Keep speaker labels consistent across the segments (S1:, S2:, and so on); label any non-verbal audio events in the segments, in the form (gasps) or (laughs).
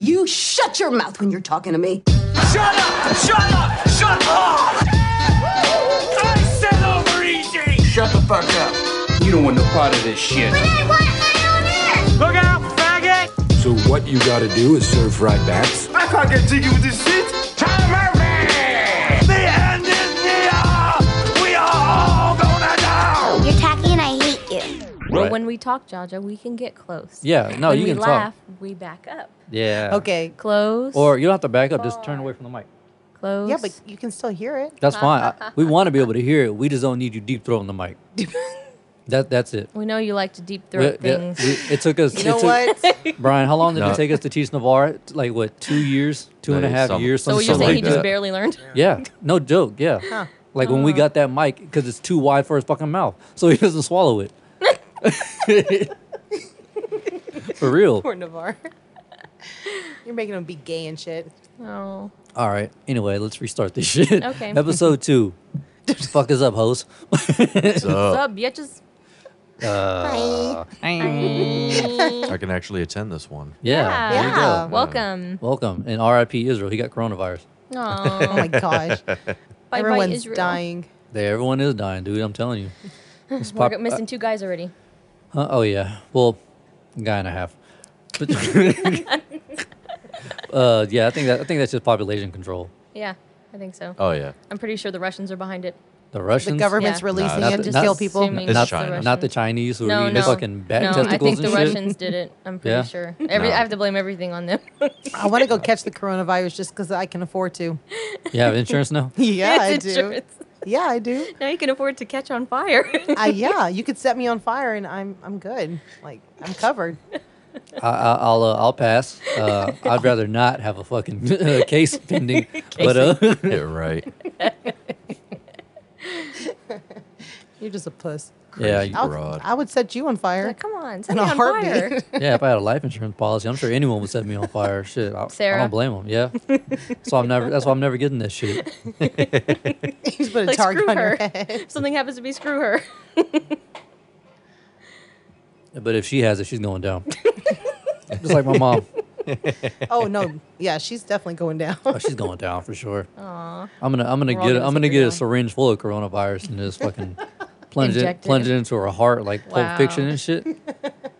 S1: You shut your mouth when you're talking to me.
S2: Shut up! Shut up! Shut up! I said over easy!
S3: Shut the fuck up. You don't want no part of this shit.
S2: Look out, faggot!
S4: So what you gotta do is serve right backs.
S3: I can't get jiggy with this shit.
S2: Time over! The end is near! We are all gonna die!
S5: You're tacky and I hate you.
S6: Right.
S7: But when we talk, Jaja, we can get close.
S6: Yeah, no,
S7: when
S6: you
S7: we
S6: can
S7: laugh,
S6: talk.
S7: We back up.
S6: Yeah.
S8: Okay.
S7: Close.
S6: Or you don't have to back up. Just turn away from the mic.
S7: close.
S8: Yeah, but you can still hear it.
S6: That's fine. I,
S7: (laughs)
S6: we want to be able to hear it. We just don't need you deep throating the mic. that that's it.
S7: we know you like to deep
S6: We-
S7: throat
S6: that-
S7: things.
S6: we- it took us.
S8: You
S6: it
S8: know
S6: took-
S8: what?
S6: (laughs) Brian, how long did
S4: No.
S6: it take us to teach Navarre? Like what? Two years? Two and a
S4: Maybe
S6: half
S4: some-
S6: years?
S7: so
S6: Something,
S7: you're saying
S4: like
S7: he just
S4: that.
S7: barely
S6: (laughs)
S7: Uh-huh. learned?
S6: Yeah. No joke. Yeah. Like when we got that mic, because it's too wide for his fucking mouth, so he doesn't swallow
S7: (laughs)
S6: it. (laughs) for real.
S8: Poor Navarre. (laughs) You're making him be gay and (laughs) shit.
S7: Oh.
S6: All right. Anyway, let's restart this (laughs) shit.
S7: Okay.
S6: Episode
S7: (laughs)
S6: two. Fuck us up, hoes. Uh,
S4: So
S7: Sub, bitches.
S5: Hi.
S4: I can actually attend this one.
S6: Yeah.
S8: there you go. Yeah.
S7: Welcome.
S6: Welcome. And R.I.P. Israel. He got coronavirus. (laughs)
S8: Oh
S7: Aw.
S8: my gosh.
S7: Bye bye,
S8: Everyone's
S7: Israel.
S8: dying.
S6: There, everyone is dying, dude. I'm telling you. It's
S7: We're
S6: pop-
S7: go- missing two guys already.
S6: uh, oh yeah. Well, guy and a half. But (laughs) uh, yeah, I think that I think that's just population control.
S7: Yeah, I think so.
S4: Oh yeah.
S7: I'm pretty sure the Russians are behind it.
S6: The
S8: The
S6: Russians,
S8: government's
S7: Yeah.
S8: releasing
S6: Nah,
S8: it
S6: that-
S8: to
S6: not-
S8: kill people.
S7: Assuming
S4: It's
S7: that's
S4: China.
S7: the
S6: not the
S7: Russians.
S6: Chinese who are
S7: No,
S6: eating
S7: no,
S6: fucking bat
S7: no.
S6: testicles
S7: I think
S6: and
S7: the
S6: shit.
S7: Russians did it. I'm pretty
S6: Yeah. (laughs)
S7: sure. Every,
S4: No.
S7: I have to blame everything on them. (laughs)
S8: I want to go catch the coronavirus just because I can afford to.
S7: (laughs)
S6: You have insurance now.
S8: Yeah, I
S7: It's
S8: do.
S7: insurance.
S8: Yeah, I do.
S7: Now you can afford to catch on fire. (laughs)
S8: I, yeah, you could set me on fire and I'm I'm good. Like I'm covered.
S6: I, I, I'll uh, I'll pass.
S7: (laughs)
S6: Uh, I'd rather not have a fucking (laughs) uh, case pending. But
S7: (laughs)
S6: uh,
S4: (laughs) Yeah, (laughs) right.
S8: You're just a puss.
S6: (laughs) yeah,
S4: Crazy.
S6: you-
S8: I'll,
S4: Broad.
S8: I would set you on fire.
S7: Like, come on, set
S8: In
S7: me
S8: a
S7: on fire.
S8: (laughs) heartbeat.
S6: yeah. If I had a life insurance policy, I'm sure anyone would set me on fire. Shit, I, I
S7: Sarah.
S6: don't blame them.
S7: (laughs)
S6: Yeah, so I'm never. That's why I'm never getting this shit.
S8: You just put a
S7: Like,
S8: target
S7: screw
S8: on your
S7: her.
S8: head.
S7: If something happens to me, screw her.
S6: But if she has it, she's going
S7: (laughs)
S6: down. Just like my mom.
S8: Oh
S7: (laughs)
S8: no, yeah, she's definitely going down. (laughs)
S6: Oh, she's going down for sure.
S7: Aw.
S6: I'm gonna I'm gonna
S7: We're all
S6: get
S7: gonna
S6: I'm gonna
S7: suffer
S6: get
S7: now.
S6: a syringe full of coronavirus and just fucking
S7: (laughs)
S6: plunge it
S7: Inject it.
S6: plunge it into her heart like Pulp Fiction
S7: Wow.
S6: and
S7: (laughs)
S6: shit.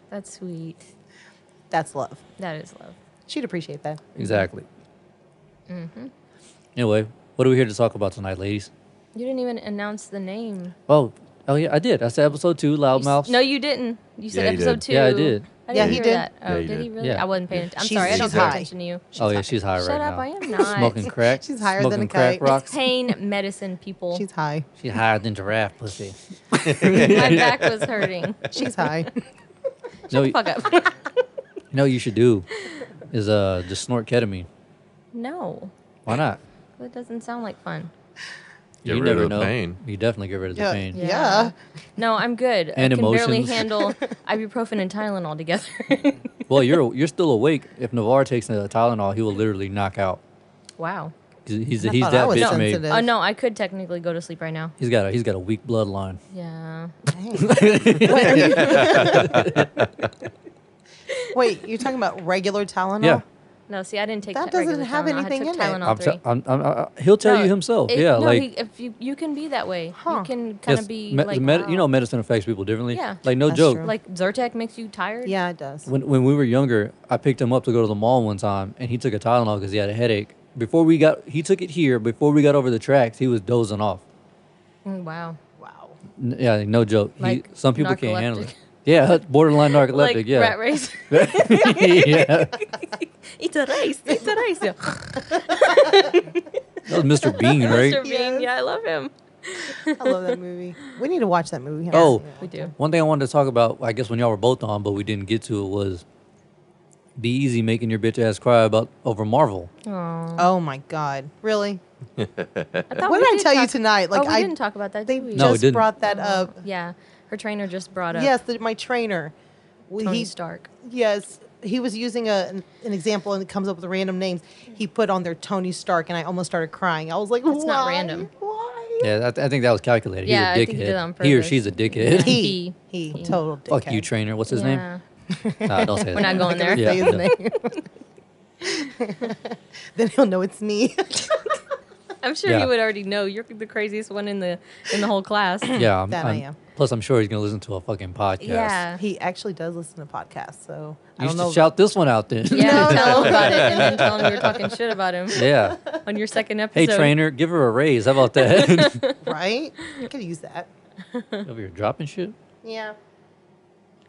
S7: That's sweet.
S8: That's love.
S7: That is love.
S8: She'd appreciate that.
S6: Exactly.
S7: Mm-hmm.
S6: Anyway, what are we here to talk about tonight, ladies?
S7: You didn't even announce the name.
S6: Oh, oh yeah, I did. I said episode two,
S7: You s-
S6: loudmouth.
S7: No, you didn't. You said
S4: Yeah, he did.
S7: episode two.
S6: Yeah, I did.
S7: I
S8: Yeah,
S7: didn't
S8: he
S7: hear
S8: did.
S7: that.
S4: Yeah,
S7: Oh,
S4: he
S7: did he
S4: did.
S7: really?
S6: Yeah.
S7: I wasn't paying attention. I'm
S8: She's-
S7: sorry. I don't
S8: she's
S7: pay
S8: high.
S7: attention to you.
S6: oh yeah, she's high
S7: Shut
S6: right
S7: up,
S6: now.
S7: I am not. (laughs)
S6: Smoking crack.
S8: She's higher than
S6: smoking
S8: a
S6: crack
S8: kite.
S6: rocks.
S7: Pain medicine people.
S8: She's high.
S6: She's higher than giraffe
S7: (laughs)
S6: pussy.
S7: My
S6: (laughs)
S7: back was hurting.
S8: She's high.
S6: no, you,
S7: Fuck up. (laughs)
S6: you know what you should do is uh just snort ketamine.
S7: no,
S6: Why not?
S7: that doesn't sound like fun.
S4: Get
S6: you
S4: rid
S6: never
S4: of the
S6: know.
S4: pain.
S6: You definitely get rid of the
S8: Yeah.
S6: pain.
S8: Yeah.
S7: No, I'm good.
S6: And
S7: I can barely
S6: emotions. (laughs)
S7: handle ibuprofen and Tylenol together. (laughs)
S6: Well, you're you're still awake. If Navarre takes a Tylenol, he will literally knock out.
S7: wow.
S6: 'Cause He's
S8: I
S6: he's
S8: thought I
S6: that
S8: was
S6: bitch
S8: sensitive.
S6: made.
S7: Oh no, I could technically go to sleep right now.
S6: He's got a he's got a weak bloodline.
S7: Yeah.
S8: (laughs) Wait, you're talking about regular Tylenol?
S6: Yeah,
S7: No, see, I didn't take
S8: That
S7: te- regular
S8: doesn't have
S7: Tylenol.
S8: anything
S7: I took
S8: in it.
S7: Tylenol
S6: I'm,
S7: three.
S6: t- I'm, I'm, I- I- he'll tell
S7: No,
S6: you himself.
S7: it-
S6: yeah,
S7: no,
S6: like
S7: he, if you you can be that way,
S8: Huh.
S7: you can kind of
S6: yes,
S7: be
S6: me-
S7: like
S6: med- you know
S7: wow.
S6: medicine affects people differently.
S7: Yeah.
S6: like no
S8: That's
S6: joke.
S8: true.
S7: like Zyrtec makes you tired.
S8: Yeah, it does.
S6: When when we were younger, I picked him up to go to the mall one time, and he took a Tylenol because he had a headache. Before we got he took it here. Before we got over the tracks, he was dozing off.
S7: Mm, wow.
S8: wow.
S6: N- yeah, like, no joke. He-
S7: Like
S6: some people can't handle
S7: narcoleptic.
S6: it. (laughs) Yeah, borderline narcoleptic.
S7: (laughs) like
S6: yeah,
S7: rat race.
S6: (laughs)
S7: (laughs)
S6: yeah.
S7: it's a race. It's a race. Yeah.
S6: That was Mr.
S7: (laughs)
S6: Bean, right?
S7: Mr. Bean. Yeah, I love him.
S8: I love that movie. We need to watch that movie.
S6: Oh,
S7: We do.
S6: one thing I wanted to talk about, I guess when y'all were both on, but we didn't get to it, was be easy making your bitch ass cry about over Marvel.
S8: Oh my God. Really?
S7: I thought
S8: What
S7: we
S8: did I
S7: did
S8: tell you
S7: talk-
S8: tonight? Like
S7: oh, we
S8: I
S7: didn't talk Oh, about that.
S8: they
S7: did we?
S6: No, it
S8: just
S6: didn't.
S8: brought that up.
S7: Yeah, her trainer just brought up.
S8: Yes, the, my trainer. Well,
S7: Tony
S8: he-
S7: Stark.
S8: Yes, he was using a, an, an example and it comes up with random names. He put on there Tony Stark, and I almost started crying. I was like,
S7: That's not
S8: "Why?
S7: random."
S8: Why?
S6: Yeah, I, th- I think that was calculated.
S7: Yeah, I
S6: He's a dickhead.
S7: think he did it on
S6: He or
S7: purpose.
S6: she's a dickhead.
S7: Yeah.
S8: He, he,
S7: He.
S8: total
S6: (laughs) Fuck
S8: dickhead.
S6: you, trainer. What's his
S7: Yeah.
S6: name? Nah, don't say (laughs)
S7: (laughs) We're not
S6: that.
S7: going there.
S6: Yeah,
S8: Say his
S6: no.
S8: name. (laughs) then he'll know it's me.
S7: (laughs) I'm sure
S6: Yeah.
S7: you would already know. You're the craziest one in the in the whole class.
S6: (laughs) Yeah, I'm,
S8: That I
S6: I'm-
S8: am.
S6: Plus, I'm sure he's gonna listen to a fucking podcast.
S7: Yeah.
S8: (laughs) he actually does listen to podcasts, so I
S6: You
S8: don't
S6: should
S8: know.
S6: shout this one out then.
S7: Yeah, tell him about it and then tell him you were talking shit about him
S6: (laughs) Yeah.
S7: on your second episode.
S6: Hey, trainer, give her a raise. How about
S8: (laughs)
S6: that? (laughs)
S8: right? I could use that.
S6: Over here dropping shit.
S8: Yeah.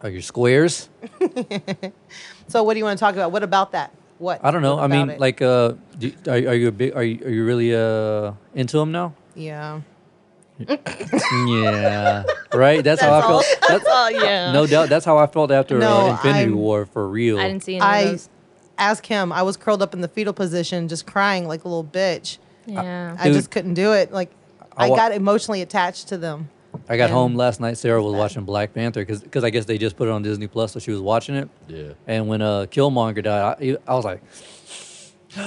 S6: Are your squares?
S8: So what do you want to talk about? What about that? What?
S6: I don't know.
S8: What
S6: I
S8: about
S6: mean,
S8: it?
S6: like, uh, do, are, are you a big? Are you are you really uh into him now?
S8: yeah. (laughs)
S6: Yeah. right. That's, how I felt. That's,
S7: Oh yeah.
S6: no doubt. That's how I felt after
S8: No,
S6: uh, Infinity
S8: I'm-
S6: War for real.
S7: I didn't see any of
S8: I
S7: those.
S8: asked him. I was curled up in the fetal position, just crying like a little bitch.
S7: Yeah.
S8: I just
S6: Dude.
S8: couldn't do it. Like
S6: I
S8: I,
S6: wa-
S8: got emotionally attached to them.
S6: I got
S7: Yeah.
S6: home last night. Sarah was watching Black Panther because I guess they just put it on Disney Plus, so she was watching it.
S4: Yeah.
S6: And when uh, Killmonger died, I, I was like, (sighs)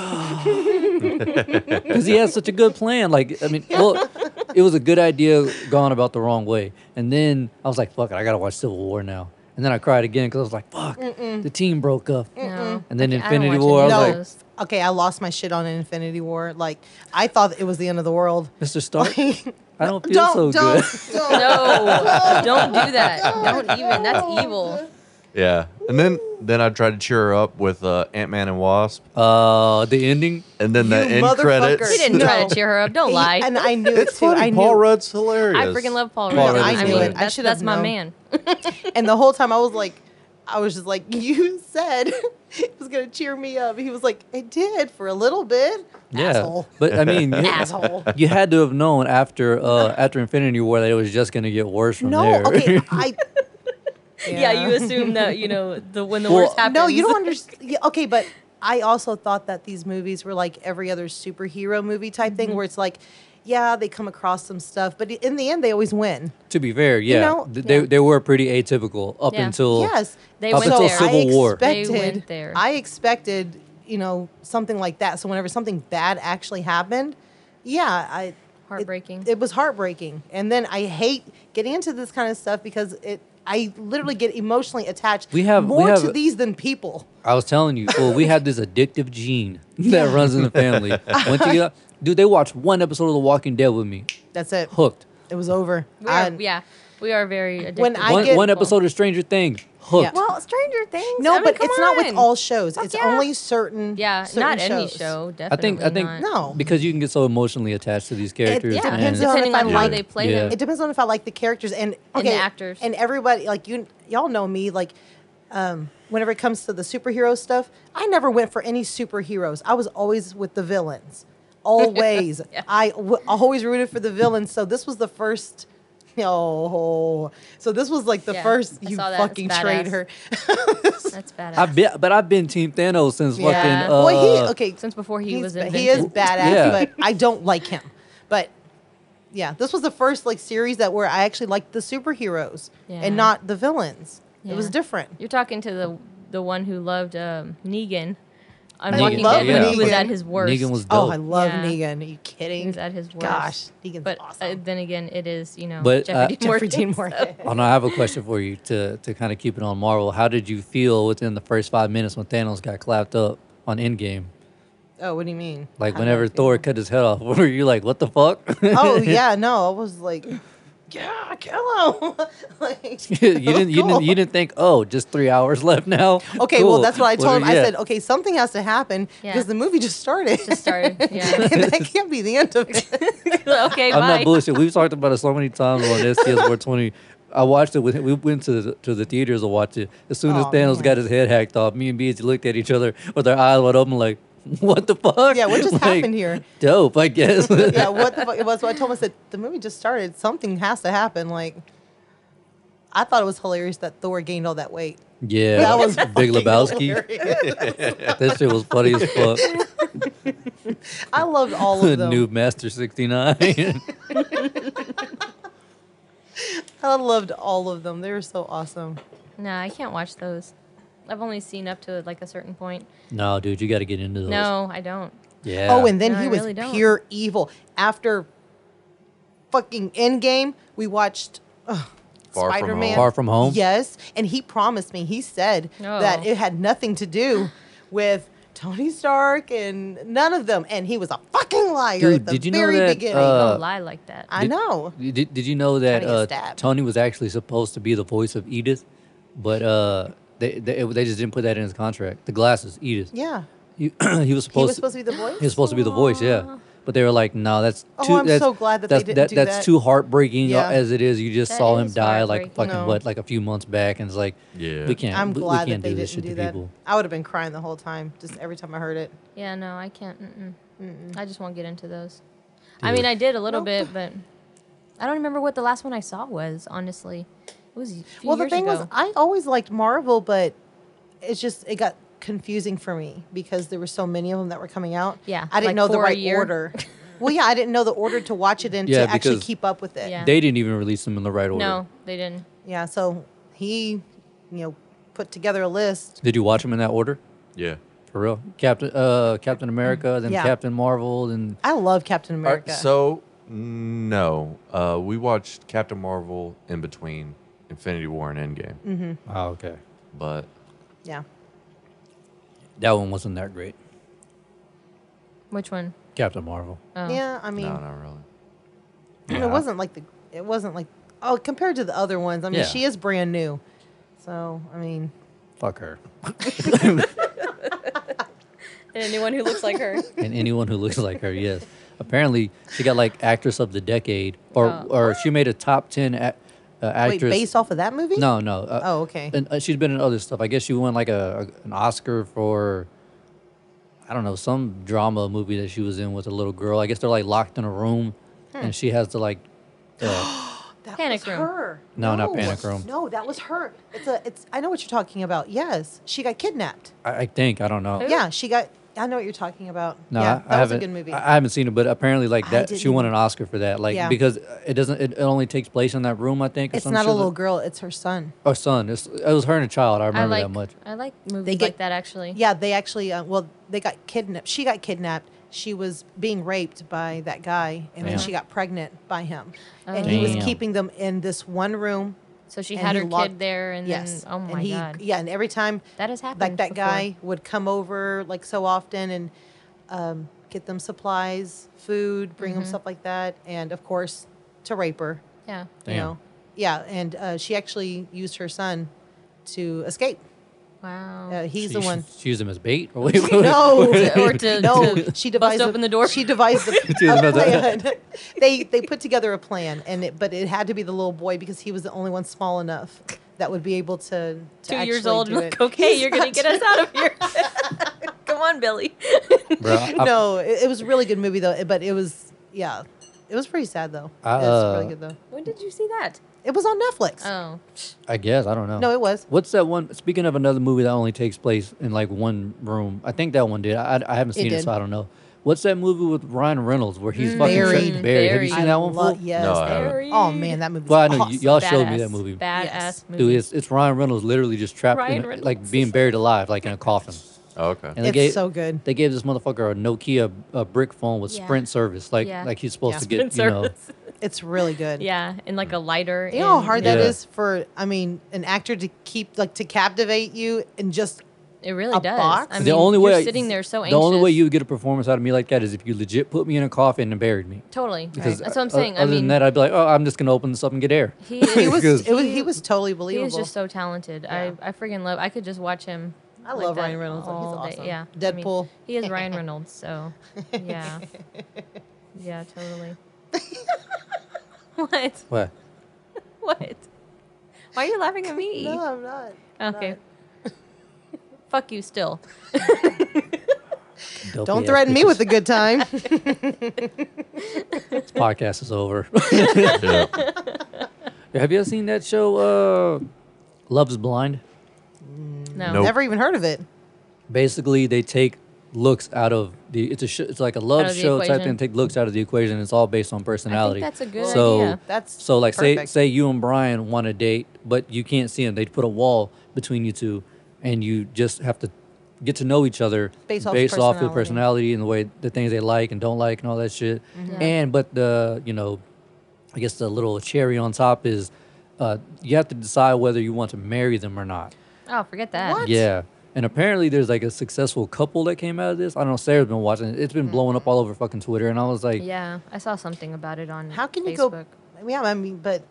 S6: because he had such a good plan. Like, I mean, look, it was a good idea gone about the wrong way. And then I was like, fuck it, I gotta watch Civil War now. And then I cried again because I was like, fuck, the team broke up.
S8: Mm.
S7: No.
S6: And then
S7: I don't
S6: Infinity
S7: watch
S6: War, I was
S7: any of
S6: like,
S7: those.
S8: Okay, I lost my shit on Infinity War. Like I thought it was the end of the world.
S6: Mr.
S8: (laughs)
S6: Stark, I don't feel so
S8: don't, don't,
S6: good.
S7: (laughs)
S8: don't.
S7: No, (laughs) don't do that. Don't even.
S8: (laughs)
S7: That's evil.
S4: Yeah. And then then I tried to cheer her up with uh, Ant Man and Wasp,
S6: (laughs) Uh, the ending.
S4: and then the
S8: You
S4: end
S8: motherfucker.
S4: credits.
S7: He didn't try
S8: No.
S7: to cheer her up. Don't lie.
S8: And I knew
S4: It's
S8: it too.
S4: funny.
S8: I knew.
S4: Paul Rudd's hilarious.
S7: I freaking love Paul
S6: Paul
S7: Rudd.
S6: Rudd
S7: I
S6: is
S7: mean,
S6: hilarious. I
S7: that's,
S8: should've
S7: that's my
S8: known.
S7: man.
S8: And the whole time I was like, I was just like, (laughs) you said (laughs) it was gonna cheer me up. He was like, it did for a little bit.
S6: Yeah,
S8: Asshole.
S6: but I mean, you, (laughs)
S8: Asshole.
S6: you had to have known after uh, after Infinity War that it was just gonna get worse from
S8: No,
S6: there.
S8: okay,
S6: (laughs)
S8: I.
S7: Yeah. you assume that you know the when the
S6: Well,
S7: worst happens.
S8: No, you don't understand. Okay, but I also thought that these movies were like every other superhero movie type
S7: Mm-hmm.
S8: thing, where it's like, yeah, they come across some stuff, but in the end, they always win.
S6: to be fair, yeah,
S8: know-
S6: th- they
S7: Yeah.
S6: they were pretty atypical up
S7: Yeah.
S6: until
S8: yes,
S7: They
S6: Up
S7: went
S6: until
S7: there.
S6: Civil
S8: I
S6: War.
S7: They
S8: Expected,
S7: went there.
S8: I expected, you know, something like that. So whenever something bad actually happened, yeah, I it-
S7: Heartbreaking.
S8: It, was heartbreaking, and then I hate getting into this kind of stuff because it. I literally get emotionally attached.
S6: We have- we
S8: more to
S6: have-
S8: these than people.
S6: I was telling you, well, we have this addictive
S8: (laughs)
S6: gene that runs in the family. Once you get, dude, they watched one episode of The Walking Dead with me,
S8: That's it.
S6: hooked.
S8: It was over.
S7: We are,
S8: I-
S7: yeah, we are very addicted.
S8: When I
S6: One,
S8: get-
S6: one episode of Stranger Things, hooked.
S7: Well, Stranger Things.
S8: No,
S7: I mean,
S8: but
S7: come
S8: it's not with
S7: on.
S8: all shows. it's
S7: yeah.
S8: only certain.
S7: Yeah,
S8: certain
S7: not any
S8: shows.
S7: show.
S6: I
S7: Definitely.
S6: think I think
S7: not.
S8: No.
S6: because you can get so emotionally attached to these characters.
S7: Yeah,
S8: depends
S6: and-
S8: on
S7: depending
S8: if I
S7: on how
S8: like-
S7: they play
S6: Yeah.
S7: them.
S8: It depends on if I like the characters and
S7: And the
S8: okay,
S7: actors.
S8: and everybody. Like you, y'all know me. Like, um, whenever it comes to the superhero stuff, I never went for any superheroes. I was always with the
S7: (laughs)
S8: villains. Always, I w- always rooted for the villains. So this was the first. (laughs) Oh, so this was like the
S7: Yeah,
S8: first
S7: I
S8: you
S7: saw that. It's
S8: fucking
S7: badass.
S8: traitor.
S7: That's badass.
S6: I've been, but I've been Team Thanos since
S7: Yeah.
S6: fucking. Uh,
S8: well, he okay.
S7: Since before he
S8: He's
S7: was
S8: ba-
S7: invented.
S8: he is badass,
S6: Yeah.
S8: but I don't like him. But yeah, this was the first like series that where I actually liked the superheroes
S7: Yeah.
S8: and not the villains. It was
S7: Yeah.
S8: different.
S7: You're talking to the the one who loved um, Negan on
S6: Negan,
S7: Walking
S8: love
S7: Dead when he was
S8: Negan.
S7: at his worst.
S6: Negan was
S8: Oh,
S6: dope.
S8: I love
S7: Yeah.
S8: Negan. Are you kidding?
S7: He was at his worst.
S8: Gosh, Negan's
S7: but uh,
S8: awesome.
S7: then again, it is you know
S6: But,
S7: Jeffrey
S6: uh,
S7: Dean
S8: (laughs)
S7: (laughs)
S8: Jeffrey
S7: Morgan.
S8: Dean
S7: so-
S8: Morgan.
S6: Oh no, I have a question for you to to kind of keep it on Marvel. How did you feel within the first five minutes when Thanos got clapped up on Endgame?
S8: Oh, what do you mean?
S6: Like
S8: How did
S6: whenever
S8: I feel?
S6: Thor (laughs) cut his head off, were you like, "What the fuck"? (laughs)
S8: Oh yeah, no, I was like, yeah, kill him. (laughs) like,
S6: (laughs) you didn't, you didn't, you
S8: cool.
S6: didn't think, "Oh, just three hours (laughs) left now."
S8: Okay,
S6: Cool.
S8: well that's what I told him.
S6: are- yeah.
S8: I said, okay, something has to happen
S7: Yeah.
S8: because the movie just started.
S7: Just
S8: (laughs)
S7: started. Yeah. (laughs)
S8: that can't be the end of it.
S7: okay.
S6: I'm
S7: bye.
S6: not bullshit. We've talked about it so many times on STS
S8: (laughs)
S6: War 20. I watched it. With, we went to the, to the theaters to watch it. As soon as
S8: Aw,
S6: Thanos
S8: man.
S6: got his head hacked off, me and Beats looked at each other with our eyes wide open, like, (laughs) "What the fuck?"
S8: (laughs) Yeah, what
S6: (laughs)
S8: just
S6: Like,
S8: happened here?
S6: Dope, I
S8: (laughs)
S6: guess. (laughs)
S8: yeah, what the fuck? It was. So I told him, I said, the movie just started. Something has to happen. Like, I thought it was hilarious that Thor gained all that weight.
S6: Yeah,
S8: That was
S6: (laughs) Big Lebowski.
S8: Hilarious.
S6: (laughs) That shit was funny as
S8: (laughs)
S6: fuck.
S8: I loved
S6: (laughs)
S8: all of them.
S6: Noob Master 69. (laughs)
S8: I loved all of them. They were so awesome.
S7: No, I can't watch those. I've only seen up to like a certain point.
S6: no, dude, you got to get into those.
S7: No, I don't.
S6: Yeah.
S8: Oh, and then
S7: No,
S8: he
S7: I
S8: was
S7: really don't.
S8: pure evil. After fucking Endgame, we watched ugh,
S4: Far From
S8: Spider-Man.
S4: Home.
S6: Far From Home?
S8: Yes, and he promised me. He said
S7: No.
S8: that it had nothing to do with Tony Stark and none of them. And he was a fucking liar
S6: Dude,
S8: at the
S6: did you know
S8: very
S6: that,
S8: beginning.
S6: uh,
S7: Don't lie like that.
S8: I
S6: Did-
S8: know.
S6: Did, did you know that
S8: Trying to get
S6: uh,
S8: stabbed.
S6: Tony was actually supposed to be the voice of Edith, but uh, they, they they just didn't put that in his contract. The glasses, Edith.
S8: Yeah.
S6: He, (clears throat) he was supposed.
S8: He was supposed to be the voice?
S6: He was supposed to be the voice, yeah. But they were like, "No, that's too.
S8: Oh, I'm
S6: that's,
S8: so glad that they
S6: that's,
S8: didn't do
S6: That's
S8: that."
S6: too heartbreaking uh,
S8: Yeah.
S6: as it is. You just
S7: That
S6: saw him
S7: is
S6: die like
S7: heartbreaking.
S6: fucking
S8: No.
S6: what, like a few months back, and it's like,
S4: Yeah.
S6: we can't.
S8: I'm
S6: we-
S8: glad
S6: we can't
S8: that they
S6: do this
S8: didn't
S6: shit
S8: do
S6: to
S8: that.
S6: people.
S8: I would have been crying the whole time, just every time I heard it.
S7: Yeah, no, I can't. Mm-mm. I just won't get into those. I mean, I did a little bit, but I don't remember what the last one I saw was. Honestly, it was. A few
S8: well, the
S7: years
S8: thing was,
S7: ago.
S8: I always liked Marvel, but it's just it got confusing for me because there were so many of them that were coming out.
S7: Yeah,
S8: I didn't
S7: like
S8: know the
S7: four a
S8: right
S7: year. (laughs)
S8: order. well, yeah, I didn't know the order to watch it and
S6: Yeah,
S8: to actually
S6: because-
S8: keep up with it.
S7: Yeah.
S6: They didn't even release them in the right order.
S7: no, they didn't.
S8: Yeah, so he, you know, put together a list.
S6: Did you watch them in that order?
S4: Yeah.
S6: For real, Captain uh, Captain America, then
S8: Yeah.
S6: Captain Marvel, then
S8: I love Captain
S4: All right,
S8: America.
S4: so no, uh, we watched Captain Marvel in between Infinity War and Endgame,
S8: Mm-hmm.
S6: oh, okay,
S4: but
S8: yeah,
S6: that one wasn't that great.
S7: Which one?
S6: Captain Marvel.
S7: Oh.
S8: yeah. I mean,
S4: no, not really.
S8: I mean, it wasn't like the it wasn't like oh compared to the other ones. I mean,
S6: Yeah.
S8: she is brand new, so I mean,
S6: Fuck her.
S7: And anyone who looks like (laughs) her.
S6: and anyone who looks like her. Yes, apparently she got like actress of the decade, or
S7: Oh.
S6: or she made a top ten a, uh,
S8: wait,
S6: actress.
S8: based off of that movie?
S6: no, no. Uh,
S8: Oh, okay.
S6: And uh, she's been in other stuff. I guess she won like a, a- an Oscar for I don't know some drama movie that she was in with a little girl. I guess they're like locked in a room,
S8: Hmm.
S6: and she has to like. Uh,
S8: That
S7: Panic
S8: was
S7: Room.
S8: Her.
S6: No, not Panic Room.
S8: No, that was her. It's a. It's. I know what you're talking about. Yes, she got kidnapped.
S6: I, I think I don't know.
S7: Who?
S8: Yeah, she got. I know what you're talking about.
S6: No,
S8: yeah,
S6: I-
S8: that
S6: I
S8: was
S6: haven't.
S8: a good movie.
S6: I I haven't seen it, but apparently, like
S8: I
S6: that, she
S8: didn't-
S6: won an Oscar for that. Like
S8: Yeah.
S6: because it doesn't. It, it only takes place in that room, I think. Or
S8: it's
S6: some
S8: not
S6: shit
S8: a
S6: like-
S8: little girl. It's her son.
S6: Or son. It's, it was her and a child. I
S7: I
S6: remember
S7: like.
S6: that much.
S7: I like movies
S8: They
S7: like
S8: get-
S7: that actually.
S8: Yeah, they actually. Uh, well, they got kidnapped. She got kidnapped. She was being raped by that guy, and then
S6: Damn.
S8: she got pregnant by him. And he was
S6: Damn.
S8: keeping them in this one room.
S7: So she
S8: and
S7: had
S8: he
S7: her
S8: locked-
S7: kid there, and
S8: yes.
S7: then oh my
S8: and he,
S7: god,
S8: Yeah, and every time
S7: that has happened.
S8: like that
S7: before.
S8: guy would come over like so often and um, get them supplies, food, bring them stuff like that, and of course to rape her.
S7: Yeah.
S8: You
S6: Damn.
S8: know, yeah, and uh, she actually used her son to escape.
S7: Wow.
S8: Uh, he's
S6: She-
S8: the
S6: she-
S8: one.
S6: She used him as bait. (laughs) Or wait, wait,
S8: (laughs) No,
S7: To- (laughs) or to,
S8: no,
S7: to
S8: she
S7: bust
S8: devised
S7: open
S8: a-
S7: the door.
S8: She devised
S7: (laughs)
S8: a,
S6: She was
S8: a
S6: about to-
S8: plan. (laughs) they they put together a plan, and it, but it had to be the little boy because he was the only one small enough that would be able to. to
S7: two years
S8: actually
S7: old
S8: do
S7: and like,
S8: it.
S7: okay, you're gonna get us out of here. Come on, Billy.
S6: bro, I,
S8: (laughs) no, it, it was a really good movie though. But it was yeah, it was pretty sad though.
S6: I,
S8: it was really
S6: uh,
S8: good though.
S7: when did you see that?
S8: It was on Netflix.
S7: Oh,
S6: I guess I don't know.
S8: no, it was.
S6: What's that one? Speaking of another movie that only takes place in like one room, I think that one did. I, I- I haven't seen it,
S8: did. Mm,
S6: so I don't know. What's that movie with Ryan Reynolds where he's fucking
S8: Buried.
S6: buried? Have you seen
S7: Buried.
S6: that one?
S8: Lo-
S6: fool?
S8: yes.
S4: No, I haven't.
S8: oh man, that movie.
S6: Well, I know y- y'all showed me
S7: Badass.
S6: that movie.
S7: Badass
S8: Yes.
S7: movie.
S6: Dude, it's, it's Ryan Reynolds literally just trapped,
S7: Ryan
S6: in, a- like
S7: Reynolds.
S6: being buried alive, like in a coffin.
S4: Oh, okay.
S6: And they
S8: It's
S6: gave,
S8: so good.
S6: They gave this motherfucker a Nokia a brick phone with
S7: Yeah.
S6: Sprint service, like
S7: Yeah.
S6: like he's supposed
S8: Yeah.
S6: to get,
S7: Sprint
S6: you know.
S7: service.
S8: It's really good.
S7: yeah, and like a lighter.
S8: You know how
S7: and-
S8: hard that
S6: Yeah.
S8: is for I mean an actor to keep like to captivate you
S6: (laughs)
S8: and just
S7: It really
S8: a
S7: does.
S8: box?
S7: I mean,
S6: the only
S7: you're
S6: way I-
S7: sitting there so anxious.
S6: the only way you would get a performance out of me like that is if you legit put me in a coffin and buried me.
S7: totally
S6: Because
S7: that's what I'm
S6: o-
S7: saying.
S6: Other
S7: I mean,
S6: than that, I'd be like, oh, I'm just gonna open this up and get air.
S8: (laughs)
S7: he, is,
S8: he was
S6: Because-
S8: it was he was totally
S7: he
S8: believable.
S7: is just so talented. I I freaking love. I could just watch him.
S8: I
S7: like
S8: love
S7: that
S8: Ryan Reynolds. He's
S7: all day.
S8: awesome.
S7: Yeah, I
S8: Deadpool.
S7: mean, he is
S8: (laughs)
S7: Ryan Reynolds. So yeah, yeah, totally. (laughs) what?
S6: What?
S7: What? Why are you laughing at me?
S8: (laughs) no, I'm not.
S7: okay. (laughs) Fuck you still.
S8: Don't threaten me with a good
S7: (laughs)
S8: time.
S6: This (laughs) podcast is over. (laughs) Have you all seen that show? Uh, Love's Blind.
S7: No.
S4: Nope.
S8: Never even heard of it.
S6: Basically, they take looks out of the. It's a sh- it's like a
S7: Out
S6: love
S7: of the
S6: show type
S7: equation.
S6: thing. Take looks out of the equation. It's all based on personality.
S7: that's a good
S6: so,
S7: idea.
S8: That's
S6: So like
S8: perfect.
S6: say say you and Brian want a date, but you can't see him. They put a wall between you two, and you just have to get to know each other
S8: Based off
S6: your
S8: personality. Mm-hmm.
S6: personality and the way the things they like and don't like and all that shit.
S7: Yeah.
S6: And but the you know, I guess the little cherry on top is uh, you have to decide whether you want to marry them or not.
S7: Oh, forget that.
S8: What?
S6: Yeah. And apparently, there's like a successful couple that came out of this. I don't know. Sarah's been watching it. It's been blowing up
S8: Mm-hmm.
S6: all over fucking Twitter. And I was like,
S7: Yeah, I saw something about it on.
S8: How can you
S7: Facebook.
S8: go? Yeah, I mean, but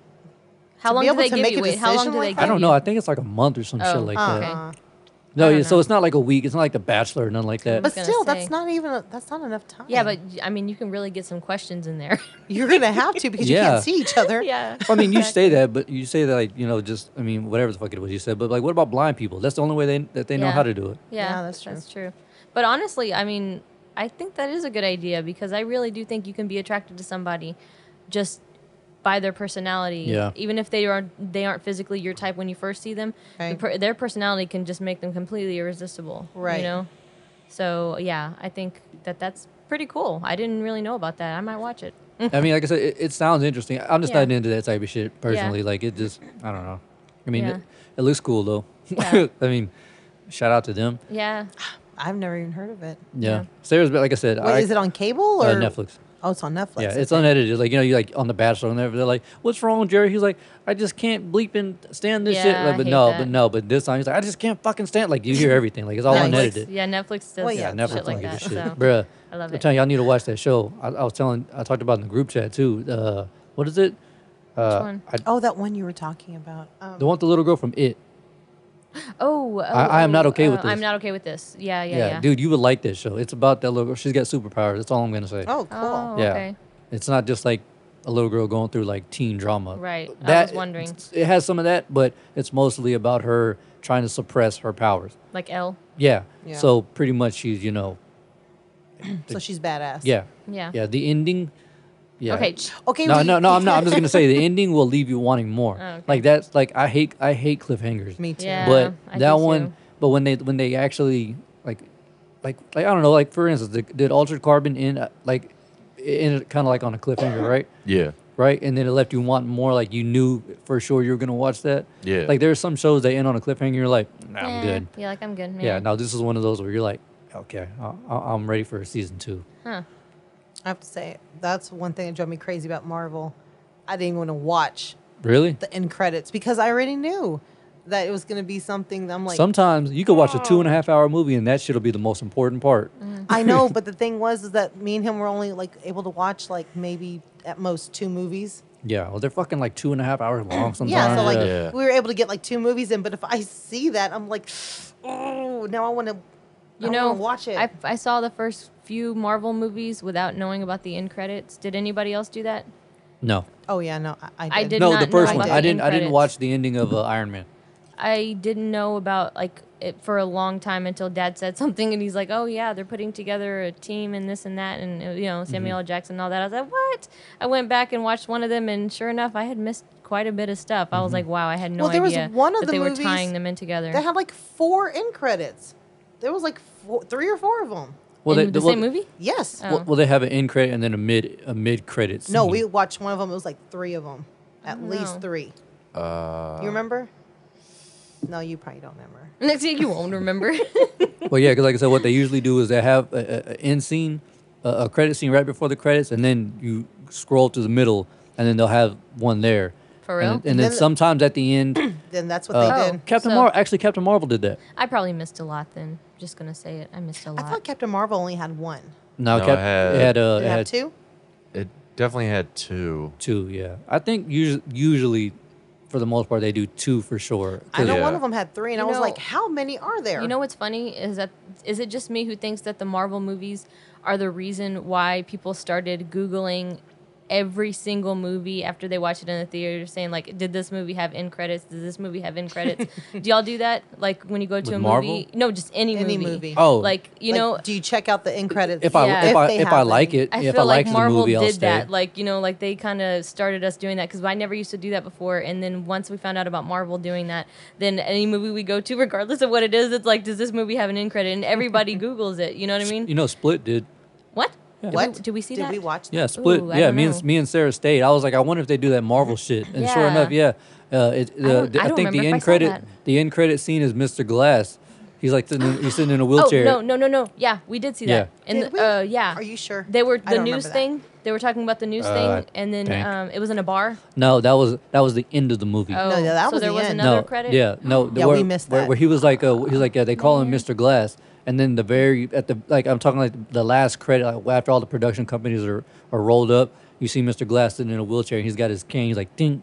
S7: How
S8: to
S7: long
S8: be
S7: do
S8: able
S7: they
S8: to
S7: give
S8: make
S7: you?
S8: a
S7: Wait, how long
S8: decision
S7: do they
S8: like
S7: give
S8: that?
S6: I don't
S7: you?
S6: know. I think it's like a month or some
S7: Oh,
S6: shit like
S7: okay.
S6: that.
S8: uh,
S6: No,
S7: I don't
S6: yeah. So
S7: know.
S6: it's not like a week. It's not like The Bachelor or nothing like that.
S7: (laughs)
S8: but
S7: gonna
S8: still,
S7: say.
S8: that's not even a, that's not enough time.
S7: Yeah, but I mean, you can really get some questions in there.
S8: (laughs)
S7: (laughs)
S8: you're gonna have to because you
S6: Yeah.
S8: can't see each other.
S7: yeah.
S6: I mean, you say that, but you say that like you know, just I mean, whatever the fuck it was you said. But like, what about blind people? That's the only way they that they know
S7: Yeah.
S6: how to do it.
S7: Yeah,
S8: Yeah, that's true.
S7: That's true. But honestly, I mean, I think that is a good idea because I really do think you can be attracted to somebody just by their personality.
S6: Yeah.
S7: Even if they are they aren't physically your type when you first see them, the
S8: Right.
S7: per- their personality can just make them completely irresistible.
S8: Right.
S7: You know. So yeah, I think that that's pretty cool. I didn't really know about that. I might watch it.
S6: I mean, like I said, it, it sounds interesting. I'm just
S7: Yeah.
S6: not into that type of shit personally. Like it just, I don't know. I mean,
S7: Yeah.
S6: it, it looks cool though.
S7: Yeah.
S6: (laughs) I mean, shout out to them.
S7: Yeah.
S8: I've never even heard of it.
S6: Yeah, Sarah's been like I said.
S8: Wait,
S6: I,
S8: is it on cable or
S6: uh, Netflix?
S8: Oh, it's on Netflix.
S6: Yeah, it's
S8: okay.
S6: unedited. Like you know, you like on the Bachelor, and they're, they're like, "What's wrong, Jerry?" He's like, "I just can't bleep and stand this shit."
S7: Yeah,
S6: Like,
S7: I
S6: but
S7: hate
S6: no,
S7: that.
S6: but no, but this time he's like, "I just can't fucking stand." Like you hear everything. Like it's all
S8: Netflix.
S6: unedited.
S7: Yeah, Netflix does
S8: Well, yeah,
S6: Yeah,
S7: shit
S6: never
S8: shit
S7: like
S6: like
S7: that.
S6: shit.
S7: So.
S6: Bruh.
S7: I love
S6: I'm
S7: it.
S6: telling you, y'all need to watch that show. I, I was telling, I talked about it in the group chat too. Uh, what is it? Uh,
S7: one?
S6: I,
S8: Oh, that one you were talking about. Um,
S6: the one with the little girl from It.
S7: Oh,
S6: I- I am not okay with
S7: I'm
S6: this.
S7: not okay with this. Yeah, yeah,
S6: Yeah,
S7: yeah.
S6: dude, you would like that show. It's about that little girl. She's got superpowers. That's all I'm gonna say.
S8: oh, cool.
S7: Oh,
S6: yeah.
S7: okay.
S6: It's not just like a little girl going through like teen drama.
S7: Right. I was wondering.
S6: it's- It has some of that, but it's mostly about her trying to suppress her powers.
S7: Like L.
S6: Yeah.
S8: Yeah.
S6: So pretty much she's, you know,
S8: so she's badass.
S6: yeah.
S7: Yeah.
S6: Yeah. The ending. Yeah.
S7: Okay. ch-
S8: Okay.
S6: No,
S8: we-
S6: no, no. I'm not. I'm
S8: (laughs)
S6: just gonna say
S7: (laughs)
S6: the ending will leave you wanting more.
S7: Oh, okay.
S6: Like that's like I hate I hate cliffhangers.
S8: Me too.
S7: Yeah.
S6: But
S7: I
S6: that
S7: do
S6: one.
S7: too.
S6: But when they when they actually like like like I don't know like for instance did, did Altered Carbon in uh, like it ended kind of like on a cliffhanger right
S4: Yeah.
S6: right and then it left you wanting more like you knew for sure you were gonna watch that
S4: Yeah.
S6: like there's some shows they end on a cliffhanger you're like nah,
S7: Nah.
S6: I'm good
S7: Yeah, like I'm good.
S6: yeah
S7: Yeah.
S6: now this is one of those where you're like okay I, I, I'm ready for season two
S8: I have to say that's one thing that drove me crazy about Marvel. I didn't want to watch
S6: really
S8: the end credits because I already knew that it was going to be something that I'm like,
S6: sometimes you could watch a two and a
S7: Oh.
S6: half hour movie and that shit'll be the most important part
S7: Mm-hmm.
S8: I
S6: (laughs)
S8: know, but the thing was is that me and him were only like able to watch like maybe at most two movies.
S6: Yeah, well, they're fucking like two and a half hours
S7: (clears throat)
S6: long sometimes.
S8: Yeah, so like
S4: Yeah. Yeah.
S8: we were able to get like two movies in, but if I see that, I'm like, oh, now I want to,
S7: You know,
S8: watch it.
S7: I, I saw the first few Marvel movies without knowing about the end credits. Did anybody else do that?
S6: no,
S8: oh yeah, no, I,
S7: I
S8: I did.
S7: did
S6: no,
S7: not
S6: the
S7: know
S6: first
S7: about
S6: one.
S7: the
S6: I didn't.
S7: end
S6: I didn't
S7: credits.
S6: watch the ending of uh, Iron Man.
S7: I didn't know about like it for a long time until Dad said something, and he's like, "Oh yeah, they're putting together a team and this and that, and uh, you know
S6: Mm-hmm.
S7: Samuel L. Jackson and all that." I was like, "What?" I went back and watched one of them, and sure enough, I had missed quite a bit of stuff. I
S6: Mm-hmm.
S7: was like, "Wow, I had no
S8: Well, there was
S7: idea
S8: one of
S7: that
S8: the
S7: they were
S8: movies
S7: tying them in together."
S8: They had like four end credits. There was like four, three or four of them.
S6: Well,
S7: in
S6: they,
S7: the
S6: well,
S7: same movie? Oh.
S8: Yes.
S6: Well, well, they have an end credit and then a mid a mid credit.
S8: No, we watched one of them. It was like three of them, at least
S7: know.
S8: three. Uh, you remember? No, you probably don't remember.
S7: Next
S8: (laughs)
S7: year, (laughs) you won't remember.
S6: Well, yeah, because like I said, what they usually do is they have a, a, a end scene, a, a credit scene right before the credits, and then you scroll to the middle, and then they'll have one there.
S7: For
S6: And-
S7: real?
S6: And, then
S8: Then-
S6: sometimes at the
S7: (coughs)
S6: end,
S8: Then that's what
S6: uh,
S8: they did.
S6: Captain
S7: So-
S6: Marvel actually Captain Marvel did that.
S7: I probably missed a lot then. Just gonna say it. I missed a
S8: I
S7: lot.
S8: thought Captain Marvel only had one.
S6: No,
S4: No, it
S6: Cap-
S4: had-
S6: it had, uh,
S8: Did
S6: it
S8: it have
S6: had
S8: two?
S4: It definitely had two.
S6: Two, yeah. I think usually, usually, for the most part, they do two for sure.
S8: I know
S4: Yeah.
S8: one of them had three, and
S7: You
S8: I was
S7: know-
S8: like, how many are there?
S7: You know what's funny is that is it just me who thinks that the Marvel movies are the reason why people started googling every single movie after they watch it in the theater saying like did this movie have end credits did this movie have end credits
S8: (laughs)
S7: do y'all do that like when you go to
S6: With
S7: a
S6: Marvel?
S7: movie no just any,
S8: Any
S7: movie.
S8: movie.
S6: Oh.
S7: like you
S8: Like,
S7: know
S8: do you check out the end credits?
S6: if I
S7: Yeah.
S6: if,
S7: If
S6: I
S8: they
S6: if
S8: have
S6: I
S8: them.
S6: like it,
S7: I
S6: if
S7: feel
S6: I
S7: like
S6: like the
S7: Marvel
S6: movie, I'll
S7: did
S6: stay.
S7: that. Like you know, like they kind of started us doing that because I never used to do that before. And then once we found out about Marvel doing that, then any movie we go to, (laughs) regardless of what it is, it's like, does this movie have an end credit?
S6: (laughs)
S7: And everybody Google's it. You know what I mean?
S6: you know, Split did.
S7: What? Did
S8: what?
S7: we- Did we see
S8: Did
S7: that?
S8: we watch that?
S6: Yeah, Split.
S7: Ooh, I
S6: yeah,
S7: don't
S6: me
S7: know.
S6: and me and Sarah stayed. I was like, I wonder if they do that
S7: (laughs)
S6: Marvel shit. And sure
S7: Yeah.
S6: enough, yeah. Uh, it, the,
S7: don't-
S6: the-
S7: I
S6: I,
S7: don't
S6: think
S7: remember
S6: the
S7: if I
S6: end
S7: saw
S6: credit
S7: that.
S6: the end credit scene is Mr. Glass. He's like sitting in, he's sitting in a
S7: Oh
S6: wheelchair.
S7: no, no, no, no. Yeah, we did see that.
S6: Yeah.
S7: And
S8: Did we?
S7: uh, yeah.
S8: Are you sure?
S7: They were
S8: I
S7: the
S8: don't remember
S7: news
S8: that.
S7: thing. They were talking about the news
S6: Uh,
S7: thing, and then
S6: dang.
S7: um, it was in a bar.
S6: No, that was that was the end of the movie.
S7: Oh,
S8: no, that
S7: so
S8: was
S7: there
S8: the
S7: was
S8: end.
S7: another
S6: no,
S7: credit.
S6: Yeah, no. the-
S8: Yeah,
S6: where,
S8: we missed
S6: Where,
S8: that.
S6: where he was like, uh, he's like, yeah, they call him Mr. Glass, and then the very at the like, I'm talking like the last credit like, after all the production companies are are rolled up. You see Mr. Glass sitting in a wheelchair, and he's got his cane. He's like, ding,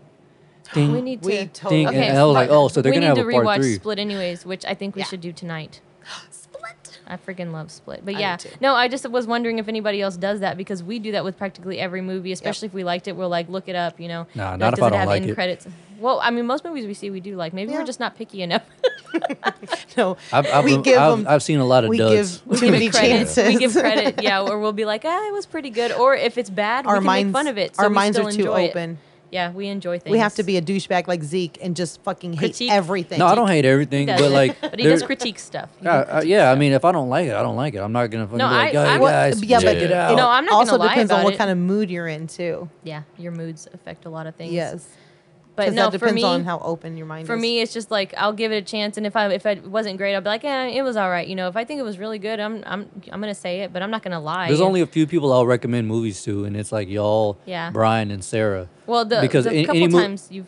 S6: ding.
S7: we need to.
S8: We
S6: Ding,
S8: totally.
S6: and- and I was like,
S7: Spartan,
S6: oh, so they're
S7: we
S6: gonna
S7: need
S6: have
S7: to
S6: a part
S7: rewatch
S6: three.
S7: Split anyways, which I think we
S8: Yeah.
S7: should do tonight.
S8: (gasps) Split.
S7: I freaking love Split, but
S8: I
S7: yeah,
S8: do too.
S7: no, I just was wondering if anybody else does that because we do that with practically every movie, especially if we liked it, we'll like look it up, you know.
S6: Nah,
S7: Like,
S6: not if
S7: does
S6: I
S7: it
S6: don't
S7: have
S6: like
S7: end
S6: it.
S7: Credits? Well, I mean, most movies we see we do like. Maybe
S8: Yeah.
S7: we're just not picky enough.
S8: No,
S6: I've, I've,
S8: we
S6: I've,
S8: give
S6: I've,
S8: 'em-
S6: seen a lot of
S8: (laughs) we
S6: duds.
S8: give too many
S7: credit.
S8: chances.
S7: We give
S8: (laughs)
S7: credit, yeah, or we'll be like, ah, it was pretty good. Or if it's bad,
S8: Our
S7: we can
S8: minds,
S7: make fun of it. So
S8: our
S7: we
S8: minds
S7: still
S8: are too
S7: enjoy it.
S8: open.
S7: Yeah, we enjoy things.
S8: We have to be a douchebag like Zeke and just fucking hate
S7: Critique.
S8: everything.
S6: No, I don't hate everything,
S7: He does
S6: but
S7: it.
S6: like,
S7: (laughs) but he
S6: there-
S7: does critique stuff. He
S6: Yeah,
S7: can
S6: uh,
S7: critique
S6: yeah. I
S7: stuff.
S6: mean, if I don't like it, I don't like it. I'm not gonna fucking
S7: No,
S6: be like,
S7: I-
S6: "Hey,
S7: I-
S8: Well,
S6: guys,
S8: yeah, but
S6: check it out.
S7: No, I'm not
S8: also
S7: gonna lie
S8: depends on
S7: about
S8: what
S7: it.
S8: kind of mood you're in too.
S7: yeah, your moods affect a lot of things.
S8: Yes,
S7: but
S8: 'Cause
S7: no,
S8: that depends
S7: for me,
S8: on how open your mind
S7: for
S8: is.
S7: me, it's just like I'll give it a chance, and if I if it wasn't great, I'll be like, eh, it was all right. You know, if I think it was really good, I'm I'm I'm gonna say it, but I'm not gonna lie.
S6: There's only a few people I'll recommend movies to, and it's like y'all,
S7: Yeah.
S6: Brian and Sarah.
S7: well the,
S6: because
S7: the
S6: any-
S7: couple
S6: any mo-
S7: times you've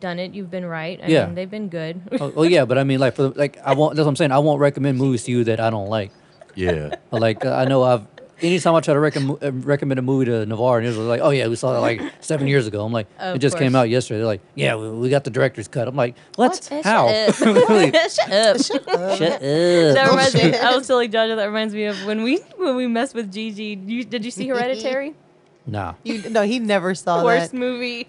S7: done it, you've been right. I
S6: Yeah.
S7: mean, they've been good. (laughs)
S6: Oh, oh, yeah, but I mean, like for the- like, I won't. That's what I'm saying. I won't recommend movies to you that I don't like.
S4: (laughs) Yeah.
S6: Like uh, I know I've. Anytime I try to recomm- uh, recommend a movie to Navarre, and it was like, "Oh yeah, we saw that like seven years ago." I'm like,
S7: Of
S6: "It just came
S7: course.
S6: out yesterday." They're like, "Yeah, we, we got the director's cut." I'm like, "What?
S7: Shut
S6: How?" (laughs)
S7: up.
S6: Like,
S7: (laughs) Shut up.
S6: Shut up.
S7: That reminds
S8: (laughs)
S7: me, I was telling Jaja that reminds me of when we when we messed with Gigi. You, did
S8: (laughs)
S7: you see Hereditary?
S6: Nah.
S8: you, no, he never saw
S7: worst
S8: that.
S7: movie,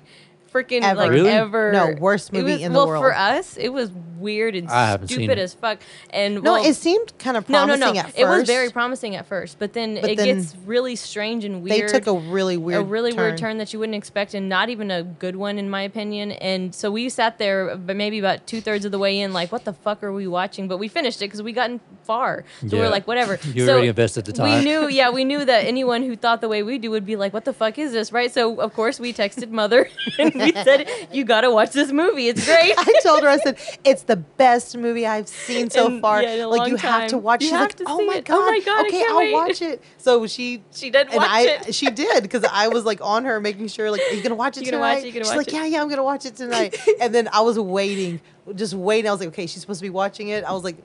S7: freaking
S8: Ever.
S7: like
S6: Really?
S7: ever.
S8: No, worst
S7: It
S8: movie
S7: was-
S8: in the
S7: well, for
S8: world.
S7: us, it was weird and
S6: I haven't seen
S7: stupid
S6: it.
S7: as fuck. And
S8: No,
S7: well,
S8: it seemed kind of
S7: no, no,
S8: promising
S7: no.
S8: at first.
S7: It was very promising at first, but then
S8: But
S7: it
S8: then
S7: gets really strange and
S8: They
S7: weird.
S8: took a really weird,
S7: a really
S8: turn.
S7: weird turn that you wouldn't expect, and not even a good one, in my opinion. And so we sat there, but maybe about two thirds of the way in, like, what the fuck are we watching? But we finished it because we gotten far, so we
S6: Yeah.
S7: are like, whatever.
S6: (laughs) You
S7: so
S6: already invested the time. (laughs)
S7: We knew, yeah, we knew that anyone who thought the way we do would be like, what the fuck is this, right? So of course we texted mother (laughs) and we said, you gotta watch this movie, it's great.
S8: (laughs) I told her, I said, it's the best movie I've seen so
S7: In-
S8: far.
S7: yeah, in a
S8: like
S7: long
S8: you have to
S7: time.
S8: watch.
S7: You
S8: She's
S7: have
S8: like,
S7: to
S8: oh
S7: see
S8: my
S7: it.
S8: god,
S7: Oh my God, I
S8: okay,
S7: can't
S8: will
S7: wait."
S8: watch it. So she
S7: She did
S8: and
S7: watch
S8: I
S7: it.
S8: she did because I was like on her making sure like, are you gonna watch it
S7: You gonna watch
S8: tonight?
S7: it? You gonna
S8: She's
S7: watch
S8: like,
S7: it?
S8: yeah, yeah, I'm gonna watch
S7: (laughs)
S8: it tonight. and then I was waiting, just waiting. I was like, okay, she's supposed to be watching it. I was like,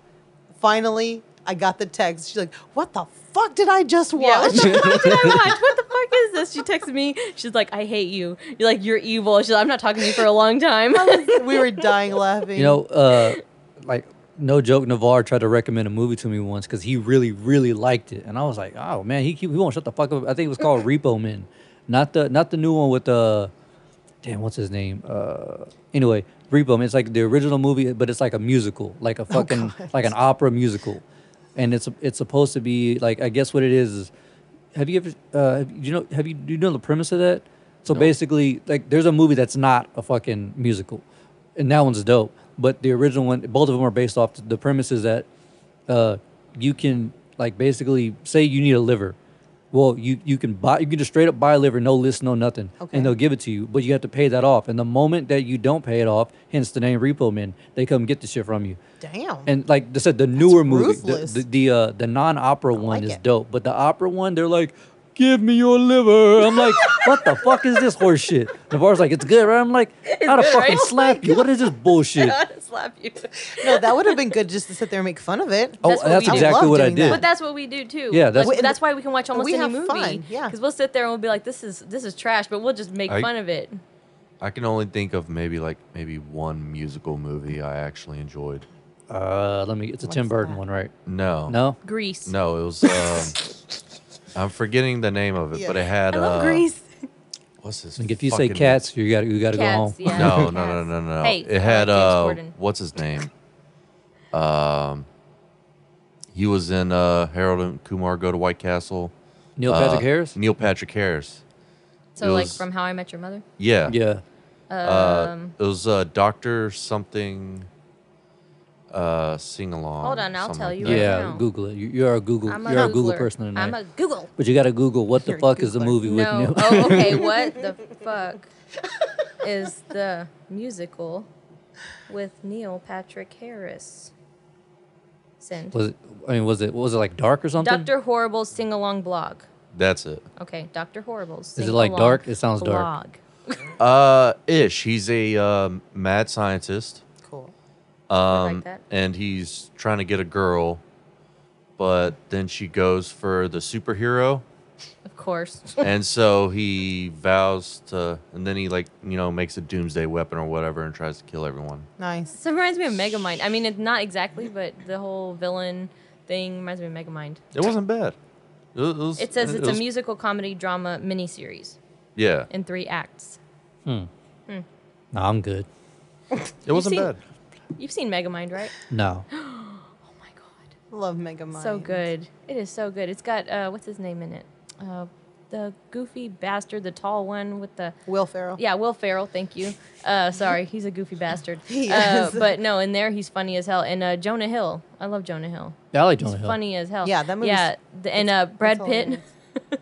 S8: finally, I got the text. She's like, what the fuck did I just
S7: Yeah, what (laughs)
S8: watch? (laughs)
S7: the fuck did I watch? What the fuck is this? She texted me. She's like, I hate you. You're like, you're evil. She's like, I'm not talking to you for a long time. (laughs)
S8: we were dying laughing.
S6: You know, uh, like no joke, Navarre tried to recommend a movie to me once because he really, really liked it, and I was like, oh man, he keep, he won't shut the fuck up. I think it was called Repo Men, not the not the new one with the damn what's his name. Uh, anyway, Repo Man. It's like the original movie, but it's like a musical, like a fucking like an opera musical, and it's it's supposed to be like I guess what it is is have you ever uh have- you know have you do you know the premise of that so basically like there's a movie that's not a fucking musical and that one's dope but the original one both of them are based off the premise is that uh you can like basically say you need a liver well you you can buy you can just straight up buy a liver no list no nothing
S8: Okay.
S6: and they'll give it to you but you have to pay that off and the moment that you don't pay it off hence the name repo men they come get the shit from you
S8: Damn.
S6: and like I said, the newer movie, the
S8: ruthless.
S6: the, the, uh, the non opera one
S8: like
S6: is
S8: it.
S6: dope, but the opera one, they're like, "Give me your liver." I'm like, (laughs) "What the fuck is this horse shit?" Navarre's like, "It's good." Right? I'm like, "I'd have
S7: good,
S6: fucking
S7: right?
S6: slap you." What is this bullshit?
S7: slap you.
S8: no, that would have been good just to sit there and make fun of it.
S6: oh,
S7: That's what
S6: that's
S7: we do.
S6: exactly
S8: Love
S6: what I
S8: doing
S6: did.
S8: that.
S7: But that's what we do too.
S6: Yeah,
S7: that's
S6: that's-
S7: like,
S8: We-
S7: that's why we can watch almost
S8: we
S7: any
S8: have
S7: movie.
S8: fun, yeah.
S7: because we'll sit there and we'll be like, "This is this is trash," but we'll just make
S4: I-
S7: fun of it.
S4: I can only think of maybe like maybe one musical movie I actually enjoyed.
S6: uh, let me. It's a Tim
S8: What's
S6: Burton
S8: that?
S6: one, right?
S4: No.
S6: No.
S7: Grease.
S4: No, it was. Um,
S6: (laughs)
S4: I'm forgetting the name of it, but it
S8: Yeah.
S4: had.
S7: I love
S4: uh,
S7: Grease.
S4: What's this?
S6: Like if you say
S4: fucking-
S6: cats, you got to you got to go home.
S7: Cats. Yeah.
S6: (laughs)
S4: No, no,
S7: Cats.
S4: no, no, no, no.
S7: Hey, I
S4: it
S7: like
S4: had
S7: James
S4: uh,
S7: Corden.
S4: what's his name? um, he was in uh, Harold and Kumar Go to White Castle.
S6: Neil Patrick
S4: Uh,
S6: Harris.
S4: Neil Patrick Harris.
S7: So like
S4: was-
S7: from How I Met Your Mother.
S4: Yeah.
S6: Yeah.
S4: Uh,
S7: Um,
S4: it was uh, Doctor something. Uh, sing along.
S7: Hold on, I'll tell you
S6: Yeah.
S7: right now.
S6: Google it. You, you are a Google.
S7: I'm a
S6: you're a Google
S7: Googler.
S6: person tonight.
S7: I'm a Google.
S6: but you got to Google what the
S8: You're a
S6: fuck is the
S8: Googler.
S6: movie with
S7: No.
S6: Neil?
S7: oh, okay. What the fuck is the musical with Neil Patrick Harris?
S6: (laughs)
S7: Send.
S6: Was it? I mean, was it? Was it like dark or something?
S7: Dr. Horrible's sing along blog.
S4: That's it.
S7: Okay, Dr. Horrible's.
S6: Is it
S7: sing
S6: like
S7: along
S6: dark? It sounds dark.
S7: blog.
S4: Uh, ish. He's a um, mad scientist.
S8: Cool.
S4: Um,
S7: that.
S4: and he's trying to get a girl, but then she goes for the (laughs) superhero,
S7: Of course.
S4: and so he vows to, and then he like you know makes a doomsday weapon or whatever and tries to kill everyone.
S8: Nice.
S7: So it reminds me of Megamind. I mean, it's not exactly, but the whole villain thing reminds me of Megamind.
S4: It wasn't bad. It, wa- was-
S7: It says
S4: it
S7: it's a
S4: was-
S7: musical comedy drama miniseries
S4: Yeah,
S7: in three acts.
S6: No, I'm good.
S4: it wasn't
S7: seen-
S4: bad.
S7: You've seen Megamind, right?
S6: No.
S7: (gasps) Oh my god,
S8: Love Mega Mind.
S7: so good! It is so good. It's got uh, what's his name in it? Uh, the goofy bastard, the tall one with the
S8: Will Ferrell.
S7: yeah, Will Ferrell. Thank you. Uh, sorry, he's a goofy bastard.
S8: (laughs) He
S7: uh,
S8: is.
S7: But no, in there he's funny as hell. And uh, Jonah Hill, I love Jonah Hill.
S6: Yeah, I like Jonah Hill.
S7: Funny as hell.
S8: Yeah, that movie's-
S7: Yeah, the, and uh, Brad
S8: all it
S7: Pitt.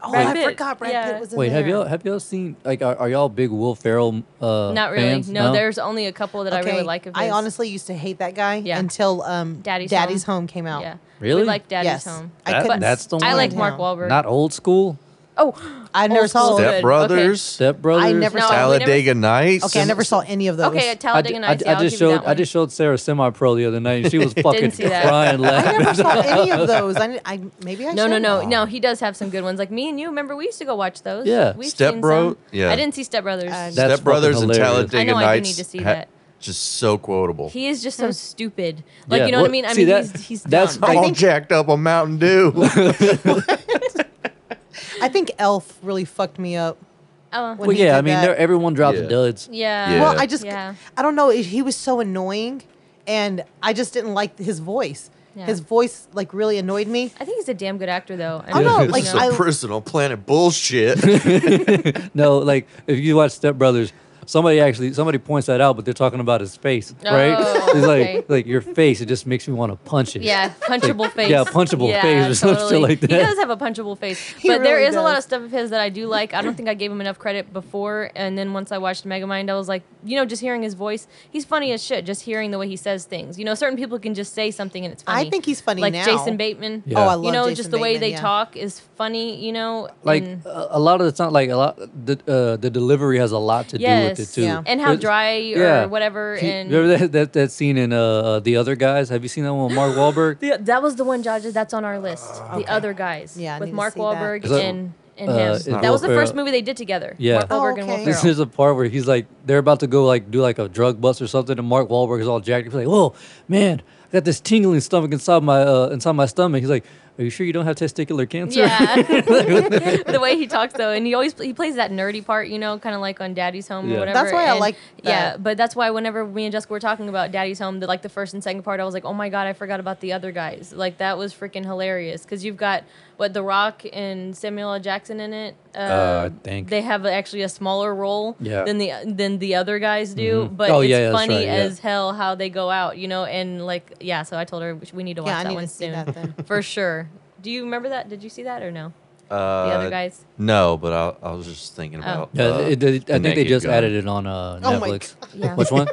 S8: Oh,
S7: Brad
S8: I
S7: Pitt.
S8: forgot Brad
S7: Yeah.
S8: Pitt was in
S6: Wait,
S8: there.
S6: have y'all have y'all seen like are, are y'all big Will Ferrell? Uh,
S7: Not really.
S6: fans?
S7: No, there's only a couple that I really like of his.
S8: I honestly used to hate that guy
S7: Yeah.
S8: until um,
S7: Daddy's
S8: Home.
S7: Home.
S8: came out.
S7: Yeah.
S6: Really?
S7: We like Daddy's
S8: yes,
S7: Home.
S8: I
S6: That-
S8: couldn't.
S6: that's the
S7: I
S6: one.
S7: like
S8: stand
S7: Mark
S8: him.
S7: Wahlberg.
S6: not old school.
S7: oh,
S8: I never
S7: Old
S8: saw.
S7: school.
S4: Step
S7: good. Oh,
S4: Brothers,
S6: Step Brothers.
S8: I never saw-
S4: Talladega Nights.
S8: Okay, I never saw any of those.
S7: okay. At
S6: I, d-
S7: Talladega
S6: I
S7: Nights.
S6: d-
S7: yeah,
S6: I
S7: I'll
S6: just
S7: give you
S6: showed
S7: that
S6: I
S7: one.
S6: just showed Sarah semi pro the other night and she
S7: (laughs)
S6: was fucking
S7: see that.
S6: crying
S8: I
S6: laughing.
S7: (laughs)
S8: never saw any of those. I, didn't- I maybe I
S7: No, no,
S8: should.
S7: no, no. He does have some good ones. Like me and you. Remember, we used to go watch those.
S6: Yeah.
S7: We've
S4: Step
S7: seen
S4: Bro-
S7: some.
S4: yeah.
S7: I didn't see Step Brothers.
S8: Uh,
S6: That's
S4: Step Brothers
S6: fucking
S4: and
S6: hilarious.
S4: Talladega
S7: I know, I do
S4: Nights.
S7: need to see
S4: ha-
S7: that.
S4: Just so quotable.
S7: he is just
S8: Hmm.
S7: so stupid. Like
S6: Yeah.
S7: you know
S6: Well,
S7: what I mean? I
S6: see,
S7: mean,
S6: that-
S7: he's he's
S6: that's-
S7: dumb.
S4: I'm all
S8: think-
S4: jacked up on
S7: (laughs)
S4: Mountain Dew.
S8: I think Elf really fucked me up.
S7: Uh,
S8: when
S6: Well,
S8: he
S6: yeah, I
S8: did
S6: mean
S8: that.
S6: they're- everyone drops
S4: Yeah.
S6: duds.
S7: yeah.
S4: Yeah.
S8: Well, I just
S7: Yeah.
S8: I don't know. He was so annoying, and I just didn't like his voice.
S7: Yeah.
S8: His voice like really annoyed me.
S7: I think he's a damn good actor, though. I
S8: Oh, no,
S4: this
S8: like,
S4: is
S7: you know,
S4: some
S8: I-
S4: personal
S7: (laughs)
S4: planet bullshit.
S6: No, like if you watch Step Brothers, somebody actually somebody points that out, but they're talking about his face, right?
S7: Oh,
S6: it's like
S7: okay.
S6: like your face. It just makes me want to punch it.
S7: yeah, punchable face.
S6: yeah, punchable
S7: Yeah,
S6: face or some shit
S7: totally.
S6: like
S7: He
S6: that.
S7: does have a punchable face, but
S8: (laughs) He
S7: there
S8: really
S7: is a lot
S8: does.
S7: of stuff of his that I do like. I don't think I gave him enough credit before, and then once I watched Megamind, I was like, you know, just hearing his voice, he's funny as shit. Just hearing the way he says things, you know, certain people can just say something and it's funny.
S8: I think he's funny
S7: like
S8: now.
S7: Jason Bateman.
S6: Yeah. Oh, I
S8: love
S7: You know,
S8: Jason
S7: just the way
S8: Bateman,
S7: they
S8: yeah.
S7: talk is funny. You know,
S6: Like
S7: and-
S6: a, a lot of the time, like a lot, the uh, the delivery has a lot to do with it too.
S8: Yeah.
S7: And how
S6: It's-
S7: dry or
S6: yeah.
S7: whatever.
S6: He-
S7: and
S6: remember that, that that scene in uh, the other guys? Have you seen that one with Mark Wahlberg?
S7: Yeah, that was the one, judges. That's on our list. The other guys.
S8: Yeah, I
S7: with
S8: need to
S7: Mark
S8: see that.
S7: Wahlberg
S6: Is that-
S7: and and
S6: uh,
S7: him.
S6: it's not
S7: That was the
S6: Will
S7: first
S6: Ferrell.
S7: movie they did together.
S6: Yeah.
S7: Mark Wahlberg
S8: Oh,
S7: and Will
S8: okay.
S6: This
S7: Ferrell.
S6: is a part where he's like they're about to go like do like a drug bust or something, and Mark Wahlberg is all jacked. He's like, "Oh man, I got this tingling stomach inside my uh, inside my stomach." He's like, "Are you sure you don't have testicular cancer?"
S7: Yeah, (laughs) the way he talks though, and he always he plays that nerdy part, you know, kind of like on Daddy's Home
S6: Yeah.
S7: or whatever.
S8: That's why I
S7: and-
S8: like
S7: Yeah,
S8: that.
S7: but that's why whenever me and Jessica were talking about Daddy's Home, the, like the first and second part, I was like, oh my god, I forgot about the other guys. Like that was freaking hilarious because you've got what The Rock and Samuel L. Jackson in it. Uh,
S6: Uh, I think.
S7: they have actually a smaller role
S6: Yeah.
S7: than the than the other guys do. But
S6: Oh,
S7: it's
S6: yeah, that's
S7: funny
S6: right, yeah.
S7: as hell how they go out, you know, and like yeah. So I told her we need to watch
S8: Yeah, I
S7: that
S8: need
S7: one
S8: to see
S7: soon
S8: that then.
S7: for sure. Do you remember that? Did you see that or no?
S4: Uh,
S7: the other Oh. guys.
S4: No, but I, I was just thinking about.
S6: (laughs) Yeah,
S4: uh,
S6: it- it-
S4: the
S6: I think they
S4: Naked
S6: just
S4: Gun.
S6: added it on uh,
S8: Oh my
S6: Netflix.
S7: Yeah.
S6: Which one?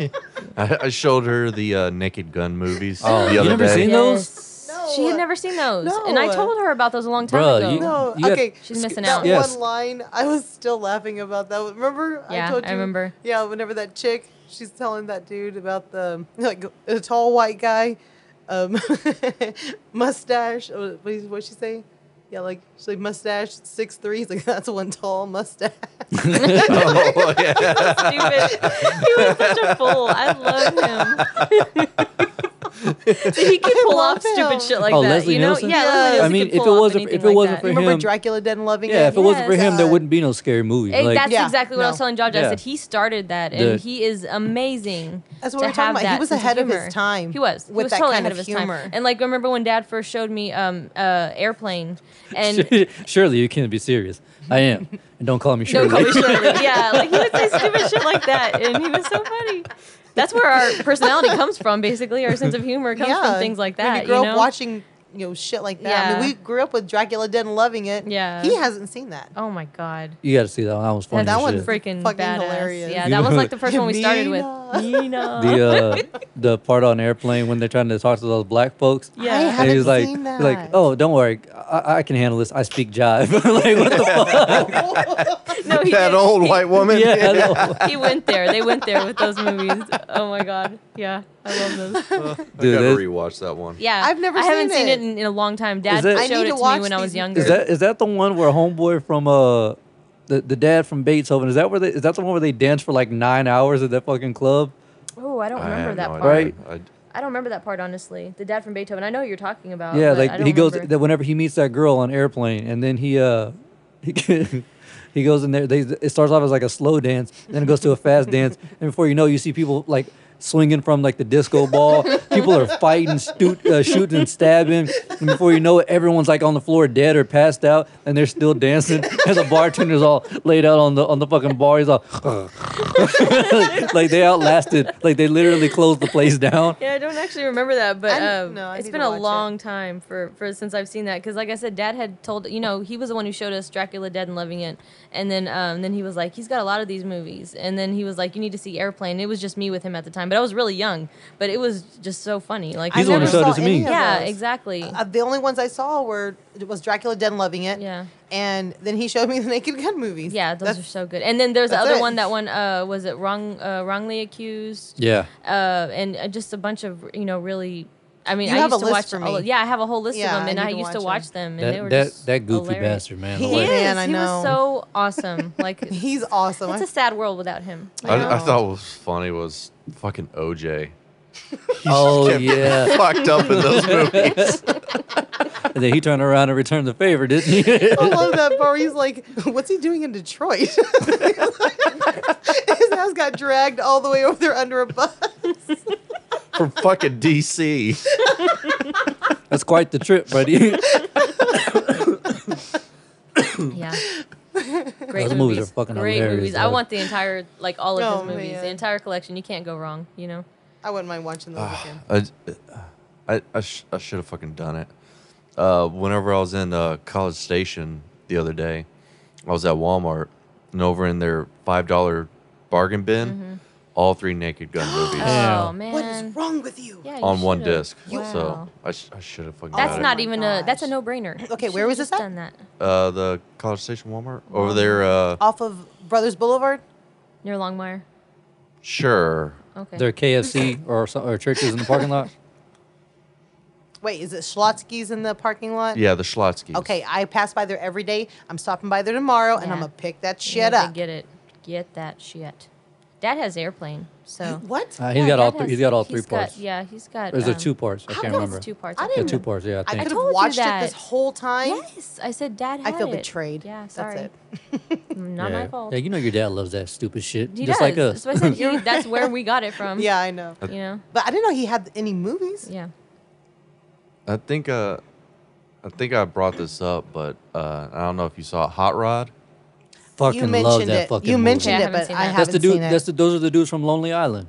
S4: I, I showed her the uh, Naked Gun movies
S6: Oh,
S4: the
S6: you
S4: other
S6: never
S4: day.
S6: seen that? those?
S8: No.
S7: She had never seen those, and I
S8: No.
S7: told her about those a long time
S6: Bruh,
S7: ago.
S6: you-
S8: No,
S6: You had-
S8: okay.
S7: She's missing
S8: that
S7: out.
S6: Yes.
S8: one line, I was still laughing about that. Remember?
S7: Yeah,
S8: I told you.
S7: I remember.
S8: Yeah, whenever that chick, she's telling that dude about the like a tall white guy, um, (laughs) mustache. uh, What is what she say? Yeah, like she's like mustache six three. He's like that's one tall mustache.
S4: oh, yeah.
S7: Stupid. (laughs) he was such a fool. I love
S8: (laughs)
S7: him. See, he can
S8: I
S7: pull
S8: love
S7: off stupid
S8: him.
S7: shit like
S6: Oh,
S7: that.
S6: Leslie
S7: you know?
S6: Nielsen?
S7: Yeah,
S8: Yeah.
S7: Leslie
S8: I
S7: Nielsen
S6: mean, if
S7: can pull
S6: it
S7: off
S6: wasn't-
S7: anything
S6: if it
S7: like
S6: wasn't
S7: that.
S6: for him-
S8: (laughs) Remember Dracula Dead and Loving
S6: yeah,
S8: It?
S6: if it wasn't for him, there
S7: uh,
S8: Yes.
S6: wouldn't be no scary movie.
S7: Eh,
S6: Like, (laughs)
S7: that's
S8: Yeah.
S7: exactly what I was
S8: No.
S7: telling Jaja.
S6: Yeah.
S7: I said he started that, and
S6: The-
S7: he is amazing.
S8: That's what
S7: to
S8: we're talking
S7: have
S8: about. He
S7: that
S8: was
S7: sense
S8: ahead of his
S7: humor.
S8: time
S7: He was. He
S8: with
S7: was
S8: that
S7: totally
S8: kind
S7: ahead
S8: of
S7: of his
S8: humor.
S7: time. And like, remember when Dad first showed me um, uh,
S6: (laughs)
S7: Airplane, and
S6: surely you can't be serious. I am, and don't call me Shirley.
S7: Don't call me Shirley. yeah, like he would say stupid shit like that, and he was so funny. That's where our personality comes from, basically. Our sense of humor comes from things like that.
S8: When you grow
S7: know?
S8: up watching you know shit like that. I mean,
S7: Yeah.
S8: we grew up with Dracula Dead and loving it.
S7: Yeah.
S8: he hasn't seen that.
S7: Oh my god.
S6: (laughs) You got to see that one. That was funny.
S8: that
S6: as
S8: one's
S6: shit.
S8: freak-
S7: Freaking
S8: Fucking
S7: badass.
S8: hilarious.
S7: Yeah,
S6: You
S7: that
S6: know-
S7: was like the first one we started with. Nina. (laughs)
S6: The uh, the part on airplane when they're trying to talk to those black folks.
S7: Yeah. I
S6: and he was
S8: haven't
S6: like,
S8: seen
S6: he's like,
S8: that.
S6: oh, don't worry, I, I can handle this. I speak jive. (laughs) like, what the fuck?
S7: no, he
S9: that
S7: did.
S9: old
S7: He-
S9: white woman.
S6: (laughs) yeah, I know.
S7: He went there. They went there with those movies. Oh my god. Yeah, I love those.
S6: Dude,
S4: I
S6: that-
S4: gotta rewatch that one.
S7: Yeah,
S8: I've never
S7: I haven't seen
S8: seen
S7: it
S8: it.
S7: in, in a long time. Dad
S6: that- I
S8: need
S7: showed
S8: to
S7: it to, me
S8: watch
S7: when I was
S8: these-
S7: younger.
S6: is that is that the one where homeboy from uh, the the dad from Beethoven is that where they is that the one where they dance for like nine hours at that fucking club?
S7: oh, I don't
S4: I
S7: remember that
S4: have no
S7: part.
S4: idea.
S6: Right?
S4: I,
S7: I don't remember that part honestly. The dad from Beethoven. I know what you're talking about.
S6: yeah,
S7: but
S6: like
S7: I
S6: he
S7: don't
S6: goes
S7: remember.
S6: that whenever he meets that girl on airplane, and then he uh, (laughs) he, he goes in there. They it starts off as like a slow dance, then it goes to a fast
S7: (laughs)
S6: dance, and before you know, you see people like swinging from like the disco ball. people are fighting, stu- uh, shooting, and stabbing, and before you know it, everyone's like on the floor dead or passed out, and they're still dancing. (laughs) and the bartender's all laid out on the on the fucking bar. He's all. (laughs) like they outlasted, like they literally closed the place down.
S7: Yeah, I don't actually remember that, but
S8: I-
S7: um,
S8: no, I
S7: it's
S8: need
S7: been
S8: to
S7: a
S8: watch it.
S7: long time for, for since I've seen that. Because like I said, Dad had told you know he was the one who showed us Dracula Dead and Loving It, and then um, then he was like he's got a lot of these movies, and then he was like you need to see Airplane. It was just me with him at the time, but I was really young, but it was just so funny. Like
S6: He's
S8: I
S6: the one who
S8: never
S6: showed
S8: saw
S6: it to me.
S8: any of
S7: Yeah,
S8: those.
S7: exactly.
S8: Uh, the only ones I saw were it was Dracula Dead and loving it.
S7: Yeah.
S8: and then he showed me the Naked Gun movies.
S7: yeah, those
S8: That's-
S7: are so good. And then there's the
S8: that's
S7: other
S8: it.
S7: one. That one uh, was it wrong uh, wrongly accused.
S6: Yeah.
S7: uh, and uh, just a bunch of you know really. I mean,
S8: You
S7: I
S8: have
S7: used to
S8: a list
S7: watch
S8: for
S7: all.
S8: me.
S7: Of, yeah, I have a whole list
S8: Yeah,
S7: of them,
S8: I
S7: and
S8: need
S7: I
S8: to
S7: used to
S8: watch
S7: watch them, and they
S6: That
S7: were
S6: that,
S7: just
S6: that goofy
S7: hilarious.
S6: bastard, man.
S8: He
S7: He is.
S8: is. Man, I
S7: he
S8: know.
S7: was so awesome.
S8: (laughs)
S7: Like it's
S8: (laughs) He's awesome.
S7: a sad world without him.
S4: I, I
S8: Wow.
S4: thought what was funny was fucking OJ.
S6: Oh
S9: Kept
S6: yeah.
S9: Fucked up in
S7: (laughs)
S9: those movies.
S6: And then he turned around and returned the favor, didn't he? (laughs)
S8: I love that part. where He's like, "What's he doing in Detroit?" (laughs) His ass got dragged all the way over there under a bus. (laughs)
S9: From fucking DC.
S6: That's quite the trip, buddy.
S7: (laughs) Yeah.
S8: (laughs)
S7: Great
S6: Those movies
S7: movies.
S6: are fucking
S7: Great
S6: hilarious,
S7: movies. I
S6: though.
S7: want the entire like all of
S8: Oh,
S7: his movies, the
S8: man.
S7: entire collection. You can't go wrong. You know.
S8: I wouldn't mind watching those again.
S4: I, I, I, sh- I should have fucking done it. Uh, whenever I was in uh, College Station the other day, I was at Walmart and over in their five dollar bargain bin,
S7: Mm-hmm.
S4: all three Naked
S7: (gasps)
S4: Gun movies
S6: Yeah.
S7: Oh man.
S8: What is wrong with you?
S7: Yeah, you
S4: on one
S7: should've.
S4: disc.
S7: Wow.
S4: So I, sh- I should have fucking.
S7: That's
S4: done
S7: not
S8: Oh
S7: e-,
S8: my
S7: even a.
S8: gosh.
S7: That's a no-brainer.
S8: Okay,
S7: You
S8: where was
S7: should've
S8: this
S7: just
S8: at?
S7: Done that.
S4: It. Uh, the College Station Walmart over there. Uh,
S8: Off of Brothers Boulevard.
S7: Near Longmire.
S4: sure.
S7: Okay.
S6: Their KFC or so- or churches in the parking lot.
S8: Wait, is it Schlotsky's in the parking lot?
S4: Yeah, the Schlotsky.
S8: Okay, I pass by there every day. I'm stopping by there tomorrow, and
S7: Yeah.
S8: I'm gonna pick that
S7: You
S8: shit
S7: need to
S8: up.
S7: Get it. Get that shit. Dad has airplane. So
S8: What?
S6: Uh, he's
S7: Yeah,
S6: got all
S7: Dad
S6: three.
S7: has-
S6: He's got all three
S7: he's got-
S6: parts.
S7: yeah, he's got.
S6: Or is there
S7: um,
S6: two parts? I
S7: I
S6: can't
S7: think
S6: remember.
S7: it's two parts.
S8: I
S7: think.
S6: Yeah,
S8: didn't
S6: two parts. Yeah, I
S8: I
S6: think.
S8: could have
S7: told you
S8: watched it
S7: that.
S8: this whole time.
S7: Yes, I said Dad.
S8: I
S7: Had
S8: feel
S7: it.
S8: betrayed.
S7: Yeah,
S8: That's
S7: sorry.
S8: it.
S7: Not
S6: yeah.
S7: my fault.
S6: Yeah, you know your dad loves that stupid shit,
S7: he
S6: just
S7: does.
S6: like us.
S7: So
S6: (laughs)
S7: I said he, that's where we got it from.
S8: Yeah, I know.
S7: You know.
S8: But I didn't know he had any movies.
S7: Yeah.
S4: I think. Uh, I think I brought this up, but uh, I don't know if you saw it. Hot
S7: (laughs)
S4: Rod.
S6: fucking
S8: you
S6: love
S8: mentioned
S6: that
S8: it.
S6: fucking
S8: You
S6: movie.
S8: mentioned
S7: Yeah, I
S8: it,
S7: haven't
S8: but
S7: seen
S8: I
S7: that.
S8: haven't
S6: That's the dude.
S8: seen it.
S6: That's the. Those are the dudes from Lonely Island.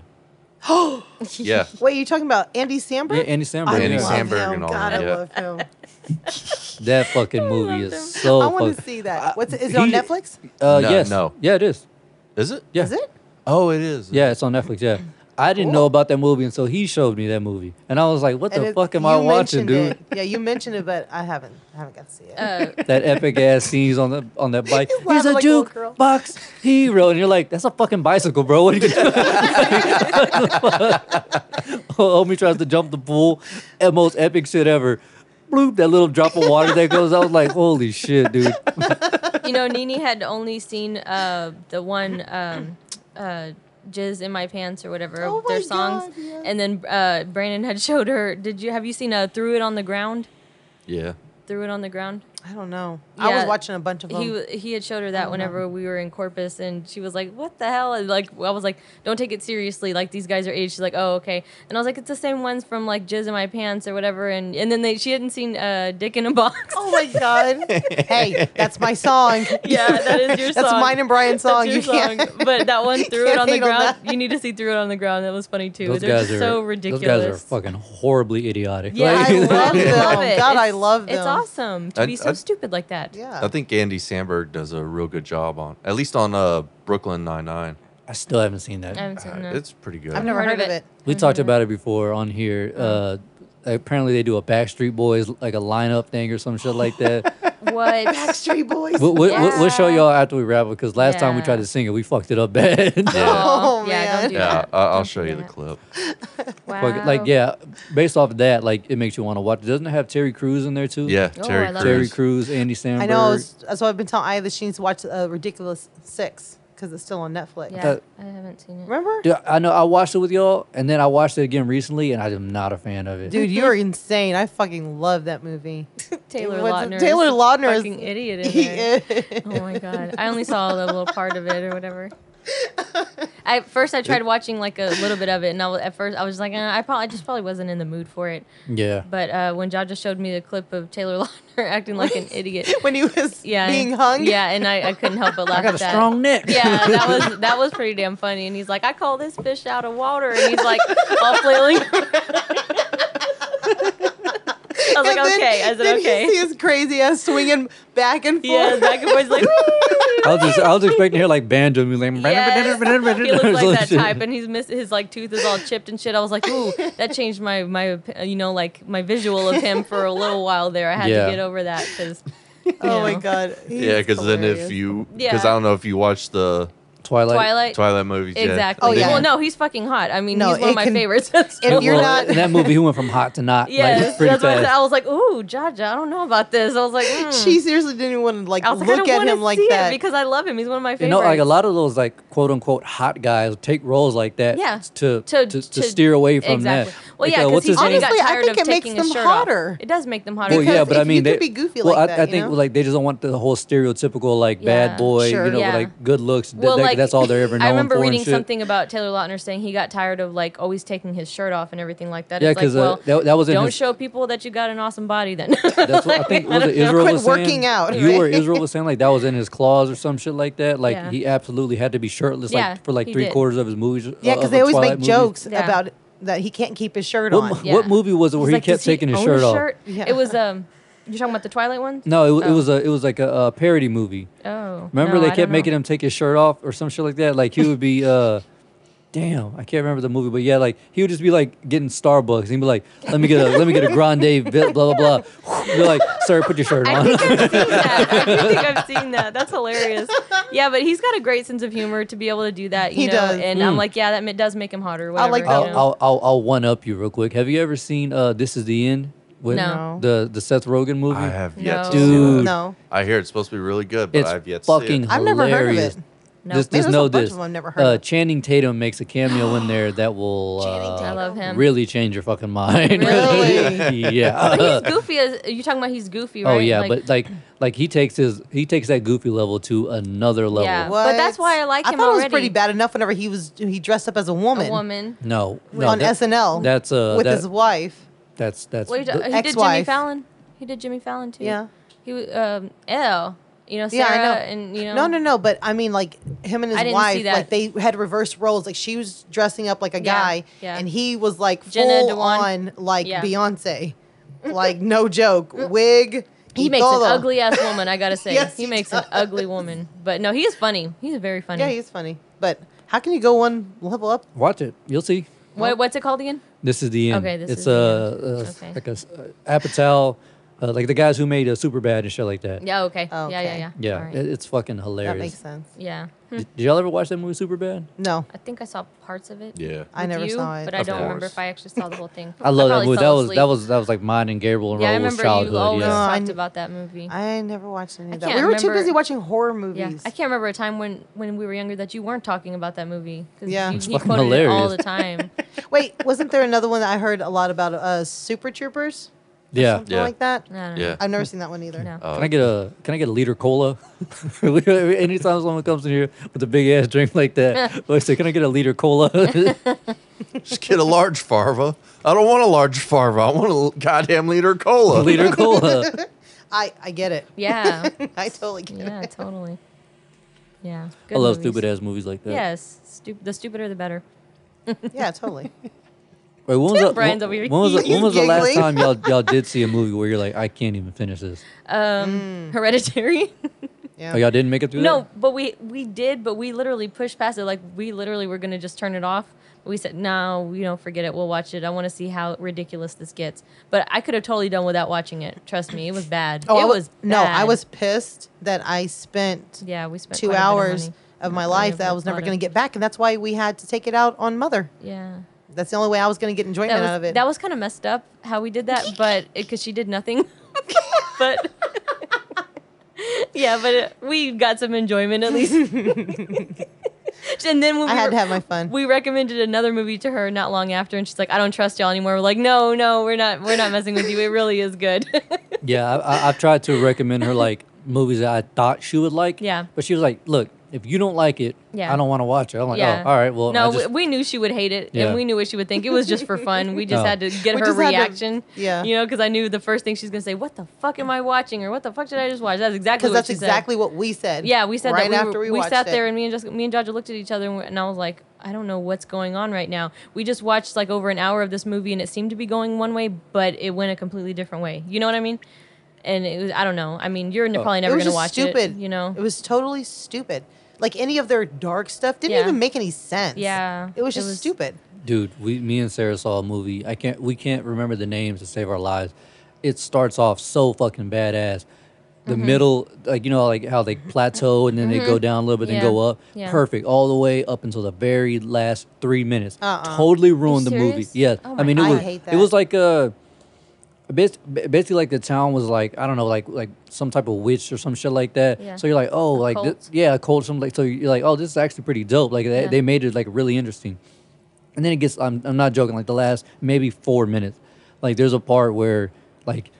S4: Yeah.
S8: Wait, you talking about Andy Samberg?
S6: Yeah, Andy Samberg.
S8: I
S4: Andy
S8: love
S6: yeah.
S4: Samberg
S8: him.
S4: and all
S8: God, I
S4: that, yeah.
S8: love him.
S6: That fucking movie is so.
S8: I want to
S6: fuck-
S8: see that. What's it, is it on
S6: he-
S8: Netflix?
S6: Uh,
S4: No,
S6: yes.
S4: no.
S6: Yeah, it is.
S4: Is it?
S6: Yeah.
S8: Is it?
S4: Oh, it is.
S6: Yeah, it's on Netflix. Yeah, I didn't know about that movie until he showed me that movie, and I was like, "What
S8: And
S6: the
S8: it-
S6: fuck am
S8: you
S6: I watching,
S8: mentioned
S6: dude?"
S8: it. Yeah, you mentioned it, but I haven't. I haven't got to see it.
S7: Uh,
S6: (laughs) That epic ass scenes on the on that bike. He's
S8: laughing
S6: a
S8: like a little girl.
S6: juke box hero, and you're like, "That's a fucking bicycle, bro. What are you doing?" (laughs) Homie tries to jump the pool, eh, most epic shit ever. Bloop! That little drop of water that goes. I was like, "Holy shit, dude!"
S7: you know, Nini had only seen uh, the one um, uh, "Jizz in My Pants" or whatever
S8: Oh
S7: of their
S8: my
S7: songs,
S8: God, yeah.
S7: and then uh, Brandon had showed her. Did you have you seen uh, "Threw It on the Ground"?
S4: Yeah.
S7: Threw it on the ground.
S8: I don't know. I was
S7: Yeah.
S8: watching a bunch of them.
S7: He w- he had showed her that whenever we were in Corpus, and she was like, "What the hell?" And like I was like, "Don't take it seriously. Like these guys are aged." She's like, "Oh okay." And I was like, "It's the same ones from like Jizz in My Pants or whatever." And and then they she hadn't seen uh, Dick in a Box.
S8: (laughs) oh my god!
S6: (laughs)
S8: hey, that's my song.
S7: (laughs) yeah, that is (laughs) your
S8: (laughs) That's
S7: song.
S8: mine and Brian's song.
S7: That's
S8: you
S7: your
S8: can't.
S7: song. But that one threw it
S8: Can't
S7: on the
S8: hate on
S7: ground.
S8: that.
S7: you need to see threw it on the ground. That was funny too.
S6: Those
S7: They're
S6: guys
S7: just
S6: are
S7: so ridiculous.
S6: Those guys are fucking horribly idiotic.
S7: Yeah,
S6: (laughs) Like,
S8: I
S7: I love
S8: them.
S7: it.
S8: God, I
S7: It's-
S8: love
S7: It's
S8: them.
S7: awesome to
S4: I-
S7: be so
S4: I-
S7: stupid like that.
S8: (laughs) Yeah.
S4: I think Andy Samberg does a real good job on, at least on uh, Brooklyn Nine Nine.
S6: I still haven't seen that.
S7: I haven't seen that.
S4: It's pretty good.
S8: I've never heard of it.
S6: We
S7: Mm-hmm.
S6: talked about it before on here. Uh, apparently, they do a Backstreet Boys like a lineup thing or some shit like
S7: (laughs)
S6: that.
S7: What?
S8: Backstreet Boys.
S6: we'll, we'll, we'll- we'll show
S7: Yeah.
S6: y'all after we wrap it because last time we tried
S7: Yeah.
S6: to sing it, we fucked it up bad.
S4: (laughs) yeah,
S8: (laughs) Oh,
S7: yeah,
S8: man.
S7: don't do
S4: yeah.
S7: that.
S4: I- I'll
S7: Don't
S4: show
S7: do
S4: you the
S7: that.
S4: clip.
S6: (laughs) uh, Fuck
S7: Wow.
S6: it. Like, yeah, based off of that, like it makes you want to watch. Doesn't it have Terry Crews in there too?
S4: Yeah,
S7: Oh,
S4: Terry
S7: I
S4: Crews.
S7: love
S6: Terry Crews, Andy Samberg.
S8: I know. I was- That's why I've been telling Aya that she needs to watch uh, Ridiculous Six because it's still on Netflix.
S7: Yeah,
S6: thought-
S7: I haven't seen it.
S8: Remember?
S6: Dude, I know. I watched it with y'all, and then I watched it again recently, and I am not a fan of it.
S8: Dude, you are insane. I fucking love that
S7: (laughs)
S8: movie.
S7: Taylor
S8: What's-
S7: Lautner.
S8: Taylor
S7: is a
S8: Lautner is-
S7: fucking idiot. In
S8: He
S7: there.
S8: is.
S7: Oh my god! I only saw a little part of it or
S8: (laughs)
S7: whatever. I first I tried watching like a little bit of it, and I was, at first I was like, eh, I probably I just probably wasn't in the mood for it.
S6: yeah.
S7: But uh, when Jaja showed me the clip of Taylor (laughs) Lautner acting like an idiot,
S8: when he was
S7: yeah,
S8: being hung.
S7: yeah, and I, I couldn't help but laugh.
S6: I got
S7: at
S6: a
S7: that.
S6: strong neck.
S7: Yeah, that was that was pretty damn funny. And he's like, I call this fish out of water, and he's like, all flailing. (laughs) I was like,
S8: And then-
S7: okay. I said,
S8: then You see
S7: okay.
S8: his crazy ass swinging back and forth.
S7: Yeah, back and
S6: (laughs)
S7: forth. He's like, "Wee!"
S6: (laughs) I was just, I was expecting to hear like banjo music. Like, (laughs)
S7: Yes. (laughs) he looks
S6: some
S7: like that
S6: shit.
S7: type, and he's miss- his like tooth is all chipped and shit. I was like, ooh, that changed my my op- you know like my visual of him for a little while there. I had
S6: Yeah.
S7: to get over that because.
S8: oh my god. He's
S4: Yeah, because then if
S8: hilarious.
S4: you, because
S7: Yeah.
S4: I don't know if you watch the
S6: Twilight.
S7: Twilight.
S4: Twilight movies. yeah.
S7: Exactly.
S8: Oh, yeah.
S7: Well, no, he's fucking hot. I mean,
S8: No,
S7: he's one
S8: it
S7: of my
S8: can-
S7: favorites. (laughs)
S8: if you're
S6: Well,
S8: not,
S6: in that movie, he went from hot to not.
S7: Yes,
S6: like, pretty
S7: that's
S6: fast.
S7: what I, said. I was like, "Ooh, Jaja, I don't know about this." I was like, mm.
S8: she seriously didn't even want to like
S7: I was like, I
S8: look
S7: don't
S8: at
S7: want
S8: him
S7: to
S8: like
S7: see it
S8: that.
S7: because I love him. He's one of my
S6: You
S7: favorites.
S6: know, like a lot of those like quote unquote hot guys take roles like that
S7: Yeah.
S6: to,
S7: To-
S6: to, to,
S7: to-
S6: steer away from
S7: exactly.
S6: that.
S7: Well,
S6: Like,
S7: yeah,
S6: uh,
S7: because
S6: what's
S7: he's
S6: his
S7: already
S6: name?
S8: Honestly,
S7: got
S8: I
S7: tired
S8: think
S7: of
S8: it makes
S7: taking his
S8: them
S7: shirt off.
S8: hotter.
S7: It does make them hotter.
S6: Well, yeah,
S8: because
S6: but
S8: if
S6: I
S8: you
S6: mean,
S8: could
S6: they,
S8: be goofy
S6: well,
S8: like
S6: I,
S8: that,
S6: I
S8: you
S6: think
S8: know?
S6: like they just don't want the whole stereotypical like
S7: Yeah.
S6: bad boy,
S8: Sure.
S6: you know,
S7: Yeah.
S6: like good looks. th-
S7: well,
S6: that-
S7: like
S6: that's all they're ever known
S7: I remember
S6: for
S7: reading
S6: and shit.
S7: something about Taylor Lautner saying he got tired of like always taking his shirt off and everything like that.
S6: Yeah,
S7: it's like,
S6: 'cause, uh,
S7: well,
S6: that- that was in
S7: don't
S6: his-
S7: show people that you got an awesome body. Then
S6: That's
S7: (laughs)
S6: what I think was it Israel
S8: Quit
S6: was saying,
S8: working out,
S6: You or
S8: right?
S6: Israel was saying like that was in his claws or some shit like that. Like
S7: Yeah.
S6: he absolutely had to be shirtless like
S7: Yeah,
S6: for like
S7: he
S6: three
S7: did.
S6: quarters of his movies.
S8: yeah,
S6: because
S8: because they always make jokes
S7: Yeah.
S8: about that he can't keep his shirt
S6: What,
S8: on.
S6: mo- what
S7: Yeah.
S6: movie was it where
S7: He's
S6: he
S7: like,
S6: kept
S7: "Does
S6: taking his
S7: own
S6: shirt
S7: a
S6: off?
S7: shirt?
S8: Yeah.
S7: It was um, you're talking about the Twilight one?
S6: No, it, it
S7: Oh.
S6: was a it was like a, uh parody movie.
S7: Oh,
S6: Remember
S7: no, I
S6: they
S7: don't
S6: kept
S7: know.
S6: making him take his shirt off or some shit like that. Like he would be, uh, damn, I can't remember the movie, but yeah, like he would just be like getting Starbucks. and He'd be like, let me get a let me get a grande, vi- blah blah blah. Be like, sir, put your shirt
S7: I
S6: on.
S7: think
S6: (laughs)
S7: I've seen that. I do think I've seen that. That's hilarious. Yeah, but he's got a great sense of humor to be able to do that. You
S8: He
S7: know?
S8: does.
S7: And I'm like, yeah, that ma- does make him hotter.
S8: I
S7: Whatever,
S8: like
S7: you
S8: that.
S6: Hmm. I'll,
S7: know?
S6: I'll, I'll, I'll one up you real quick. Have you ever seen uh, This Is the End? With
S7: No.
S6: The the Seth Rogen movie.
S4: I have yet
S7: No.
S4: to see that.
S6: Dude.
S8: No.
S4: I hear it's supposed to be really good, but
S6: It's
S4: I've yet to
S6: fucking
S4: see
S8: I've never heard of
S6: hilarious.
S8: it.
S7: No.
S6: Just, just
S8: Man, there's a
S6: know
S8: bunch
S6: this.
S8: of 'em I've never heard
S6: uh,
S8: of.
S6: Channing Tatum makes a cameo in there
S7: (gasps)
S6: that will uh,
S7: I love him.
S6: really change your fucking mind.
S8: Really?
S6: (laughs)
S7: (laughs)
S6: yeah.
S7: He's goofy. As, you're talking about he's goofy, right?
S6: (laughs) uh, Oh yeah,
S7: Like-
S6: but like like he takes his he takes that goofy level to another level.
S7: Yeah. But that's why I like
S8: I
S7: him
S8: thought it was
S7: already.
S8: pretty bad enough whenever he was he dressed up as a woman,
S7: a woman.
S6: No, no
S8: on
S6: that-
S8: SNL.
S6: That's uh,
S8: with
S6: that-
S8: his wife.
S6: that's that's
S7: What are you ta-
S6: th-
S7: he did Jimmy
S8: ex-wife.
S7: Fallon. He did Jimmy Fallon too.
S8: Yeah.
S7: He was um, L. You know Sarah
S8: Yeah, I know.
S7: and you know.
S8: No, no, no. But I mean, like him and
S7: I
S8: his
S7: didn't see
S8: wife,
S7: that.
S8: like they had reverse roles. Like she was dressing up like a
S7: Yeah,
S8: guy,
S7: yeah.
S8: and he was like
S7: Jenna
S8: full
S7: Dewan.
S8: on like
S7: Yeah.
S8: Beyonce, like no joke, wig.
S7: He makes an
S8: todo.
S7: ugly ass woman. I
S8: (laughs)
S7: gotta say,
S8: Yes,
S7: he
S8: he
S7: makes an
S8: does.
S7: ugly woman. But no, he is funny. He's very funny.
S8: Yeah, he's funny. But how can you go one level up?
S6: watch it. You'll see.
S7: what, what's it called again?
S6: This is the end.
S7: Okay, this
S6: it's
S7: is the
S6: uh,
S7: end.
S6: uh,
S7: Okay.
S6: like a s- uh, Apatow, uh, like the guys who made a super bad and shit like that.
S7: Yeah. Okay.
S8: Oh,
S7: Yeah. Yeah.
S8: okay.
S7: Yeah.
S6: yeah,
S7: All right.
S6: it- it's fucking hilarious.
S8: That makes sense.
S7: yeah. Hmm.
S6: Did, did y'all ever watch that movie Super bad?
S8: No,
S7: I think I saw parts of it.
S4: it. Yeah.
S8: I
S7: with
S8: never
S7: you,
S8: saw it.
S7: But I
S4: Of
S7: don't remember
S4: course.
S7: if I actually saw the whole thing.
S6: I love that
S7: probably
S6: movie. That
S7: fell
S6: was that
S7: asleep.
S6: was that was like mine and Gabriel and
S7: Yeah, I
S6: Raul's
S7: remember you
S6: childhood.
S7: always
S6: Yeah.
S8: No, I
S7: talked
S8: kn-
S7: about that movie.
S8: I never watched any of that.
S7: can't
S8: We were too
S7: remember-
S8: busy watching horror
S7: yeah,
S8: movies.
S7: I can't remember a time when when we were younger that you weren't talking about that movie. 'cause
S8: Yeah.
S7: you,
S8: It's
S7: you
S6: fucking
S7: quoted it all
S6: hilarious.
S8: (laughs)
S7: the time.
S8: Wait, wasn't there another one that I heard a lot about? Uh, Super Troopers.
S6: Yeah.
S8: something
S4: Yeah.
S8: like that.
S7: I don't know.
S4: Yeah. (laughs)
S8: I've never seen that one either.
S7: No.
S6: Can I get a Can I get a liter cola? (laughs) Anytime someone comes in here with a big ass drink like
S7: (laughs)
S6: that, I say, "Can I get a liter cola?" (laughs)
S4: Just get a large farva. I don't want a large farva. I want a l- goddamn liter of cola.
S6: a
S7: (laughs)
S4: (laughs)
S6: liter cola.
S8: I, I get it. (laughs)
S6: (laughs)
S7: Yeah.
S8: I totally get it.
S7: yeah. Totally. Yeah.
S6: I love stupid ass movies like that.
S7: Yes. Stup- the stupider, the better. (laughs)
S8: Yeah, totally.
S6: Wait, when was the,
S7: Brian's
S6: when,
S7: over here.
S6: when was the, when was the last
S8: Giggling.
S6: time
S7: (laughs)
S6: y'all y'all did see a movie where you're like, I can't even finish this?
S8: Mm.
S7: Um, Hereditary. (laughs)
S8: Yeah.
S6: Oh, y'all didn't make it through.
S7: no, but we we did, but we literally pushed past it. Like we literally were gonna just turn it off. But we said, no, we don't forget it. We'll watch it. I want to see how ridiculous this gets. But I could have totally done without watching it. Trust me, it was bad.
S8: Oh,
S7: it
S8: I wa-
S7: was
S8: no. I
S7: bad.
S8: was pissed that I spent
S7: Yeah, we spent
S8: two
S7: quite a bit of
S8: hours of,
S7: money.
S8: my
S7: Yeah,
S8: life
S7: we
S8: that I was never
S7: bought
S8: going
S7: it.
S8: to get back, and that's why we had to take it out on Mother.
S7: Yeah.
S8: That's the only way I was going to get enjoyment
S7: That was,
S8: out of it.
S7: that was kind of messed up how we
S8: (laughs)
S7: did that, but because she did nothing. (laughs) but (laughs) yeah, but uh we got some enjoyment at
S8: (laughs)
S7: least. and then when
S8: I
S7: we
S8: had
S7: were-
S8: to have my fun.
S7: we recommended another movie to her not long after, and she's like, "I don't trust y'all anymore." We're like, "No, no, we're not. We're not messing with you. It really is good." (laughs)
S6: Yeah, I, I, I've tried to recommend her like movies that I thought she would like.
S7: Yeah.
S6: But she was like, "Look, if you don't like it,
S7: Yeah.
S6: I don't want to watch it." I'm like, "Oh, all right, well,
S7: no,
S6: I just,
S7: we, we knew she would hate it,
S6: Yeah. Oh.
S7: and we knew what she would think. It was just for fun. We just
S6: No.
S7: had to get
S8: We
S7: her
S8: just had to-
S7: reaction.
S8: yeah.
S7: you know, because I knew the first thing she's gonna say, "What the fuck am I watching?" or "What the fuck did I just watch?" That's exactly
S8: because
S7: what
S8: that's
S7: she said.
S8: exactly what we said.
S7: Yeah, we said that
S8: right
S7: we
S8: after
S7: were-
S8: we,
S7: we
S8: watched
S7: sat
S8: it.
S7: there and me and Jessica, me and Georgia looked at each other, and, we, and I was like, I don't know what's going on right now. We just watched like over an hour of this movie, and it seemed to be going one way, but it went a completely different way. You know what I mean? And it was, I don't know. I mean,
S6: Oh.
S7: you're n- probably
S8: it
S7: never
S8: was
S7: gonna
S8: just
S7: watch
S8: stupid.
S7: it. You know?
S8: it was totally stupid. Like any of their dark stuff didn't
S7: Yeah.
S8: even make any sense.
S7: Yeah,
S8: it was
S7: it
S8: just
S7: was-
S8: stupid.
S6: dude we me and sarah saw a movie i can't we can't remember the names to save our lives it starts off so fucking badass the
S7: Mm-hmm.
S6: middle like you know like how they plateau and then they go down a little bit then
S7: Yeah.
S6: go up
S7: Yeah.
S6: perfect all the way up until the very last three minutes
S8: Uh-uh.
S6: totally ruined the movie
S7: serious?
S6: yes
S7: Oh
S6: i
S7: my
S6: mean
S7: God.
S6: it
S7: I
S6: was
S8: hate
S6: it was
S8: that.
S6: like a bas- ba- basically like the town was like I don't know like like some type of witch or some shit like that.
S7: Yeah.
S6: So you're like oh
S7: A
S6: like
S7: cult.
S6: this, yeah a cult some like so you're like oh this is actually pretty dope like they,
S7: Yeah.
S6: they made it like really interesting, and then it gets I'm I'm not joking like the last maybe four minutes like there's a part where like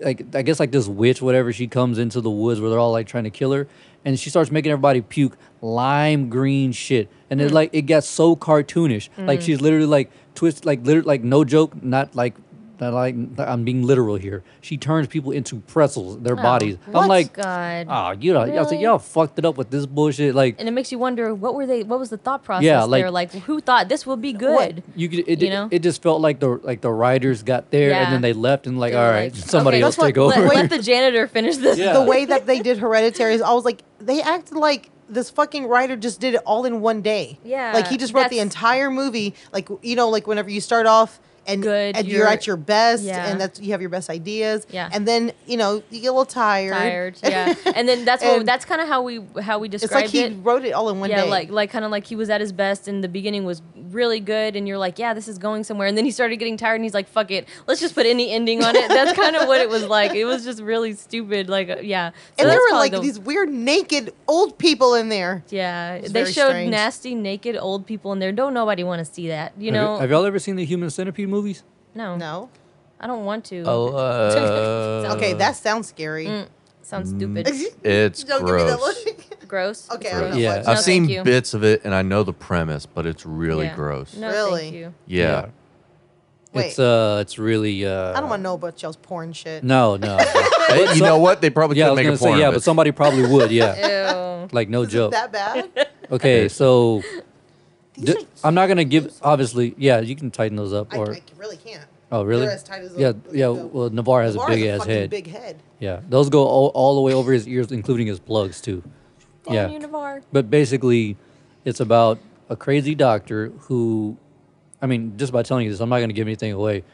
S6: like I guess like this witch whatever she comes into the woods where they're all like trying to kill her and she starts making everybody puke lime green shit and it like it got so cartoonish like she's literally like twist like literally like no joke not like not like I'm being literal here she turns people into pretzels their bodies I'm like
S7: God.
S6: oh you know I was like
S7: Really?
S6: y'all fucked it up with this bullshit like
S7: and it makes you wonder what were they? What was the thought process
S6: Yeah, like-
S7: there? Like, who thought this will be good?
S6: you could it,
S7: you
S6: it-
S7: know?
S6: it just felt like the like the writers got there
S7: Yeah.
S6: and then they left and like
S7: They
S6: all
S7: were
S6: right
S7: like,
S6: somebody
S7: okay,
S6: else
S8: that's
S6: take
S8: what-
S6: over (laughs)
S8: let-
S7: Let, let the janitor finish this.
S6: Yeah.
S8: The way that they did Hereditary is, I was like, they acted like this fucking writer just did it all in one day.
S7: Yeah,
S8: like he just wrote the
S7: that's-
S8: entire movie. Like you know, like whenever you start off. And,
S7: Good,
S8: and you're,
S7: you're-
S8: at your best,
S7: Yeah.
S8: and that's you have your best ideas,
S7: Yeah.
S8: and then you know you get a little tired.
S7: (laughs)
S8: (laughs)
S7: Tired. Yeah. And then that's what.
S8: And-
S7: that's kind of how we how we
S8: It's
S7: described
S8: like he
S7: it.
S8: wrote it all in one
S7: yeah,
S8: day.
S7: like like kind of like he was at his best, and the beginning was really good, and you're like, yeah, this is going somewhere, and then he started getting tired, and he's like, fuck it, let's just put any ending
S8: (laughs)
S7: on it. That's kind of what it was like. It was just really stupid, like uh, yeah. So
S8: and there
S7: that's
S8: were
S7: probably
S8: like
S7: the-
S8: these weird naked old people in there.
S7: Yeah,
S8: was
S7: they
S8: very
S7: showed
S8: strange.
S7: nasty, naked old people in there. Don't nobody want to see that, you
S6: Have y-
S7: know?
S6: have y'all ever seen the Human Centipede movies?
S7: no,
S8: No,
S7: I don't want to.
S4: Oh, uh,
S8: okay, that sounds scary.
S7: mm. sounds
S6: mm.
S7: stupid,
S4: It's
S8: Don't
S4: gross.
S8: give me that look. (laughs)
S7: gross.
S8: Okay,
S7: It's
S8: I'm
S7: gross.
S8: not
S6: Yeah.
S8: watching
S4: I've
S7: No,
S8: that.
S4: seen
S7: thank you.
S4: bits of it and I know the premise, but it's really
S7: Yeah.
S4: gross.
S7: No,
S8: Really?
S7: thank
S8: (laughs)
S7: you.
S4: Yeah.
S8: Wait.
S6: It's uh, it's really. Uh,
S8: I don't want to know about y'all's porn shit.
S6: No,
S8: (laughs)
S6: no.
S4: Hey, you know what? They probably
S6: yeah, I
S4: could
S6: was
S4: make
S6: gonna
S4: a
S6: say
S4: porn
S6: yeah,
S4: of
S6: but
S4: it.
S6: somebody probably would.
S8: (laughs)
S6: Yeah,
S7: Ew.
S6: like no
S8: Is it
S6: joke.
S8: that bad?
S6: Okay, so
S8: These
S6: th-
S8: are-
S6: I'm not gonna give. Obviously, yeah, you can tighten those up.
S8: I,
S6: Or
S8: I really can't.
S6: oh, really?
S8: They're as tight as a-
S6: yeah,
S8: as
S6: yeah.
S8: a-
S6: Well, Navarre has
S8: Lamar's
S6: a big ass
S8: fucking
S6: head.
S8: Big head.
S6: Yeah, those go all, all the way over his ears, including his plugs too.
S7: Damn
S6: yeah,
S7: you, Navarre.
S6: but basically, it's about a crazy doctor who, I mean, just by telling you this, I'm not going to give anything away.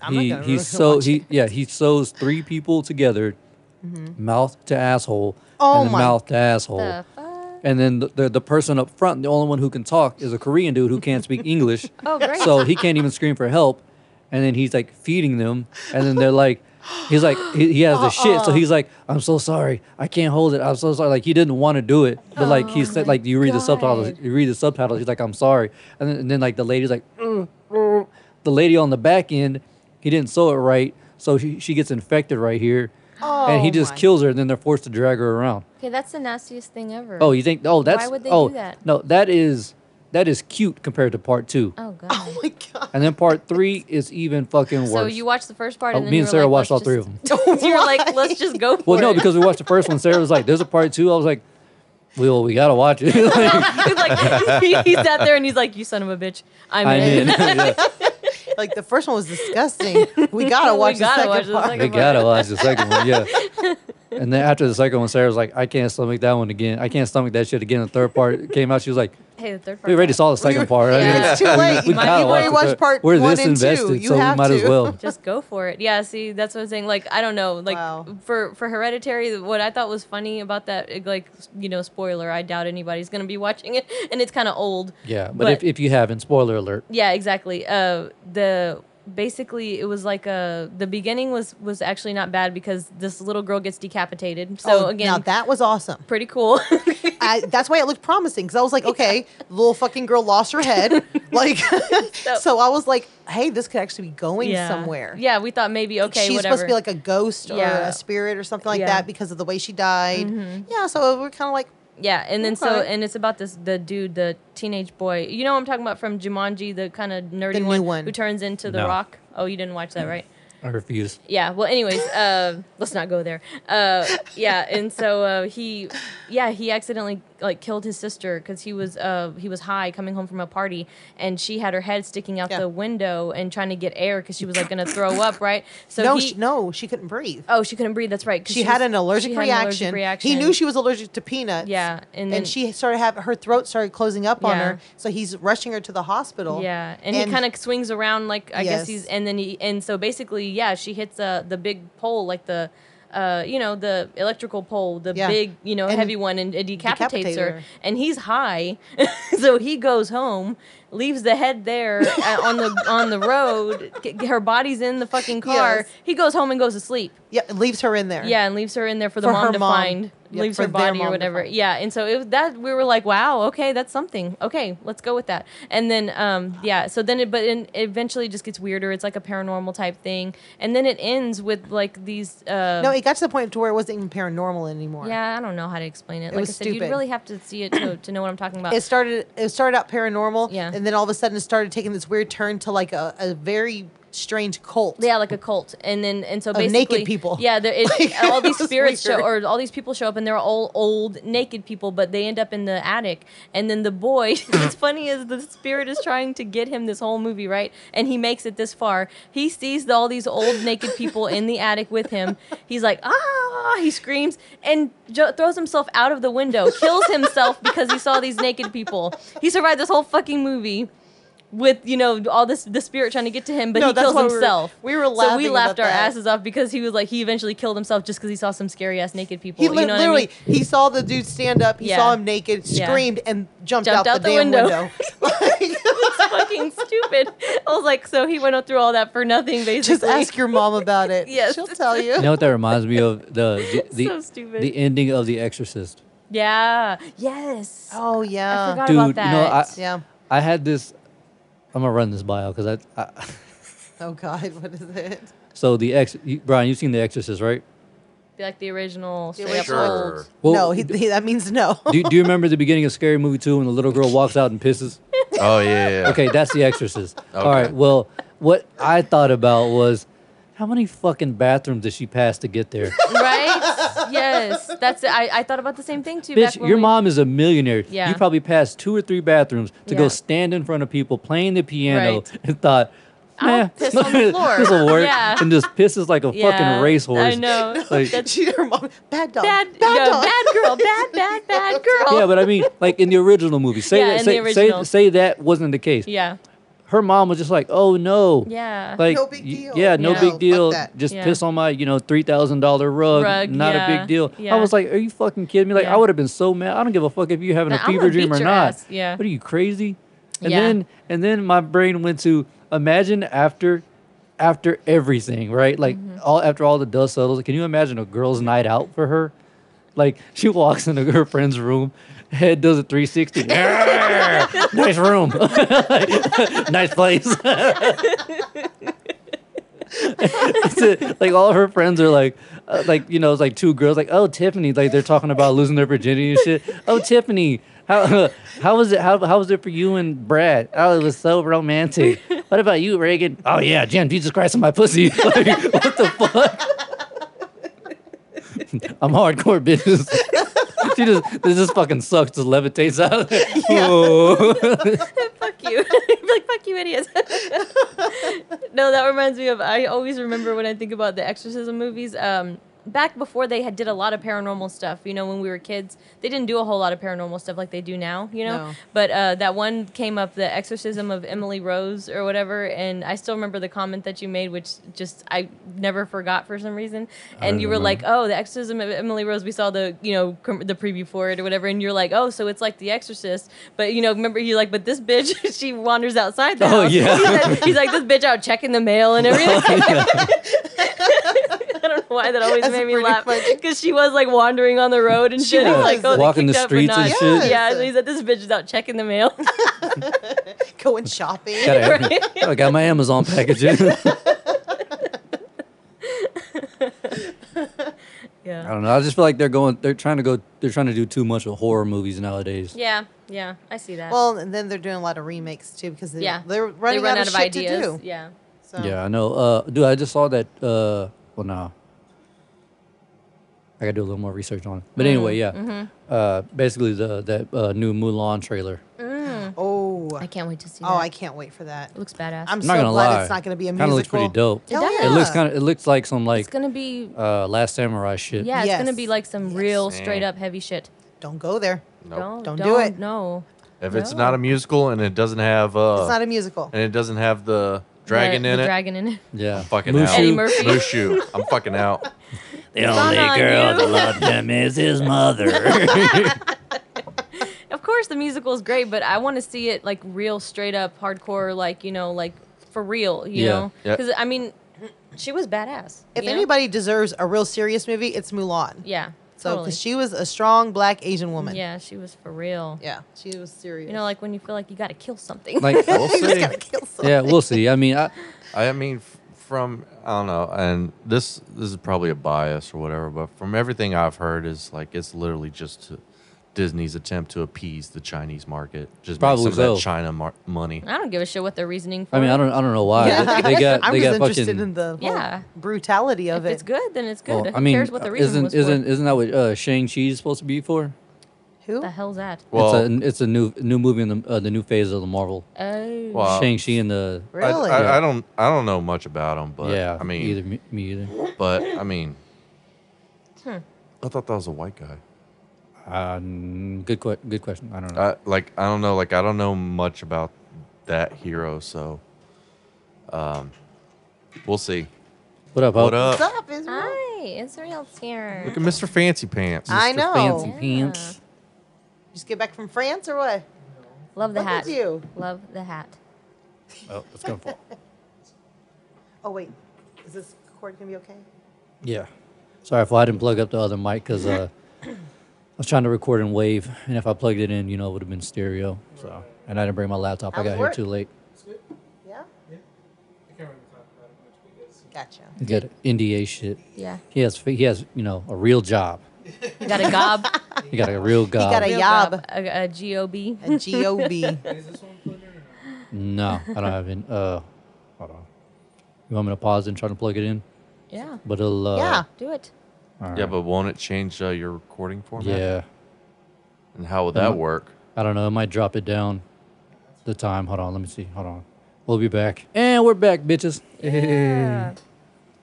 S8: I'm not
S6: he
S8: gonna
S6: he
S8: (laughs) really
S6: sew
S8: watch
S6: he
S8: it. Mm-hmm.
S6: yeah he sews three people together, mouth to asshole,
S8: Oh
S6: and then
S8: my-
S6: mouth to asshole,
S7: The fuck?
S6: and then the, the the person up front, the only one who can talk, is a Korean dude who can't speak
S8: (laughs)
S6: English.
S7: Oh, great.
S6: So he can't even scream for help, and then he's like feeding them, and then they're like. He's like he, he
S7: (gasps)
S6: has the shit, so he's like, "I'm so sorry, I can't hold it. I'm so sorry." Like he didn't want to do it, but like he said, like you read the subtitles,
S7: Oh God.
S6: you read the subtitles. He's like, "I'm sorry," (laughs) and then, and then like the lady's like, the lady on the back end, he didn't sew it right. So she, she gets infected right here, and he
S7: Oh
S6: just
S7: my-
S6: kills her, and then they're forced to drag her around.
S7: Okay, that's the nastiest thing ever.
S6: Oh, you think? Oh, that's
S7: would they do
S6: oh
S7: that?
S6: no, that is that is cute compared to part two,
S7: Oh god.
S8: (laughs) Oh my god.
S6: and then part three is even fucking worse.
S7: so you watched the first part,
S6: Oh,
S7: and then
S6: me
S7: you
S6: and
S7: were
S6: Sarah
S7: like,
S6: watched all
S7: let's
S6: three
S7: just-
S6: of them.
S7: (laughs) you were like, let's just go for
S6: Well, no,
S7: it.
S6: because we watched the first one. Sarah was like, "There's a part two. I was like, "Well, we gotta watch it." (laughs) Like,
S7: (laughs) He's like (laughs) he, he sat there and he's like, you son of a bitch, I'm
S6: I
S7: in.
S6: mean, (laughs) yeah,
S8: Like the first one was disgusting. We gotta
S7: We
S8: watch the
S7: gotta
S8: second
S7: watch the
S8: part.
S7: second
S6: we gotta watch the second one. Yeah. And then after the second one, Sarah was like, "I can't stomach that one again. I can't stomach that shit again." The third part came out. She was like,
S7: hey, the third part.
S6: "We already
S7: sucked.
S6: saw the second part. I mean,
S7: Yeah.
S8: (laughs) It's too
S6: (laughs)
S8: late.
S6: we
S8: You
S7: gotta watch
S8: already
S6: the
S8: watched
S6: third-
S8: part
S6: We're
S8: one
S6: this
S8: and
S6: invested,
S8: two. You
S6: so we
S8: have
S6: might
S8: to.
S6: as
S8: (laughs)
S6: well."
S7: just go for it. Yeah, see, that's what I'm saying. Like, I don't know. Like
S8: Wow.
S7: for for Hereditary, what I thought was funny about that, it, like you know, spoiler. I doubt anybody's gonna be watching it, (laughs) and it's kind of old.
S6: Yeah, but, if, if you haven't, spoiler alert.
S7: yeah, exactly. Uh, the basically it was like a the beginning was was actually not bad because this little girl gets decapitated. So
S8: Oh,
S7: again,
S8: now that was awesome.
S7: pretty cool. (laughs)
S8: I, that's why it looked promising because I was like, okay, little fucking girl lost her head. Like, (laughs) so, I was like, hey, this could actually be going somewhere.
S7: Yeah, we thought maybe okay,
S8: she's
S7: whatever.
S8: supposed to be like a ghost or
S7: Yeah.
S8: a spirit or something like
S7: Yeah.
S8: that because of the way she died. Yeah, so we're kind of like,
S7: yeah, and then so
S8: Okay.
S7: and it's about this the dude, the teenage boy. You know what I'm talking about from Jumanji, the kind of nerdy
S8: The new
S7: one,
S8: one.
S7: who turns into the
S6: No.
S7: rock. Oh, you didn't watch that, right?
S6: I refuse.
S7: Yeah. Well, anyways, uh, (laughs) let's not go there. Uh, yeah, and so uh, he, yeah, he accidentally like killed his sister because he was uh, he was high coming home from a party, and she had her head sticking out
S8: Yeah.
S7: the window and trying to get air because she was like gonna throw up, right? So
S8: no,
S7: he,
S8: she, no, she couldn't breathe.
S7: oh, she couldn't breathe. That's right. 'cause
S8: she, had,
S7: was-
S8: an allergic
S7: she had an allergic
S8: reaction.
S7: reaction.
S8: He knew she was allergic to peanuts.
S7: Yeah, and
S8: and,
S7: then-
S8: she started have her throat started closing up on
S7: Yeah.
S8: her, so he's rushing her to the hospital.
S7: Yeah, and, he kind of swings around like I guess
S8: Yes.
S7: he's and then he and so basically yeah she hits uh, the big pole like the. Uh, you know the electrical pole, the
S8: Yeah.
S7: big, you know,
S8: And
S7: heavy one, and it decapitates
S8: decapitated
S7: her.
S8: her.
S7: And he's high, (laughs) so he goes home, leaves the head there uh, on the on the road. (laughs) G- g- her body's in the fucking car.
S8: Yes.
S7: He goes home and goes to sleep.
S8: yeah, leaves her in there.
S7: Yeah, and leaves her in there for the
S8: For
S7: mom
S8: her
S7: to
S8: mom.
S7: find.
S8: Yeah,
S7: leaves
S8: for
S7: her
S8: their
S7: body
S8: mom
S7: or
S8: to
S7: whatever.
S8: find.
S7: Yeah, and so it was that we were like, wow, okay, that's something. Okay, let's go with that. And then, um, yeah, so then it, but in, it eventually just gets weirder. It's like a paranormal type thing, and then it ends with like these. Uh,
S8: No, it got to the point to where it wasn't even paranormal anymore.
S7: yeah, I don't know how to explain it. like
S8: was
S7: I said, you'd
S8: stupid.
S7: really have to see it to, to know what I'm talking about.
S8: It started. It started out paranormal,
S7: Yeah.
S8: and then all of a sudden, it started taking this weird turn to like a, a very strange cult.
S7: Yeah, like a cult, and then and so
S8: Of naked
S7: basically,
S8: people.
S7: Yeah, there is
S8: (laughs) Like,
S7: all these
S8: it was
S7: spirits show,
S8: weird.
S7: or all these people show up, and they're all old naked people, but they end up in the attic, and then the boy. (laughs) what's funny is the spirit is trying to get him this whole movie, right? And he makes it this far. He sees all these old naked people in the attic with him. He's like, ah! He screams and jo- throws himself out of the window, kills himself because he saw these naked people. He survived this whole fucking movie with you know all this the spirit trying to get to him, but
S8: No,
S7: he
S8: that's
S7: kills
S8: why we were-
S7: himself.
S8: we were
S7: so we
S8: laughing
S7: laughed
S8: about
S7: our
S8: that.
S7: asses off because he was like he eventually killed himself just because he saw some scary ass naked people.
S8: He
S7: you
S8: li-
S7: know
S8: literally
S7: (laughs) what
S8: he saw the dude stand up. He
S7: Yeah.
S8: saw him naked,
S7: Yeah.
S8: screamed, and jumped,
S7: Jumped
S8: out,
S7: out
S8: the,
S7: the
S8: damn
S7: window. (laughs)
S8: window. Like,
S7: I mean? Fucking stupid. I was like, so he went through all that for nothing, basically.
S8: just ask your mom about (laughs) it.
S7: Yes.
S8: she'll tell you.
S6: You know what that reminds me of
S8: (laughs)
S6: the the
S7: So
S6: the,
S7: stupid.
S6: the ending of The Exorcist.
S7: Yeah. Yes.
S8: Oh
S7: I
S8: yeah,
S7: forgot
S6: Dude,
S7: about
S6: you know, I-
S7: that.
S8: yeah.
S6: I had this. I'm gonna run this bio because I, I.
S8: Oh god, what is it?
S6: So the ex, you, Brian, you've seen The Exorcist, right?
S7: like the original.
S8: The
S7: straight up
S8: original.
S7: old.
S6: Well,
S8: no, he, he, that means no. (laughs)
S6: do, do you remember the beginning of Scary Movie Two when the little girl walks out and pisses?
S4: Oh yeah. yeah, yeah.
S6: Okay, that's The Exorcist. All right. Well, what I thought about was how many fucking bathrooms did she pass to get
S7: (laughs)
S6: there?
S8: (laughs)
S7: Right? yes. That's it. I, I thought about the same thing too. back
S6: Bitch,
S7: when
S6: your
S7: we-
S6: mom is a millionaire.
S7: Yeah.
S6: You probably passed two or three bathrooms to
S7: Yeah.
S6: go stand in front of people playing the piano
S7: Right.
S6: and thought,
S7: I'll
S6: "Nah,
S7: piss on the floor."
S6: (laughs) this will work.
S7: Yeah.
S6: And just pisses like a
S7: Yeah,
S6: fucking racehorse.
S7: I know.
S6: Like,
S7: That's
S8: She- her mom, bad dog,
S7: bad.
S8: bad
S7: no,
S8: dog.
S7: bad girl. Bad, bad, bad girl.
S6: yeah, but I mean, like in the original movie, say
S7: Yeah,
S6: that,
S7: in
S6: say,
S7: the
S6: say-
S7: original.
S6: say that wasn't the case.
S7: yeah.
S6: Her mom was just like, "Oh no,
S7: Yeah.
S6: like,
S8: No big
S6: y-
S8: deal.
S6: yeah, no
S7: Yeah.
S6: big
S8: Fuck
S6: deal.
S8: that.
S6: Just
S7: Yeah.
S6: piss on my, you know, three thousand dollar rug.
S7: Rug,
S6: Not a
S7: yeah,
S6: big deal."
S7: yeah.
S6: I was like, "Are you fucking kidding me? Like,
S7: Yeah.
S6: I would have been so mad. I don't give a fuck if you're having a
S7: Nah, I'm gonna
S6: fever dream
S7: beat
S6: or
S7: your
S6: not.
S7: ass. Yeah.
S6: What are you crazy?" And
S7: Yeah.
S6: then, and then my brain went to imagine after. After everything, right? Like
S7: Mm-hmm.
S6: all after all the dust settles, can you imagine a girl's night out for her? Like she walks into her friend's room, head does a
S7: (laughs)
S6: 360. (laughs) nice room. nice place. It's a- like all of her friends are like, uh, like you know, it's like two girls like, oh Tiffany, like they're talking about losing their virginity and shit. Oh Tiffany, how how was it? How how was it for you and Brad? Oh, it was so romantic. What about you, Reagan? Oh yeah, Jim, Jesus Christ on my pussy. (laughs) Like, what the fuck? (laughs) I'm hardcore bitches. (laughs) She just this just fucking sucks. Just levitates out. Of there. Whoa.
S7: (laughs) fuck you. (laughs) like, fuck you, (laughs) idiots. no, that reminds me of, I always remember when I think about the exorcism movies. Um, back before they had did a lot of paranormal stuff, you know, when we were kids, they didn't do a whole lot of paranormal stuff like they do now, you know?
S8: No.
S7: But uh, that one came up, the exorcism of Emily Rose or whatever. And I still remember the comment that you made, which just I never forgot for some reason. And you were like, oh, the exorcism of Emily Rose, we saw the, you know, com- the preview for it or whatever. And you're like, oh, so it's like The Exorcist. But, you know, remember, you're like, but this bitch, (laughs) she wanders outside the
S6: Oh,
S7: house.
S6: yeah.
S7: (laughs)
S6: Oh,
S7: He's like- He's like, this bitch out checking the mail and everything. (laughs) I don't know why that always
S8: That's
S7: made me
S8: pretty
S7: laugh
S8: funny.
S7: because she was like wandering on the road and shit.
S6: was.
S7: Like, oh, they
S6: Walking the
S7: kicked her out for
S6: streets and
S7: not-
S8: shit.
S7: Yeah,
S8: Yes.
S7: so he's like, this bitch is out checking the mail. (laughs)
S8: (laughs)
S6: (laughs)
S8: Going shopping.
S6: (laughs) Gotta-
S7: Right?
S6: I got my Amazon package
S8: (laughs)
S6: in. I
S7: yeah,
S6: don't know. I just feel like they're going. They're trying to go. They're trying to do too much with horror movies nowadays.
S7: yeah, yeah. I see that.
S8: Well, and then they're doing a lot of remakes too because they,
S7: yeah,
S8: they're running
S7: they run
S8: out, of, shit
S7: ideas.
S8: to do.
S7: Yeah,
S8: So.
S6: Yeah, I know. Uh, dude, I just saw that. Uh, well, nah. I gotta do a little more research on it. But
S7: Mm-hmm.
S6: anyway, yeah. Uh, basically, the that uh, new Mulan trailer.
S8: Oh.
S7: I can't wait to see.
S8: Oh,
S7: that.
S8: I can't wait for that.
S7: It looks badass.
S6: I'm
S8: I'm,
S6: not
S8: so
S6: gonna
S8: glad
S6: lie.
S8: it's not gonna be a
S6: Kinda
S8: musical.
S6: looks pretty dope.
S7: It does.
S6: It looks
S8: Yeah.
S6: kind of. It looks like some
S7: It's
S6: like
S7: gonna be.
S6: uh, Last Samurai shit.
S7: Yeah, it's gonna
S8: Yes.
S7: be like some real straight up heavy shit.
S8: Don't go there.
S4: Nope.
S8: Don't do it.
S7: No.
S4: If it's not a musical and it doesn't have uh
S6: Oh.
S8: It's not a musical.
S4: and it doesn't have the dragon
S7: The-
S4: in
S7: the
S4: it,
S7: Dragon in it.
S6: Yeah.
S4: fucking
S6: Mushu.
S4: out.
S7: Eddie Murphy. (laughs)
S4: Mushu. I'm fucking out.
S6: The
S7: only on girl you. that
S6: loved him is his
S7: (laughs)
S6: mother.
S7: Of course, the musical is great, but I want to see it like real, straight up, hardcore, like you know, like for real, you
S6: Yeah.
S7: know?
S4: Yeah.
S7: Because I mean, she was badass.
S8: If
S7: you know?
S8: anybody deserves a real serious movie, it's Mulan.
S7: yeah,
S8: So
S7: totally.
S8: because she was a strong black Asian woman.
S7: yeah, she was for real.
S8: Yeah. She was serious.
S7: You know, like when you feel like you got to kill something.
S8: (laughs)
S6: like,
S4: We'll
S8: you just
S6: (laughs)
S8: (laughs)
S4: see.
S8: gotta kill someone.
S6: yeah, we'll see. I mean, I,
S4: I mean, f- from I don't know, and this this is probably a bias or whatever, but from everything I've heard, is like it's literally just to, Disney's attempt to appease the Chinese market, just
S6: Probably
S4: make some of
S6: so.
S4: that China mar- money.
S7: (laughs) I don't give a shit what their reasoning for.
S6: I mean, I
S7: it.
S6: don't. I don't know why
S8: Yeah.
S6: Uh, they got.
S8: (laughs) I'm
S6: they
S8: just
S6: got
S8: interested
S6: fucking.
S8: in the whole
S7: Yeah.
S8: brutality of
S7: If
S8: it.
S7: it's good, then it's good.
S6: well,
S7: Who
S6: I mean, uh,
S7: cares what the reason
S6: isn't
S7: was for?
S6: isn't isn't that what uh, Shang Chi is supposed to be for?
S8: Who?
S7: the hell's that?
S4: Well,
S6: it's a it's a new new movie in the uh, the new phase of the Marvel.
S7: Oh,
S4: well,
S6: Shang Chi and the
S4: I,
S8: Really?
S4: I- I don't I don't know much about them, but
S6: yeah.
S4: I mean,
S6: either me, me either.
S4: but I mean, I thought that was a white guy.
S6: Um, good que- good question. I don't know.
S4: I, like I don't know, like I don't know much about that hero, so um, we'll see.
S6: what up?
S4: What
S6: Hulk?
S4: up?
S8: What's up, Israel?
S7: hi, Israel's here.
S4: Look at Mr. Fancy Pants.
S8: I
S6: Mr.
S8: know.
S6: Fancy
S8: You
S6: pants.
S8: just get back from France or what?
S7: Love the
S8: Look
S7: hat.
S8: at you.
S7: Love the hat.
S6: Oh, it's gonna fall.
S8: Oh wait, is this cord gonna be okay?
S6: Yeah. Sorry if I didn't plug up the other mic because uh, I was trying to record in Wave, and if I plugged it in, you know, it would have been stereo. So, and I didn't bring my laptop.
S8: How
S6: I
S8: was
S6: got here
S8: work?
S6: too late.
S8: Yeah. Gotcha.
S6: He got NDA shit.
S7: Yeah,
S6: He has he has you know a real job.
S7: you got a gob,
S6: He got a real job.
S8: got (laughs) a-
S7: real
S8: Yob.
S7: gob, a, a gob.
S8: (laughs)
S6: (laughs)
S8: And G-O-B.
S6: no, I don't have any. Uh, hold on. You want me to pause and try to plug it in?
S7: Yeah,
S6: But it'll. Uh,
S8: yeah.
S7: do it.
S4: Yeah, but won't it change uh, your recording format?
S6: Yeah.
S4: And how would that
S6: Mhm.
S4: work?
S6: I don't know. I might drop it down. The time. Hold on. Let me see. Hold on. We'll be back. And we're back, (laughs) bitches. Yeah. Mm.
S7: Yeah,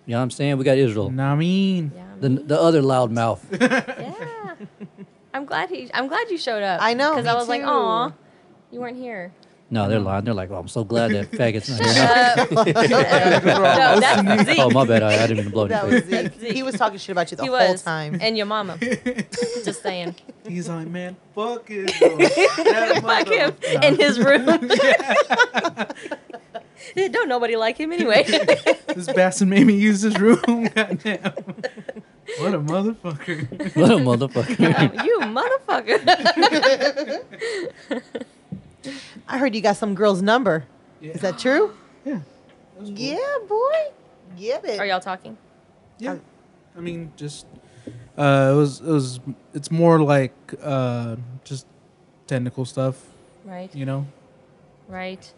S6: You know what I'm saying? We got Israel.
S10: I mean,
S7: yeah,
S6: The, the other loud mouth.
S7: yeah. I'm glad he. I'm glad you showed up.
S8: I know,
S7: because I
S8: me
S7: was like,
S8: too.
S7: aw, you weren't
S8: (laughs)
S7: here.
S6: No, they're lying. They're like, oh, I'm so glad (laughs) that faggot's not here.
S7: Uh, No, that's Zeke.
S6: Oh, my bad. I, I didn't mean to blow
S8: That
S6: your
S7: (laughs)
S8: was
S6: face.
S8: Zeke. He was talking shit about you the
S7: he
S8: whole
S7: was
S8: time.
S7: and your mama. Just
S8: (laughs)
S7: saying,
S10: (laughs) he's like, man, fuck it.
S7: (laughs)
S10: bro. That
S7: fuck
S10: mother-
S7: him in his room.
S8: (laughs)
S7: (laughs) Don't nobody like him anyway.
S10: (laughs)
S7: (laughs)
S10: This bastard made me use his room. (laughs) Goddamn. What a motherfucker.
S6: (laughs)
S7: (laughs)
S6: What a motherfucker.
S7: Um, you motherfucker. (laughs)
S8: I heard you got some girl's number. Is that true?
S10: Yeah.
S8: Yeah, boy. Give it.
S7: Are y'all talking?
S10: Yeah. I mean, just uh, it was it was it's more like uh, just technical stuff,
S7: Right.
S10: you know,
S7: Right.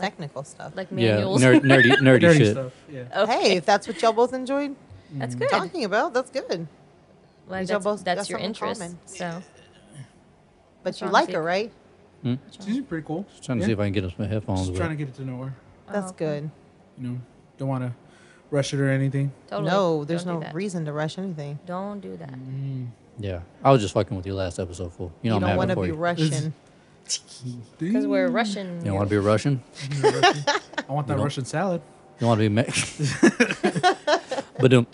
S8: Technical stuff.
S7: Like
S6: Yeah,
S7: manuals.
S6: ner- nerdy, nerdy,
S10: dirty
S6: shit.
S10: stuff. Yeah.
S7: Okay.
S8: Hey, if that's what y'all both enjoyed
S7: (laughs) that's good.
S8: talking about, that's good.
S7: Well,
S8: These
S7: that's,
S8: are both-
S7: that's
S8: that's
S7: your
S8: something
S7: interest.
S8: common.
S7: So
S8: But you
S7: wrong
S8: like
S7: with
S8: her,
S7: you?
S8: right?
S10: She's pretty cool.
S6: Just trying to see if I can get us my headphones.
S10: Just
S6: but-
S10: trying to get it to nowhere.
S8: That's
S7: Oh, okay.
S8: good.
S10: You know, don't want to rush it or anything.
S7: totally.
S8: No, there's
S7: Oh, Don't do
S8: no
S7: that.
S8: reason to rush anything.
S7: Don't do that.
S6: yeah, I was just fucking with you last episode, fool. You know
S8: you
S6: I'm
S8: don't want
S6: happy
S8: to
S6: for you.
S8: be Russian.
S7: Because we're Russian.
S6: you don't want to be Russian.
S10: I want that
S6: don't- (laughs)
S10: Russian salad. (laughs)
S6: You want to be Mexican.
S7: (laughs)
S6: (laughs) but um,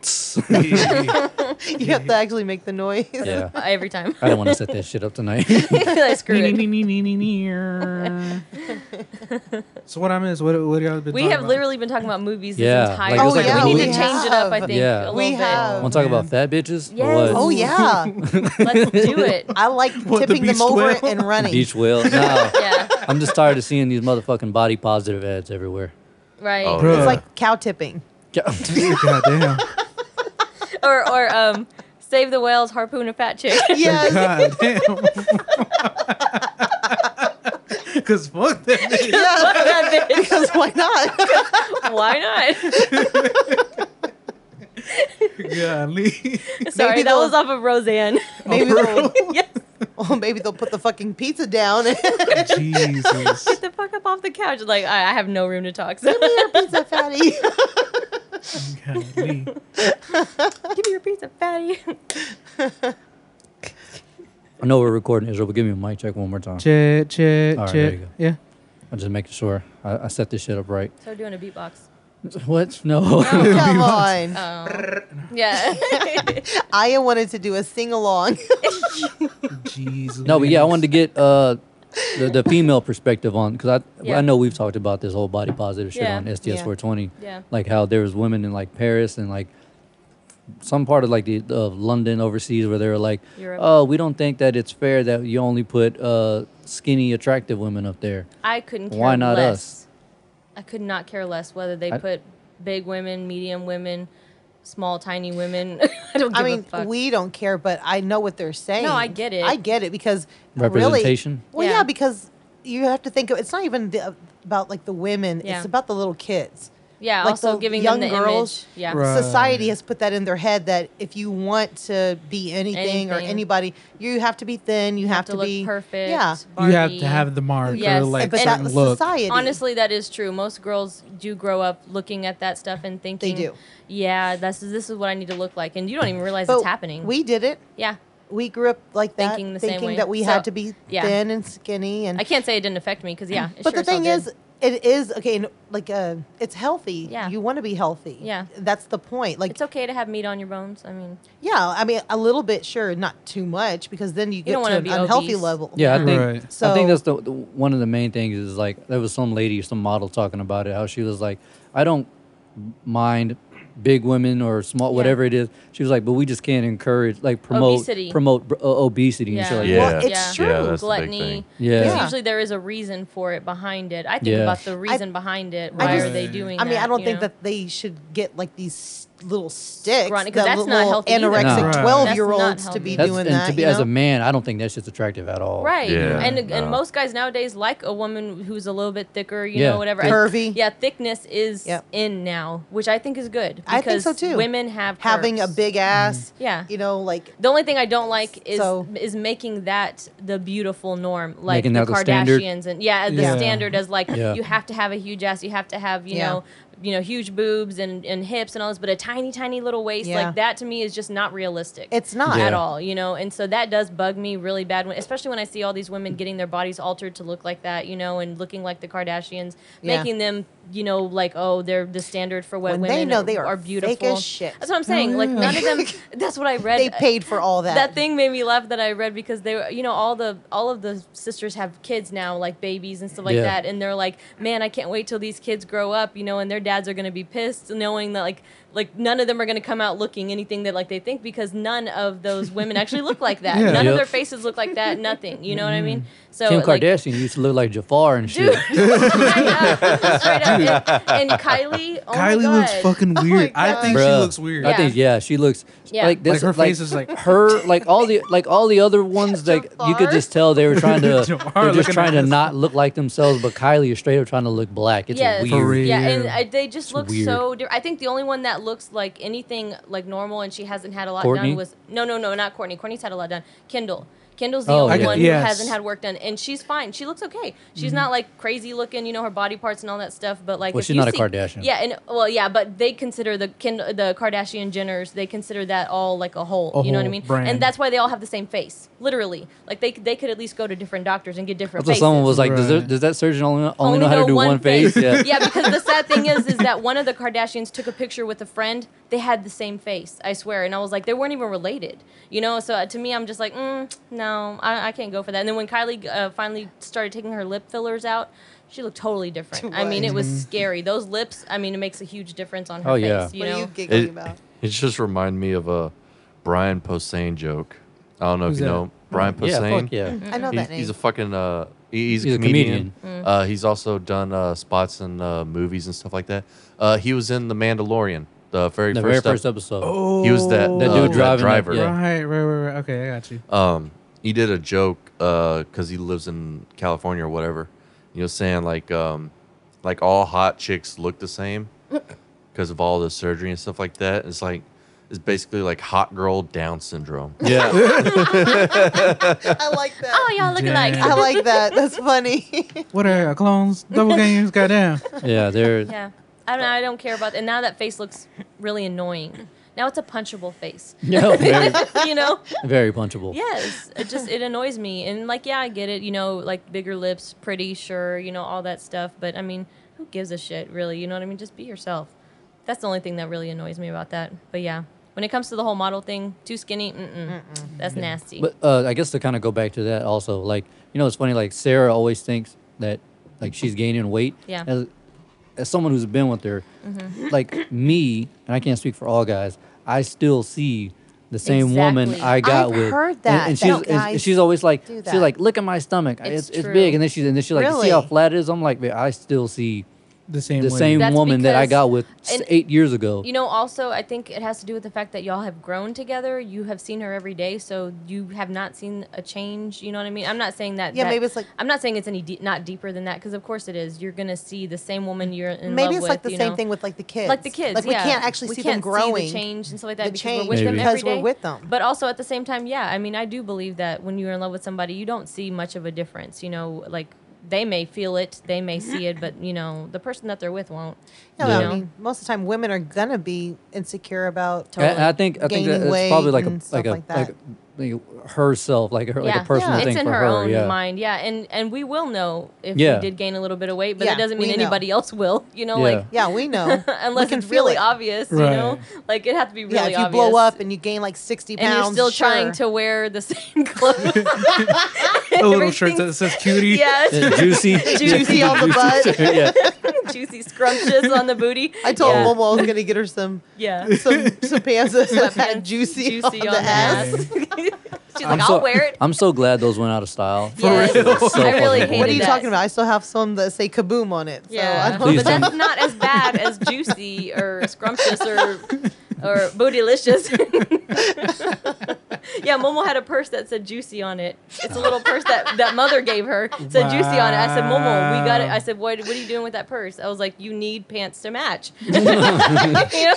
S8: (laughs) you have to actually make the noise.
S6: yeah,
S7: every time. (laughs)
S6: I don't want to set that shit up tonight. (laughs)
S7: like, screw it.
S10: (laughs) so what I'm is what what y'all been
S7: We
S10: talking
S7: have
S10: about?
S7: literally been talking about movies
S6: Yeah,
S7: this entire
S6: like,
S8: it's
S7: time.
S8: like a
S7: we need to
S8: movie.
S7: change it up, I
S8: Oh, Yeah.
S7: think.
S6: Yeah.
S7: A little
S8: We
S7: bit. (laughs)
S8: have.
S6: Want to talk about fat bitches?
S7: Yes.
S6: Or what? (laughs)
S8: Oh yeah,
S7: Let's do (laughs) it.
S8: I like
S10: What, the
S8: tipping them
S10: beast
S8: over
S10: whale?
S8: and running.
S6: Beach whale. Nah,
S7: yeah.
S6: I'm just tired of seeing these motherfucking body positive ads everywhere. (laughs)
S7: Right.
S4: Oh,
S10: Bruh.
S4: yeah.
S8: It's like cow tipping.
S6: Yeah.
S10: God
S7: (laughs)
S10: damn. (laughs)
S7: Or or um save the whales, harpoon a fat
S8: (laughs)
S7: chick.
S8: Yes,
S10: God damn. Cause fuck that.
S7: That bitch.
S8: because why
S6: (laughs)
S8: not?
S7: Why not? (laughs)
S10: Golly.
S7: Sorry,
S8: (laughs) Maybe
S7: that
S8: they'll-
S7: was off of Roseanne. (laughs)
S6: Oh,
S8: Maybe
S10: Bro.
S8: they'll,
S7: yes.
S8: well, maybe they'll put the fucking pizza down. (laughs)
S10: Jesus.
S7: Get the fuck up off the couch. Like I, I have no room to talk.
S8: (laughs)
S7: So (laughs)
S8: Give me your pizza, fatty.
S10: Golly.
S7: give me your pizza, fatty.
S6: I know we're recording Israel, but give me a mic check one more time.
S10: Check, check,
S6: All right, there
S10: check.
S6: you go.
S10: Yeah.
S6: I'm just making sure I, I set this shit up right. (laughs)
S7: Start doing a beatbox.
S6: What? No. (laughs)
S8: Come on,
S7: Oh.
S8: (laughs)
S7: Yeah.
S8: Aya wanted to do a sing along.
S10: Jesus.
S6: No, but yeah, I wanted to get uh, the, the female perspective on because I
S7: Yeah.
S6: I know we've talked about this whole body positive shit
S7: Yeah.
S6: on STS 420.
S7: Yeah.
S6: Like how there was women in like Paris and like some part of like the of London overseas where they were like,
S7: Europe.
S6: oh, we don't think that it's fair that you only put uh, skinny attractive women up there.
S7: I couldn't care
S6: Why not
S7: less.
S6: us?
S7: I could not care less whether they
S6: I-
S7: put big women, medium women, small, tiny women. (laughs) I don't give
S8: I
S7: a
S8: mean,
S7: fuck.
S8: we don't care, but I know what they're saying.
S7: I get it.
S8: I get it because
S6: Representation?
S8: Really, well, yeah.
S7: Yeah.
S8: because you have to think of it's not even the, about like the women;
S7: Yeah.
S8: it's about the little kids.
S7: yeah,
S8: like
S7: also
S8: the
S7: giving
S8: young
S7: them the
S8: girls-
S7: image. Yeah.
S10: Right.
S8: Society has put that in their head that if you want to be anything, or
S7: Anything.
S8: anybody, you have to be thin. You,
S7: Have,
S8: have,
S7: to, look
S8: be
S7: perfect.
S8: Yeah,
S10: You have to
S7: Barbie.
S10: have the mark
S7: Yes,
S10: or like
S7: but that
S8: but that's
S10: certain look.
S8: society.
S7: Honestly, that is true. Most girls do grow up looking at that stuff and thinking,
S8: do.
S7: Yeah, this is this is what I need to look like, and you don't even realize
S8: But
S7: it's happening.
S8: We did it.
S7: yeah,
S8: We grew up like that,
S7: Thinking the same way.
S8: that we
S7: So,
S8: had to be
S7: yeah.
S8: thin and skinny and
S7: I can't say it didn't affect me because yeah, it
S8: but
S7: sure
S8: the
S7: as hell
S8: thing
S7: did.
S8: is it is okay and, like uh it's healthy
S7: Yeah.
S8: you want to be healthy
S7: Yeah.
S8: that's the point like
S7: it's okay to have meat on your bones. I mean,
S8: yeah i mean a little bit sure not too much because then you get
S7: don't
S8: to
S7: wanna
S8: an
S7: be
S8: unhealthy
S7: obese.
S8: level
S6: Yeah, I think
S10: Right.
S6: I
S8: So-
S6: think that's the, the one of the main things is like there was some lady, some model talking about it, how she was like, I don't mind big women or small
S7: Yeah.
S6: whatever it is. She was like, but we just can't encourage like promote
S7: Obesity.
S6: promote br- uh, obesity and shit like
S4: Yeah.
S6: that.
S8: Well, it's
S7: yeah.
S8: true.
S4: Yeah, that's the big
S7: gluttony.
S4: thing.
S6: Yeah.
S7: 'Cause
S8: Yeah.
S7: Usually there is a reason for it behind it. I think
S6: Yeah.
S7: about the reason behind it. Why
S8: just-
S7: are they doing?
S8: i mean i
S7: that,
S8: don't
S7: you
S8: think
S7: know?
S8: that they should get like these little sticks
S7: Scrawny, 'cause
S8: that
S7: that's
S8: little
S7: not healthy either.
S6: No. Right.
S8: anorexic
S10: That's
S8: 12 year olds
S7: not
S8: to be
S7: healthy.
S6: That's,
S8: doing
S6: and
S8: that
S6: to be
S8: you
S6: as a
S8: know?
S6: man, I don't think that shit's attractive at all.
S7: Right.
S4: Yeah,
S7: And
S4: no.
S7: and most guys nowadays like a woman who's a little bit thicker, you
S6: Yeah.
S7: know, whatever.
S8: Curvy.
S7: I- yeah, thickness is
S8: Yep.
S7: in now, which I think is good.
S8: I think so
S7: because
S8: too.
S7: Women have
S8: having a
S7: curves.
S8: big ass
S6: Mm-hmm.
S7: Yeah.
S8: you know like
S7: The only thing I don't like is
S8: So-
S7: is making that the beautiful norm, like
S6: Making
S7: the
S6: that the standard.
S7: Kardashians and yeah, the
S10: Yeah.
S7: standard is like
S6: Yeah.
S7: you have to have a huge ass, you have to have you
S8: Yeah.
S7: know, you know, huge boobs and and hips and all this, but a tiny tiny little waist
S8: Yeah.
S7: like that to me is just not realistic.
S8: It's not.
S7: at
S6: Yeah.
S7: all, you know, and so that does bug me really bad when, especially when I see all these women getting their bodies altered to look like that, you know, and looking like the Kardashians,
S8: Yeah.
S7: making them, you you know, like oh, they're the standard for what
S8: When
S7: women
S8: they know they are
S7: beautiful.
S8: fake as shit. Mm-hmm.
S7: That's what I'm saying. Like
S10: yeah.
S7: none of
S8: (laughs)
S7: them. That's what I read. uh,
S8: they paid for all that
S7: That thing made me laugh that I read because they, were- you know, all the all of the sisters have kids now, like babies and stuff like
S6: Yeah.
S7: that, and they're like, man, I can't wait till these kids grow up, you know, and their dads are gonna be pissed knowing that like Like none of them are going to come out looking anything that like they think because none of those women actually look like that.
S6: (laughs) Yeah.
S7: None
S6: Yep.
S7: of their faces look like that. Nothing. You know what I mean? So
S6: Kim
S7: like,
S6: Kardashian used to look like Jafar and shit.
S7: Dude, (laughs) straight up. And, and Kylie, oh my
S10: Kylie
S7: God.
S10: looks fucking weird. I think she
S6: Bruh.
S10: looks weird.
S6: I think yeah, she looks
S7: Yeah.
S6: like this.
S10: Like, her face is like- (laughs)
S6: her, like all the like all the other ones. Like you could just tell they were trying
S10: (laughs)
S6: to,
S10: Jamar
S6: they're just
S10: looking
S6: trying to
S10: at us.
S6: not look like themselves. But Kylie is straight up trying to look black. It's
S7: yeah,
S6: weird.
S7: yeah,
S10: Weird.
S7: and I, they just look
S6: weird.
S7: so different. I think the only one that looks like anything like normal and she hasn't had a lot
S6: Courtney?
S7: done was no, no, no, not Courtney. Courtney's had a lot done. Kendall. Kendall's the
S6: Oh,
S7: only
S6: okay.
S7: one
S10: Yes. Mm-hmm.
S7: who hasn't had work done, and she's fine. She looks okay. She's not like crazy looking, you know, her body parts and all that stuff. But like,
S6: Well,
S7: if
S6: she's
S7: you
S6: not a
S7: see-
S6: Kardashian.
S7: Yeah, and well, yeah, but they consider the Kendall, the Kardashian Jenners, they consider that all like a whole.
S10: A
S7: you know what I
S10: whole
S7: mean?
S10: brand.
S7: And that's why they all have the same face, literally. Like they they could at least go to different doctors and get different.
S6: That's what someone
S7: faces
S6: was like. Does, there,
S10: Right.
S6: does that surgeon only, only, know how to do one, face?
S7: (laughs)
S6: Yeah.
S7: because the sad thing is, is that one of the Kardashians took a picture with a friend. They had the same face, I swear. And I was like, they weren't even related, you know. So uh, to me, I'm just like, mm, no, I, I can't go for that. And then when Kylie uh, finally started taking her lip fillers out, she looked totally different. I mean, it was scary. Those lips, I mean, it makes a huge difference on her
S6: Oh,
S7: face.
S6: yeah.
S7: You know,
S4: It, it just reminded me of a Brian Posehn joke. I don't know
S10: Who's
S4: if you
S10: that?
S4: know Brian
S6: Yeah,
S4: Posehn.
S6: fuck yeah.
S8: I know
S4: He-
S8: that name.
S4: He's a fucking uh, he- he's,
S6: He's a
S4: a comedian. Uh, he's also done uh, spots in uh, movies and stuff like that. Uh, he was in The Mandalorian, the very
S6: The
S4: first
S6: very first
S4: ep-
S6: episode.
S10: Oh,
S4: He was that,
S6: That
S4: uh,
S6: dude
S4: that
S6: driving that-
S4: driver.
S6: yeah.
S10: Right, right, right, right. Okay, I got you.
S4: um, he did a joke because he lives in California or whatever. You know, saying like um, like all hot chicks look the same because of all the surgery and stuff like that. It's like it's basically like hot girl Down syndrome.
S6: Yeah.
S8: (laughs) I like
S7: (laughs)
S8: that.
S7: oh, y'all look alike.
S10: Yeah.
S8: I like that. That's funny. (laughs)
S10: What are you, clones? Double games, goddamn.
S6: yeah. They're
S7: Yeah, I don't. I don't care about. And now that face looks really annoying. Now it's a punchable face.
S6: no, (laughs) very,
S7: (laughs) you know.
S6: very punchable.
S7: Yes, it just it annoys me, and like yeah, I get it. You know, like bigger lips, pretty, sure, you know, all that stuff. But I mean, who gives a shit, really? You know what I mean? Just be yourself. That's the only thing that really annoys me about that. But yeah, when it comes to the whole model thing, too skinny, mm-mm, that's nasty.
S6: But uh, I guess to kind of go back to that also, like you know, it's funny. Like Sarah always thinks that like she's gaining weight.
S7: Yeah. Mm-hmm.
S6: As, as someone who's been with her, like me, and I can't speak for all guys, I still see the same woman
S7: Exactly.
S6: I got
S8: I've
S6: with.
S8: heard
S6: and-
S8: that,
S6: And,
S8: that
S6: she's and
S8: guys
S6: she's always like
S8: do
S6: she's
S8: that.
S6: like, look at my stomach,
S7: It's
S6: it's it's,
S7: true.
S6: big, and then she's and then she's like, you see how
S8: Really?
S6: flat it is. I'm like, man, I still see
S10: The same.
S6: the
S10: way.
S6: same
S7: That's
S6: woman that I
S7: because-
S6: got with s-
S7: and-
S6: eight years ago.
S7: You know, also, I think it has to do with the fact that y'all have grown together. You have seen her every day, so you have not seen a change. You know what I mean? I'm not saying that.
S8: Yeah,
S7: that-
S8: maybe it's like-
S7: I'm not saying it's any de- not deeper than that, because of course it is. You're gonna see the same woman you're in love
S8: Maybe it's
S7: with,
S8: like the
S7: you
S8: same
S7: know?
S8: thing with like the kids.
S7: Like the kids,
S8: Like we
S7: yeah.
S8: can't actually
S7: We
S8: see
S7: can't
S8: them growing.
S7: the change and stuff like that
S8: The
S7: because
S8: change,
S7: we're with them
S6: Maybe.
S7: every
S8: because we're
S7: day.
S8: with them.
S7: But also at the same time, yeah, I mean, I do believe that when you're in love with somebody, you don't see much of a difference. You know, like they may feel it, they may see it, but you know, the person that they're with won't.
S8: No,
S7: you
S8: I
S7: know?
S8: mean, most of the time, women are gonna be insecure about.
S6: And- and I think I think
S8: gaining
S6: that it's
S8: weight
S6: probably like a
S8: and stuff
S6: like a
S8: like that.
S6: like, a- like herself, like her like a personal
S7: it's
S6: thing
S7: in
S6: for
S7: her,
S6: her.
S7: own
S6: yeah.
S7: mind. Yeah, and and we will know if
S6: Yeah.
S7: we did gain a little bit of weight, but
S8: Yeah,
S7: that doesn't mean
S8: we know.
S7: anybody else will. You know,
S6: Yeah.
S7: like (laughs)
S8: Yeah, we know.
S7: unless
S8: we can
S7: it's
S8: feel
S7: really
S8: it.
S7: obvious. You
S10: Right.
S7: know, like it has to be really
S8: yeah, if you
S7: obvious.
S8: blow up and you gain like sixty
S7: and
S8: pounds,
S7: you're still
S8: sure.
S7: trying to wear the (laughs) same clothes.
S10: A little shirt that
S7: Everything's-
S8: (laughs)
S10: says cutie.
S7: yes, (laughs)
S6: Juicy,
S8: (laughs) juicy on the butt.
S6: (laughs) yeah.
S7: juicy scrumptious on the booty.
S8: I told
S7: yeah.
S8: Momo I was gonna get her some
S7: yeah.
S6: (laughs)
S8: some some pants that had
S7: Sweatpants,
S8: (laughs) juicy,
S7: juicy
S8: on the ass.
S7: She's
S6: I'm
S7: like,
S6: so,
S7: I'll wear it.
S6: I'm so glad those went out of
S7: (laughs)
S6: style.
S7: Yes.
S6: So
S7: I
S6: fucking
S7: really hated
S8: What are you
S7: that.
S8: talking about? I still have some that say kaboom on it. So I
S7: Yeah,
S8: don't
S6: Please
S7: but
S6: don't.
S7: that's not as bad as juicy or scrumptious or or bootylicious. (laughs) yeah, Momo had a purse that said juicy on it. It's a little purse that that mother gave her. It Said juicy on it. I said, Momo, we got it. I said, what what are you doing with that purse? I was like, you need pants to match. (laughs) You know?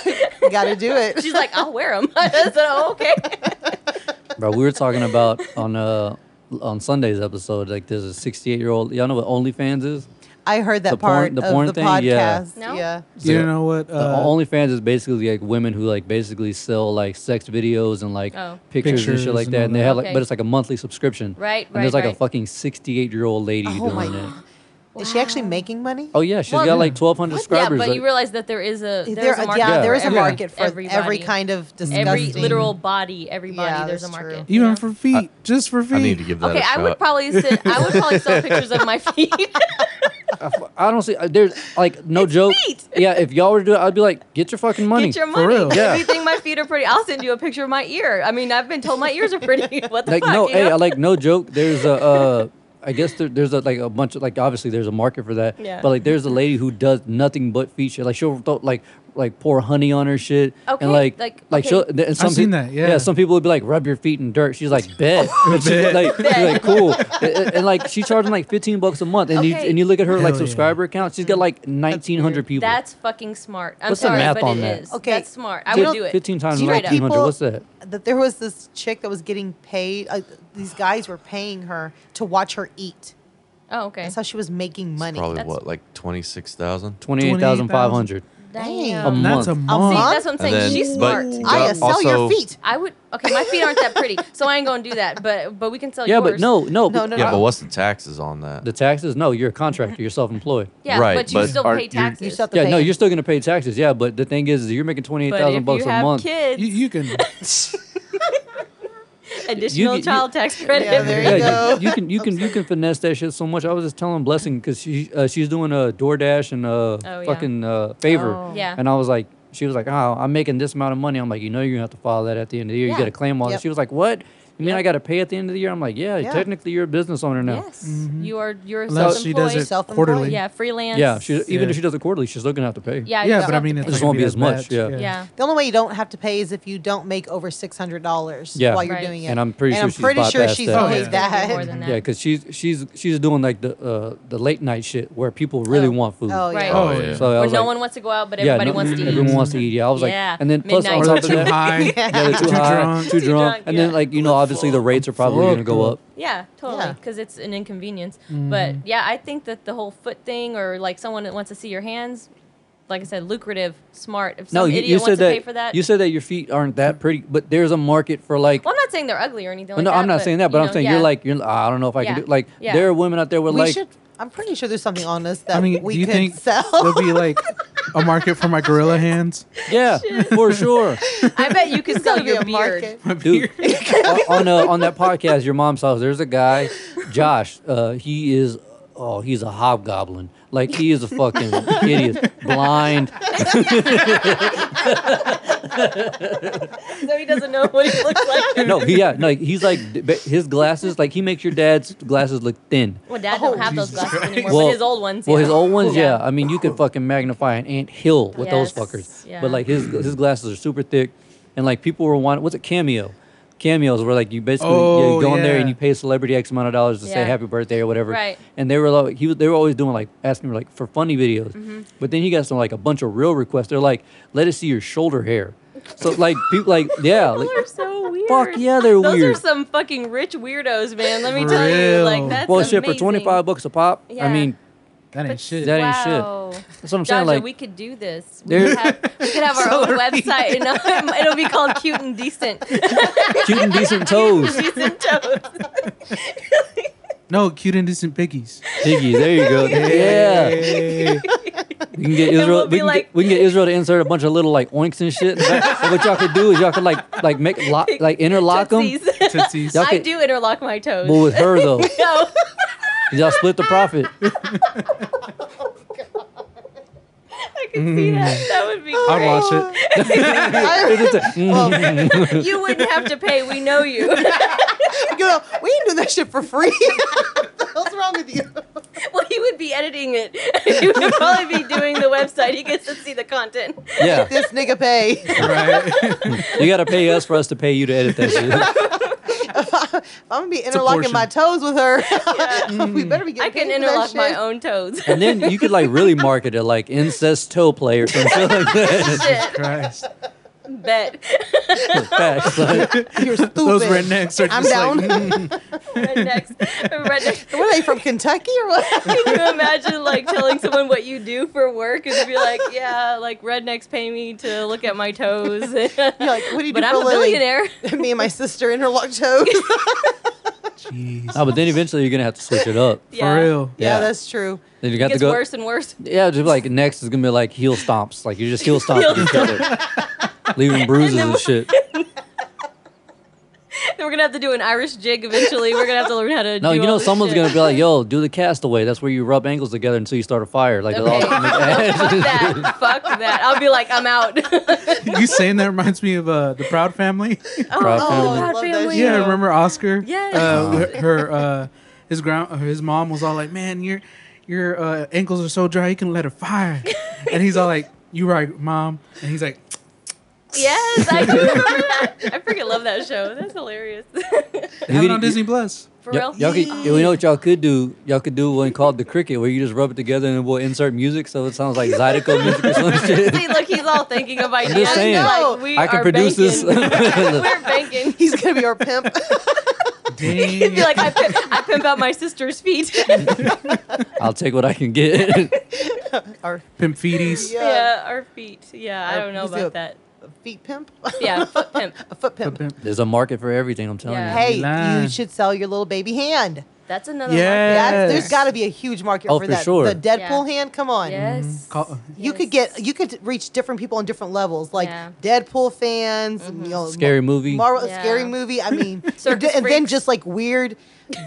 S8: Gotta do it.
S7: She's like, I'll wear them. (laughs) I said, oh, okay.
S6: (laughs) Bro, we were talking about on uh on Sunday's episode. Like, there's a 68 year old. Y'all know what OnlyFans is?
S8: I heard that
S6: The porn-
S8: part
S6: the
S8: of
S6: porn
S8: the
S6: thing? Yeah.
S8: podcast.
S7: No?
S8: yeah.
S10: You
S6: So-
S10: know what?
S6: Uh,
S10: Uh,
S6: OnlyFans is basically like women who like basically sell like sex videos and like
S7: Oh.
S6: pictures, and shit
S10: Pictures
S6: like
S10: and
S6: that,
S10: all
S6: and they
S10: that.
S6: have like,
S7: Okay.
S6: but it's like a monthly subscription.
S7: Right,
S6: And there's like
S7: right,
S6: a
S7: right.
S6: fucking 68 year old lady
S8: Oh my
S6: doing it.
S8: Is she actually making money?
S6: Oh yeah, she's
S7: Well,
S6: got like 1,200
S7: Yeah,
S6: subscribers.
S7: but
S6: like-
S7: you realize that there is a
S8: there,
S7: there's a
S8: yeah,
S7: market.
S8: there
S7: for
S8: is a
S7: every-
S8: market for every
S7: everybody.
S8: kind of disgusting.
S7: Every literal body, everybody,
S8: Yeah,
S7: there's a
S8: that's true.
S7: market. you
S10: even
S7: know?
S10: for feet, just for feet.
S4: I need to give that
S7: Okay,
S4: a
S7: I
S6: (laughs)
S8: (laughs)
S4: shot.
S7: would probably sit, I would probably sell pictures of my feet.
S6: I, fu- I don't see. I- There's like no joke.
S7: (laughs)
S6: Yeah, if y'all were to do it, I'd be like, get your fucking money.
S7: Get your money.
S6: Yeah.
S7: If you think my feet are pretty, I'll send you a picture of my ear. I mean, I've been told my ears are pretty. (laughs) What
S6: (laughs)
S7: the
S6: like
S7: fuck?
S6: no,
S7: you
S6: hey,
S7: know?
S6: I like
S7: (laughs)
S6: no joke. There's a, uh, I guess there, there's a like a bunch of like obviously there's a market for that.
S7: Yeah.
S6: But like there's a lady who does nothing but feet shit. Like she'll throw, like like pour honey on her shit.
S7: Okay,
S6: And like
S7: like,
S6: like
S7: okay.
S6: she'll and some
S10: I've seen
S6: peop-
S10: that, yeah.
S6: Some people would be like rub your feet in dirt. She's like
S7: (laughs)
S6: bet. And she's
S10: Bet.
S6: like, she's like cool. And, and- and, like she charging like 15 bucks a month. And you
S7: Okay.
S6: and you look at her like
S10: Hell yeah.
S6: subscriber account. She's got like 1900 people.
S7: That's fucking smart. I'm
S6: What's the
S7: sorry,
S6: math
S7: but
S6: on
S7: it
S6: that?
S7: is.
S8: Okay.
S7: That's smart. I
S8: Do you
S7: would
S8: know-
S7: do it.
S6: 15 times
S8: Do you know
S6: 1900.
S8: people-
S6: What's that?
S8: that there was this chick that was getting paid. Uh, these guys were paying her to watch her eat.
S7: Oh, okay.
S8: That's how she was making money.
S4: Probably
S7: That's-
S4: what, like 26,000?
S6: 28,500.
S8: Dang.
S6: A month.
S10: That's a month.
S7: See, that's what I'm saying.
S4: And then-
S7: She's
S4: but-
S7: smart.
S8: I uh,
S4: but
S8: sell your
S4: also-
S8: feet.
S7: I would. Okay, my feet aren't that pretty, so I ain't gonna do that. But but we can sell
S6: oh, Yeah,
S7: yours.
S6: but no, no.
S8: No, no,
S4: Yeah,
S8: no.
S4: but what's the taxes on that?
S6: The taxes? No, you're a contractor. You're self-employed.
S7: Yeah,
S4: Right,
S7: but you
S4: but
S7: still
S4: are-
S7: pay
S4: you-
S7: taxes.
S8: You still have to
S6: Yeah,
S8: pay
S6: no,
S8: him.
S6: you're still gonna pay taxes. Yeah, but the thing is, is you're making twenty eight
S7: but if
S6: thousand bucks
S7: you
S6: a
S7: have
S6: month.
S7: kids,
S10: You,
S8: (laughs)
S10: you can.
S7: additional
S6: you-
S7: child tax credit.
S8: Yeah, there you
S6: Yeah,
S8: go.
S6: you, you can you can you
S7: (laughs)
S6: can finesse that shit so much. I was just telling Blessing because she uh, she's doing a DoorDash and a
S7: Oh, yeah.
S6: fucking uh, favor.
S5: Oh.
S7: Yeah.
S6: And I was like, she was like, oh, I'm making this amount of money. I'm like, you know, you're gonna have to file that at the end of the year.
S7: Yeah.
S6: You got to claim all
S8: Yep.
S6: that. She was like, what? You mean I got to pay at the end of the year? I'm like, yeah,
S8: Yeah.
S6: technically you're a business owner now.
S7: Yes,
S6: Mm-hmm.
S7: you are. You're
S10: Unless she does
S7: self-employed.
S10: it
S8: Self-employed.
S10: quarterly.
S7: Yeah, freelance.
S6: Yeah, she, even
S10: Yeah.
S6: if she does it quarterly, she's still gonna have to pay.
S7: Yeah, you
S10: Yeah,
S7: still
S10: but I
S7: have to
S10: mean, it's
S6: It
S7: pay.
S10: not
S6: just
S10: gonna
S6: won't be as much,
S10: much.
S6: yeah.
S7: yeah.
S8: The only way you don't have to pay is if you don't make over six hundred dollars
S6: Yeah.
S8: while you're
S7: Right.
S8: doing it.
S6: And I'm pretty sure she's
S8: pretty sure
S6: bypassed
S8: she's
S6: that. Oh,
S8: paid
S10: yeah.
S8: that.
S7: More than that.
S6: Yeah, because she's she's she's doing like the uh, the late night shit where people really
S7: Oh.
S6: want food.
S8: Oh yeah.
S7: Right.
S4: Oh,
S10: Oh,
S4: yeah.
S6: So I
S7: Where
S6: was
S7: no
S6: like-
S7: one wants to go out, but everybody
S6: no-
S7: wants to eat.
S6: Everyone wants to eat. Yeah, I was
S7: Yeah.
S6: like, and then plus
S7: Midnight
S6: on
S10: Or
S6: top
S10: they're
S6: of
S10: too
S6: that,
S8: (laughs)
S10: high.
S6: yeah,
S7: (laughs)
S6: they're too,
S10: Too
S6: high,
S10: drunk.
S6: too
S7: Too
S6: drunk,
S7: drunk,
S6: and then
S7: yeah.
S6: like you know, obviously the rates are probably
S10: Fuck,
S6: gonna go
S10: dude.
S6: up.
S7: Yeah, totally.
S8: Yeah.
S7: Because it's an inconvenience.
S6: Mm-hmm.
S7: But yeah, I think that the whole foot thing, or like someone that wants to see your hands, like I said, lucrative, smart. If some
S6: No, you,
S7: idiot
S6: you
S7: wants to
S6: said
S7: pay
S6: that,
S7: for that, Hmm.
S6: you said that your feet aren't that pretty, but there's a market for like.
S7: well, I'm not saying they're ugly or anything.
S6: Well,
S7: like
S6: no,
S7: that,
S6: I'm not saying that, but
S7: you
S6: I'm
S7: know,
S6: saying
S7: yeah.
S6: you're like you're. ah, I don't know if I
S7: Yeah.
S6: can do. Like
S7: Yeah.
S6: there are women out there with
S8: We
S6: like.
S8: should. I'm pretty sure there's something on us that
S10: I mean,
S8: we
S10: do you
S8: could
S10: think
S8: sell.
S10: there'll
S8: (laughs)
S10: be like a market for my gorilla hands?
S7: (laughs)
S6: Yeah, for sure,
S7: I
S6: (laughs)
S7: bet you could sell
S8: There'll be
S7: your
S8: a
S7: beard.
S8: market.
S6: dude. (laughs) on on, uh, on that podcast, your mom's house, there's a guy, Josh. Uh, he is. Oh, he's a hobgoblin. Like he is a fucking idiot, blind.
S7: So he doesn't know what he looks like.
S6: no, he- yeah, no, he's like d- ba- his glasses. Like he makes your dad's glasses look thin.
S7: Well, Dad don't have those glasses anymore.
S6: Well-
S7: but his old ones.
S6: Well,
S7: yeah.
S6: his old ones, yeah. I mean, you could fucking magnify an ant hill with those
S7: Yes,
S6: fuckers.
S7: yeah.
S6: But like his his glasses are super thick, and like people were wanting what's it cameo. Cameos where like you basically yeah,
S10: Oh,
S6: you go in there and
S10: yeah.
S6: you pay a celebrity X amount of dollars to say
S7: Yeah.
S6: happy birthday or whatever,
S7: Right.
S6: And they were like, he was, they were always doing like asking like for funny videos,
S7: Mm-hmm.
S6: but then he got some like a bunch of real requests. They're like, let us see your shoulder hair. So like people
S7: (laughs)
S6: like yeah, like,
S7: People are so weird.
S6: Fuck yeah, they're
S7: Those
S6: weird.
S7: are some fucking rich weirdos, man. Let me
S10: For
S7: tell you,
S10: real.
S7: like that's
S6: well
S7: amazing.
S6: shit for twenty five bucks a pop. I
S7: Yeah.
S6: mean
S10: That ain't shit.
S6: that ain't shit.
S7: wow. shit.
S6: that's what I'm
S7: Jaja,
S6: saying. Like
S7: we could do this. We
S6: There-
S7: could, have, we could have our own website, and um, (laughs) it'll be called Cute
S6: (laughs)
S7: and Decent.
S6: cute and decent toes.
S7: Decent toes.
S10: no, cute and decent piggies.
S6: Piggy, there you
S7: (laughs)
S6: go. Yeah.
S10: Hey.
S6: We can get
S7: And
S6: Israel
S7: we'll
S6: we
S7: be
S6: can,
S7: like-
S6: get, we can get Israel to insert a bunch of little like oinks and shit. And what y'all could do is y'all could like like make lock like interlock them.
S7: Tootsies.
S10: Tootsies.
S6: Y'all
S7: I
S6: could,
S7: do interlock my toes.
S6: but with her though.
S7: (laughs) no,
S6: Y'all split the
S7: (laughs)
S6: profit.
S7: I can see that. That would be
S10: I'd
S7: great.
S10: watch it.
S7: Oh,
S6: Mm-hmm.
S7: You wouldn't have to pay. We know you.
S8: you know, we ain't doing that shit
S7: (laughs)
S8: for free. what the hell's wrong with you?
S7: well, he would be editing it. (laughs) He would probably be doing the website. He gets to see the content.
S6: Yeah.
S8: This nigga pay.
S10: (laughs) Right. (laughs)
S6: You gotta pay us for us to pay you to edit that shit.
S8: I'm gonna be interlocking my toes
S7: (laughs)
S8: with her. (laughs) we better be
S7: I can
S8: getting. paid for that
S7: interlock my
S8: shit.
S7: own toes.
S6: And then you could like really market it like incest toe play or something (laughs) like that.
S7: (laughs) Shit,
S10: Christ.
S7: bet. (laughs)
S6: Facts, like,
S8: You're stupid.
S10: Those rednecks are
S8: I'm
S10: just
S8: down.
S10: like, mm,
S7: Rednecks. Rednecks.
S8: Were they from Kentucky
S7: (laughs)
S8: or what?
S7: Can you imagine like telling someone what you do for work and be like, yeah, like rednecks pay me to look at my toes. (laughs)
S8: You're like, what do you
S7: but
S8: do
S7: I'm
S8: for
S7: a
S8: living?
S7: billionaire.
S8: (laughs) Me and my sister interlock toes. yeah.
S10: jeez.
S6: no, but then eventually you're gonna have to switch it up.
S7: (laughs) Yeah.
S10: For real.
S8: that's true.
S6: Then you
S7: It
S6: got to
S7: gets
S6: go.
S7: worse and worse. (laughs)
S6: Yeah, just like next is gonna be like heel stomps. Like you're just heel
S7: (laughs)
S6: stomping each other, leaving bruises and shit.
S7: Then we're gonna have to do an Irish jig eventually. We're gonna have to learn how to.
S6: No,
S7: do
S6: you
S7: all
S6: know
S7: this
S6: someone's
S7: shit.
S6: gonna be like, "Yo, do the castaway." That's where you rub ankles together until you start a fire. Like,
S7: Okay.
S6: all,
S7: (laughs)
S6: (laughs)
S7: (laughs) fuck that, fuck that. I'll be like, I'm out.
S10: you saying that reminds me of uh, the Proud Family. (laughs)
S6: Proud oh, Family.
S7: Proud Family.
S10: Yeah, remember Oscar?
S7: Yes.
S10: Uh, her, her, uh, his ground, uh, his mom was all like, "Man, your your uh, ankles are so dry, you can let her fire." and he's all like, "You right, mom?" And he's like,
S7: Yes, I do remember that. (laughs) I freaking love that show. That's hilarious. (laughs)
S10: "Have it on Disney Plus."
S7: For
S6: Y-
S7: real.
S6: y'all could, you know what y'all could do? Y'all could do one called the cricket, where you just rub it together and we'll insert music, so it sounds like Zydeco music or some shit.
S7: (laughs) See, look, he's all thinking of ideas.
S6: just saying.
S7: Like, we
S6: I can
S7: are
S6: produce this.
S7: banking.
S6: (laughs)
S7: We're banking. (laughs)
S8: He's gonna be our pimp. (laughs)
S7: He'd be like, I pimp, I pimp out my sister's feet. (laughs)
S6: I'll take what I can get. (laughs)
S8: our (laughs)
S10: Pimp feeties.
S7: yeah, our feet. Yeah, I
S8: Our-
S7: don't know
S8: he's
S7: about
S8: a-
S7: that.
S8: feet pimp. (laughs)
S7: Yeah, foot pimp.
S8: a foot
S10: Pimp,
S8: pimp.
S10: pimp.
S6: There's a market for everything. I'm telling
S7: Yeah.
S6: you.
S8: Hey,
S10: Nah.
S8: you should sell your little baby hand.
S7: That's another market.
S10: Yeah.
S8: That's,
S10: Yes.
S8: there's got to be a huge market
S6: Oh,
S8: for
S6: for
S8: that.
S6: sure.
S8: The Deadpool hand. Come on.
S7: Yes. (laughs)
S10: Call,
S8: You could
S7: Yes.
S8: get you could reach different people on different levels, like
S7: Yeah. Mm-hmm.
S8: Deadpool fans, you know,
S6: Scary movie.
S8: Marvel,
S7: Yeah.
S8: scary movie.
S7: (laughs)
S8: I mean, and
S7: Circus
S8: then
S7: freaks.
S8: just like weird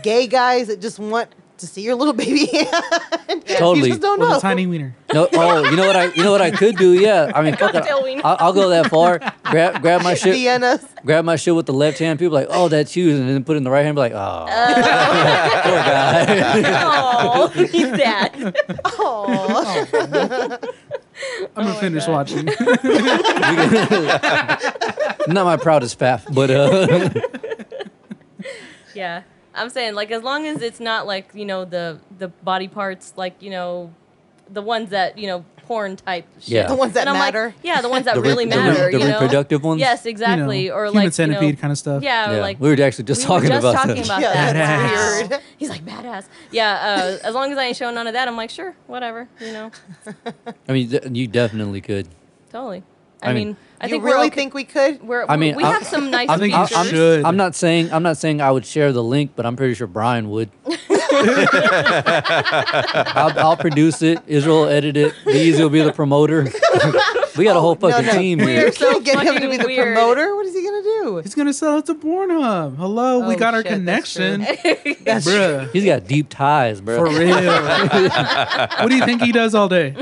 S8: gay guys that just want to see your little baby (laughs) hand. You
S6: Totally.
S8: just don't
S10: with
S8: know. (laughs)
S10: a tiny wiener.
S6: No, oh, you know what I, you know what I could do? Yeah, I mean, fuck it.
S7: Cocktail wiener. (laughs)
S6: I'll, I'll go that far. Grab, grab my shit,
S8: Vienna's.
S6: grab my shit with the left hand. People like, oh, that's you, and then put it in the right hand. Be like, oh,
S7: Uh.
S6: (laughs) poor guy.
S7: Oh, he's
S6: (laughs)
S7: sad.
S8: Aw.
S10: I'm gonna finish
S7: God.
S10: watching. (laughs)
S6: (laughs) Not my proudest pap, but uh,
S7: Yeah. I'm saying like as long as it's not like, you know, the the body parts like, you know, the ones that, you know, porn type shit.
S6: Yeah. The
S8: ones that
S7: And I'm like,
S8: matter.
S7: yeah, the ones
S6: (laughs) (laughs)
S7: that
S6: The re-
S7: really
S6: the re-
S7: matter,
S6: the
S7: you know.
S6: reproductive ones?
S7: Yes,
S10: You know,
S7: exactly. or
S10: human
S7: like
S10: centipede
S7: you know,
S10: kind of stuff.
S7: Yeah, or
S6: Yeah,
S7: like
S6: we were actually just
S7: we
S6: talking
S7: just
S6: about
S7: talking
S6: that.
S7: about
S8: Yeah,
S7: that.
S10: that's (laughs)
S7: Wow.
S8: weird.
S7: He's like badass. Yeah, uh, as long as I ain't showing none of that, I'm like, sure, whatever, you know.
S6: I mean, th- you definitely could.
S7: Totally. I,
S6: I mean-
S7: mean, I
S8: you
S7: think
S8: really
S7: we're okay.
S8: think we could?
S7: we're,
S6: I mean,
S7: we
S6: I-
S7: have some nice
S10: I think you
S7: features.
S6: I'm,
S10: should.
S6: I'm not saying I'm not saying I would share the link, but I'm pretty sure Brian would.
S7: (laughs)
S6: (laughs) I'll, I'll produce it. Israel will edit it. These will be the promoter. (laughs) we got a whole fucking
S8: no, no.
S6: team
S8: We're
S6: here.
S7: so
S8: gonna (laughs) get him to be
S7: fucking
S8: the
S7: weird.
S8: promoter. What is he gonna do?
S10: He's gonna sell it to Pornhub. Hello, we
S8: Oh,
S10: got our
S8: shit, that's true.
S10: connection, bruh.
S6: He's got deep ties, bro.
S10: For real. what do you think he does all day?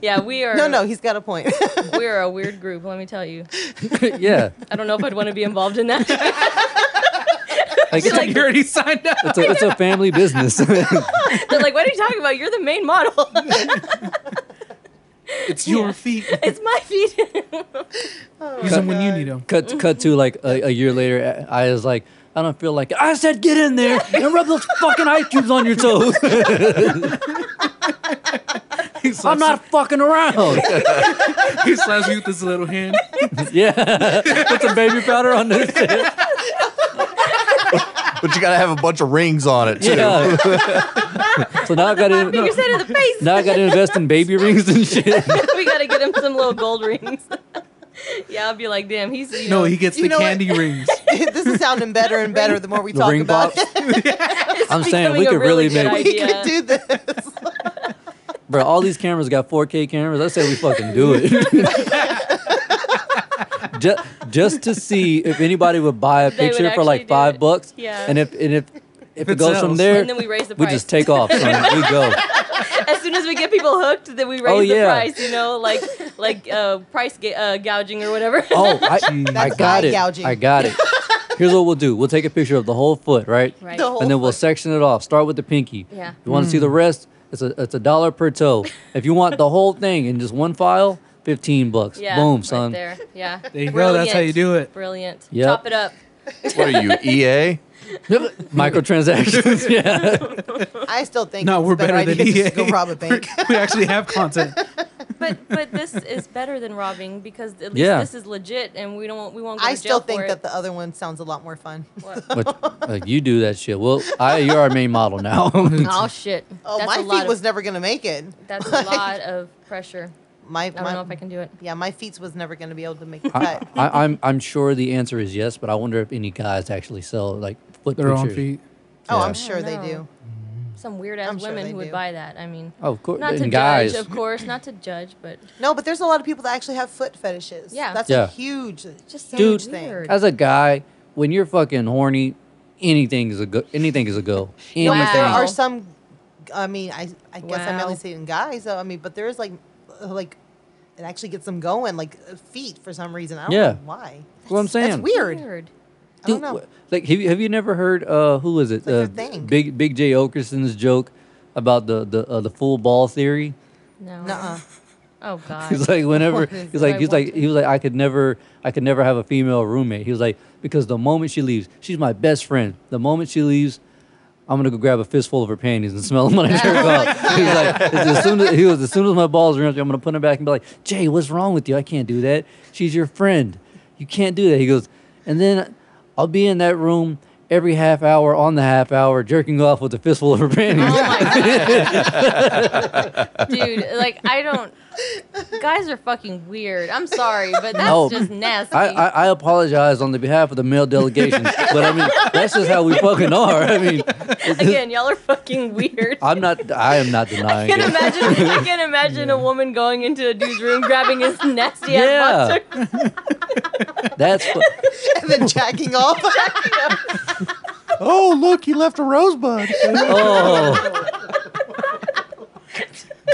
S7: yeah, we are
S8: No, no, he's got a point. (laughs)
S7: we are a weird group, let me tell you.
S6: (laughs)
S7: (laughs)
S6: yeah,
S7: I don't know if I'd want to be involved in that. (laughs)
S6: like it's,
S10: Like (laughs) you
S6: a,
S10: already signed up.
S6: it's, a, it's a family business.
S7: (laughs) They're like, what are you talking about? You're the main model.
S10: It's your (laughs) feet.
S7: it's my (laughs) feet.
S10: Use them when you need them.
S6: cut cut to like a, a year later. I I was like, I don't feel like it. I said, get in there and rub those fucking ice cubes on your toes. I'm not fucking around.
S10: (laughs) He slaps you with his little hand.
S6: Yeah, put some baby powder on this.
S9: But you gotta have a bunch of rings on it too.
S6: Yeah. so now I got
S7: Five fingers
S6: to
S7: out of the face.
S6: now I got to invest in baby rings and shit.
S7: (laughs) we gotta get him some little gold rings. (laughs) yeah, I'll be like, damn, he's you
S10: (laughs) No,
S7: know,
S10: he gets
S8: You
S10: the
S8: know what?
S10: candy
S8: (laughs)
S10: rings.
S8: this is sounding better and better the more we
S6: The
S8: talk
S6: ring
S8: about
S6: box.
S8: it. (laughs)
S6: I'm saying
S7: becoming
S6: we
S7: a
S6: could really,
S7: really good
S6: make,
S7: idea.
S8: we could
S6: (laughs)
S8: do this.
S6: bro. All these cameras got 4K cameras. I say we fucking do
S8: (laughs)
S6: it. (laughs) just, just to see if anybody would buy a
S7: They would
S6: picture for
S7: actually
S6: like
S7: do
S6: five
S7: it.
S6: bucks.
S7: Yeah.
S6: And if and if if it
S10: it
S6: goes
S10: sells.
S6: from there,
S7: and then we raise the
S6: we
S7: price.
S6: just take off. Son. We
S7: (laughs)
S6: go.
S7: as soon as we get people hooked, then we raise
S6: Oh, yeah.
S7: the price, you know, like like uh, price ga- uh, gouging
S6: (laughs)
S7: or whatever.
S6: Oh, I,
S10: Jeez.
S6: I
S10: That's
S6: got
S8: eye
S6: it.
S8: gouging.
S6: I got it. Here's what we'll do. We'll take a picture of the whole foot, right?
S7: (laughs) Right.
S8: The whole
S6: and then we'll
S8: foot. Mm.
S6: section it off. Start with the pinky.
S7: Yeah.
S6: You want to see the rest? It's a it's a dollar per toe. If you want the whole thing in just one file, fifteen bucks.
S7: yeah,
S6: Boom,
S7: right
S6: son.
S7: there. Yeah,
S10: There you go. That's how you do it.
S7: Brilliant.
S6: Yep.
S7: Chop it up.
S6: (laughs)
S4: What are you,
S9: E
S4: EA?
S6: Microtransactions. (laughs) yeah.
S8: I still think
S10: No,
S8: it's
S10: we're
S8: a better,
S10: better than E
S8: idea
S10: EA.
S8: just to go rob a bank.
S10: (laughs) we actually
S8: (laughs)
S10: have content.
S7: But but
S6: (laughs)
S7: this is better than robbing because at least
S6: Yeah.
S7: this is legit, and we don't we won't. Go to
S8: I
S7: jail
S8: still think
S7: for
S8: that
S7: it.
S8: the other one sounds a lot more fun. (laughs)
S7: What?
S6: But uh, you do that shit. Well, I you're our main model now. (laughs)
S7: Oh shit!
S8: Oh,
S7: that's
S8: my
S7: a lot
S8: feet
S7: of,
S8: was never gonna make it.
S7: That's
S8: (laughs)
S7: a lot of pressure.
S8: My,
S7: I don't know if I can do it.
S8: Yeah, my feet was never gonna be able to make the
S6: I,
S8: cut.
S6: I, I'm I'm sure the answer is yes, but I wonder if any guys actually sell like foot
S10: Their own
S6: pictures.
S10: feet.
S8: Oh,
S6: Yeah.
S8: I'm sure they
S7: no.
S8: do.
S7: some weird ass
S8: I'm sure
S7: women
S8: they
S7: who would
S8: do.
S7: buy that. I mean,
S6: Oh, of cour-
S7: not to
S6: and guys.
S7: judge, of course, not to judge, but
S8: No, but there's a lot of people that actually have foot fetishes.
S7: Yeah.
S8: that's
S6: Yeah.
S8: a huge,
S7: Just so
S8: huge
S7: weird.
S8: thing.
S7: Weird.
S6: As a guy, when you're fucking horny, anything is a go. Anything is a go.
S8: No,
S6: Anything.
S8: but there
S7: Wow.
S8: are some. I mean, I I guess I'm
S7: Wow.
S8: only seeing guys. Though. I mean, but there is like, uh, like, it actually gets them going. Like uh, feet for some reason. I don't
S6: Yeah.
S8: know why.
S6: That's what I'm saying.
S8: That's weird. I don't
S6: Dude,
S8: know.
S6: wh- Like, have you, have you never heard? Uh, who was it?
S8: It's like
S6: uh,
S8: a thing.
S6: Big Big J Okerson's joke about the the uh, the full ball theory.
S7: No.
S8: Nuh-uh.
S6: (laughs)
S7: Oh God.
S6: He's like
S7: (laughs)
S6: whenever
S7: What is
S6: he's like
S7: I
S6: he's like
S7: want to-
S6: he was like I could never I could never have a female roommate. He was like because the moment she leaves, she's my best friend. The moment she leaves, I'm gonna go grab a fistful of her panties and smell them when I jerk
S7: (laughs)
S8: (laughs)
S6: off. He was like as soon as he was as soon as my balls are empty, I'm gonna put them back and be like Jay, what's wrong with you? I can't do that. She's your friend. You can't do that. He goes, and then I'll be in that room. Every half hour on the half hour, jerking off with a fistful of her panties.
S7: (laughs) Oh
S6: (laughs)
S7: my god, dude! Like I
S8: (laughs)
S7: don't. Guys are fucking weird. I'm sorry, but that's
S6: No.
S7: just nasty.
S6: I, I, I apologize on the behalf of the male delegation, but I mean that's just how we fucking are. I mean,
S7: (laughs) Again, y'all are fucking weird. I
S6: I'm not. I am not denying (laughs)
S7: can (laughs)
S6: it.
S7: imagine. I can imagine a woman going into a dude's room, grabbing his nasty
S6: Yeah.
S7: ass boxer.
S6: That's. fu-
S8: and then
S7: (laughs)
S8: jacking off.
S9: Oh, look, he left a
S10: (laughs)
S9: rosebud.
S6: Oh.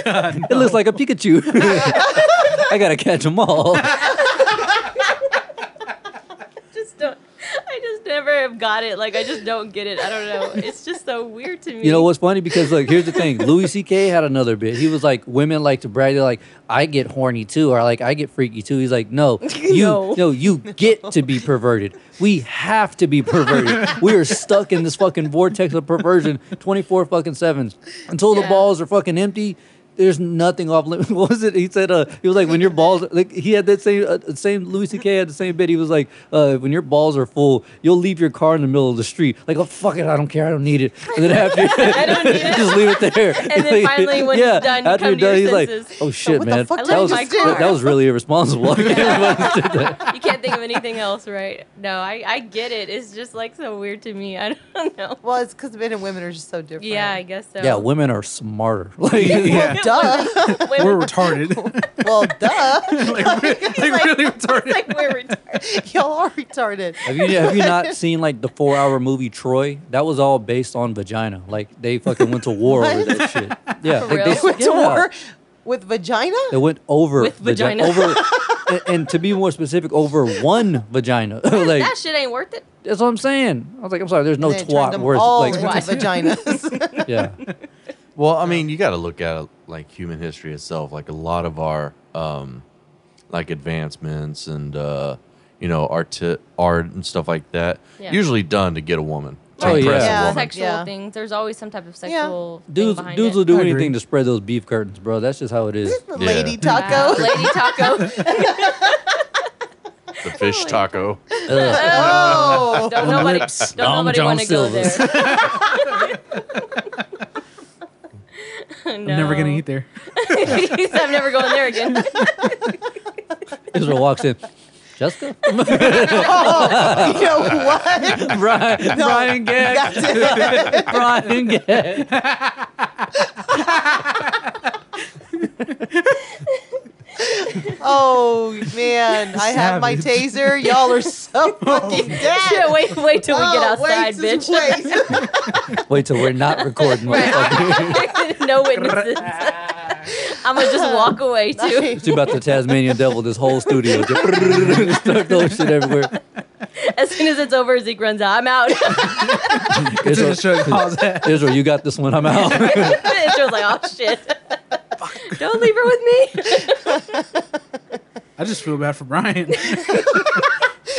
S6: It looks like a Pikachu. (laughs) I gotta catch them all.
S7: Just don't. I just never have got it. Like I just don't get it. I don't know. It's just so weird to me.
S6: You know what's funny? Because look, here's the
S7: (laughs)
S6: thing. Louis C.K. had another bit. He was like, women like to brag. They're like, I get horny too, or like, I get freaky too. He's like,
S7: (laughs)
S6: no, you, no,
S7: No.
S6: you get to be perverted. We have to be perverted. we are stuck in this fucking vortex of perversion, twenty four fucking sevens, until the
S7: Yeah.
S6: balls are fucking empty. There's nothing off limits. (laughs) What was it? He said, uh, he was like, when your balls, like, he had that same, uh, same, Louis C.K. had the same bit. He was like, uh, when your balls are full, you'll leave your car in the middle of the street. Like, oh, fuck it, I don't care, I don't need it. And then
S7: (laughs)
S6: after, (laughs) just leave it there.
S7: And
S6: (laughs)
S7: then finally, when it's done, you come to your senses.
S6: like, oh shit,
S8: what the
S6: man.
S8: fuck
S7: did
S6: That
S7: I
S6: was,
S7: just
S6: that,
S7: do?
S6: that was really irresponsible. (laughs) I can't believe
S7: (laughs)
S6: I did that.
S7: you can't think of anything else, right? No, I, I get it. It's just like so weird to me. I don't know.
S8: well, it's because men and women are just so different.
S7: Yeah, I guess so.
S6: yeah, women are smarter. (laughs) Like,
S10: Yeah.
S8: (laughs) Duh.
S7: Women-
S10: We're
S8: (laughs)
S10: retarded. (laughs)
S8: well, duh.
S10: like, we're, like, really retarded.
S7: it's (laughs) like we're retarded.
S8: Y'all are retarded.
S6: Have you have you not seen like the four hour movie Troy? That was all based on vagina. Like they fucking went to war over
S8: What?
S6: that shit. Yeah,
S7: For
S6: they,
S7: real?
S6: They,
S8: Went to
S6: yeah.
S8: war with vagina.
S6: They went over
S7: With
S6: vagi-
S7: vagina.
S6: over, and, and to be more specific, over one vagina. (laughs) (laughs) like
S7: that shit ain't worth it.
S6: that's what I'm saying. I was like, I'm sorry, there's no
S8: they turned
S6: twat
S8: them
S6: worth.
S8: all
S6: Like,
S8: into
S6: (laughs)
S8: vaginas. (laughs)
S6: yeah,
S4: Well, I mean, you got to look at it like human history itself. Like a lot of our, um, like advancements and uh, you know, art, art and stuff like that,
S7: Yeah.
S4: usually done to get a woman, to
S6: Oh, yeah.
S4: impress
S8: Yeah.
S4: a woman.
S7: Sexual
S8: Yeah.
S7: things. There's always some type of sexual thing
S6: dudes
S7: behind
S6: dudes
S7: it.
S6: will do
S10: I agree.
S6: anything to spread those beef curtains, bro. That's just how it
S8: (laughs)
S6: is.
S8: Lady
S4: Yeah.
S7: Wow,
S8: taco.
S7: Ah,
S6: (laughs)
S7: lady taco.
S4: The fish taco.
S7: (laughs)
S8: Oh.
S7: Don't nobody, don't
S6: Long
S7: nobody
S6: John
S7: want to go
S6: Silver's.
S7: (laughs) there.
S10: I'm never gonna
S8: (laughs)
S10: eat there.
S7: that. (laughs) I'm never going there again.
S6: (laughs) Israel walks in. Jessica,
S8: Oh, you know what?
S10: (laughs)
S6: Brian, Brian Gatt,
S8: That's it. (laughs)
S6: Brian
S10: (laughs)
S6: Gatt.
S8: Oh man, I have my
S10: Savage.
S8: taser. Y'all are so
S6: (laughs) Oh.
S8: fucking dead. (laughs)
S7: Yeah, wait, wait till we get
S8: Oh, wait,
S7: outside,
S8: just
S7: bitch. (laughs)
S8: (laughs) wait.
S6: Wait till we're not recording. motherfucker.
S7: no witnesses. I'm gonna just walk away too.
S6: It's about the Tasmanian devil. This whole studio just (laughs) stuck those shit everywhere.
S7: (laughs) As soon as it's over, Zeke runs out. I'm out. (laughs)
S10: To
S6: Israel,
S10: the show,
S8: (laughs)
S10: calls that.
S6: Israel, you got this one. I'm out. (laughs)
S7: and she was like, "Oh shit, don't leave her with me."
S10: I just feel bad
S8: (laughs)
S10: for Brian.
S8: (laughs)
S10: (laughs)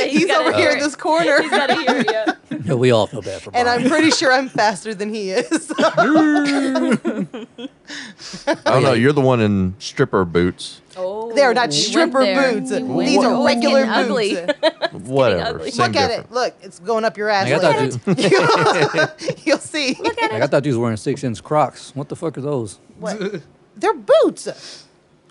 S8: He's
S7: gotta
S8: over
S7: hear
S8: here in
S7: it.
S8: this corner,
S7: He's gotta hear you.
S6: Yeah, we all feel bad for Brian.
S8: (laughs) and I'm pretty sure I'm faster than he is. (laughs)
S4: I don't know. You're the one in stripper boots.
S7: Oh,
S8: They're not
S7: we
S8: stripper
S7: went there.
S8: boots.
S7: We went
S8: These
S7: there.
S8: are
S7: Oh,
S8: regular
S7: fucking ugly.
S6: (laughs)
S8: boots.
S4: Whatever.
S7: ugly.
S4: Same
S8: Look at
S4: difference.
S8: it. Look, it's going up your ass.
S6: Like, I
S8: Look
S6: thought, you,
S8: at it. (laughs) You'll see.
S6: like, I thought you was wearing six inch Crocs. What the fuck are those?
S8: What? (laughs) They're boots.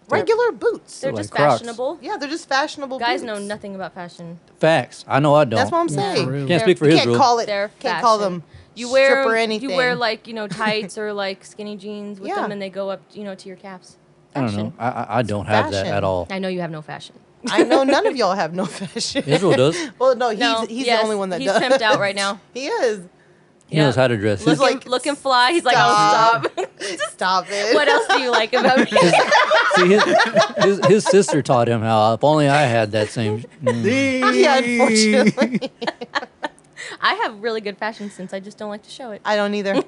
S8: Regular boots.
S7: They're
S6: Like
S7: just
S6: Crocs.
S7: fashionable.
S8: yeah, they're just fashionable.
S7: Guys
S8: boots.
S7: know nothing about fashion.
S6: Facts. I know I don't.
S8: That's what I'm
S7: Yeah.
S8: saying.
S10: For real.
S6: Can't speak for
S8: You can't
S6: Israel.
S8: call it.
S7: They're
S8: Can't call
S7: fashion.
S8: them
S7: You wear
S8: stripper
S7: you
S8: anything.
S7: wear like you know tights or like skinny jeans with
S8: Yeah.
S7: them, and they go up you know to your calves.
S6: I don't know. I- I, I don't have that at
S8: Fashion.
S6: all.
S7: I know you have no fashion.
S8: I know
S7: (laughs)
S8: none of y'all have no fashion.
S6: Israel does.
S8: (laughs) well, no, he's,
S7: No,
S8: he's
S7: yes,
S8: the only one that
S7: he's
S8: does.
S7: pimped out right now.
S8: (laughs) He is.
S6: He knows how to dress.
S8: He's
S6: His,
S8: like,
S7: Looking fly, he's like, oh stop.
S8: stop it.
S7: what else do you like about (laughs) me?
S6: see, his, his, his sister taught him how. If only I had that same. Mm.
S8: (laughs) Yeah, unfortunately.
S7: (laughs) I have really good fashion sense. I just don't like to show it.
S8: I don't either.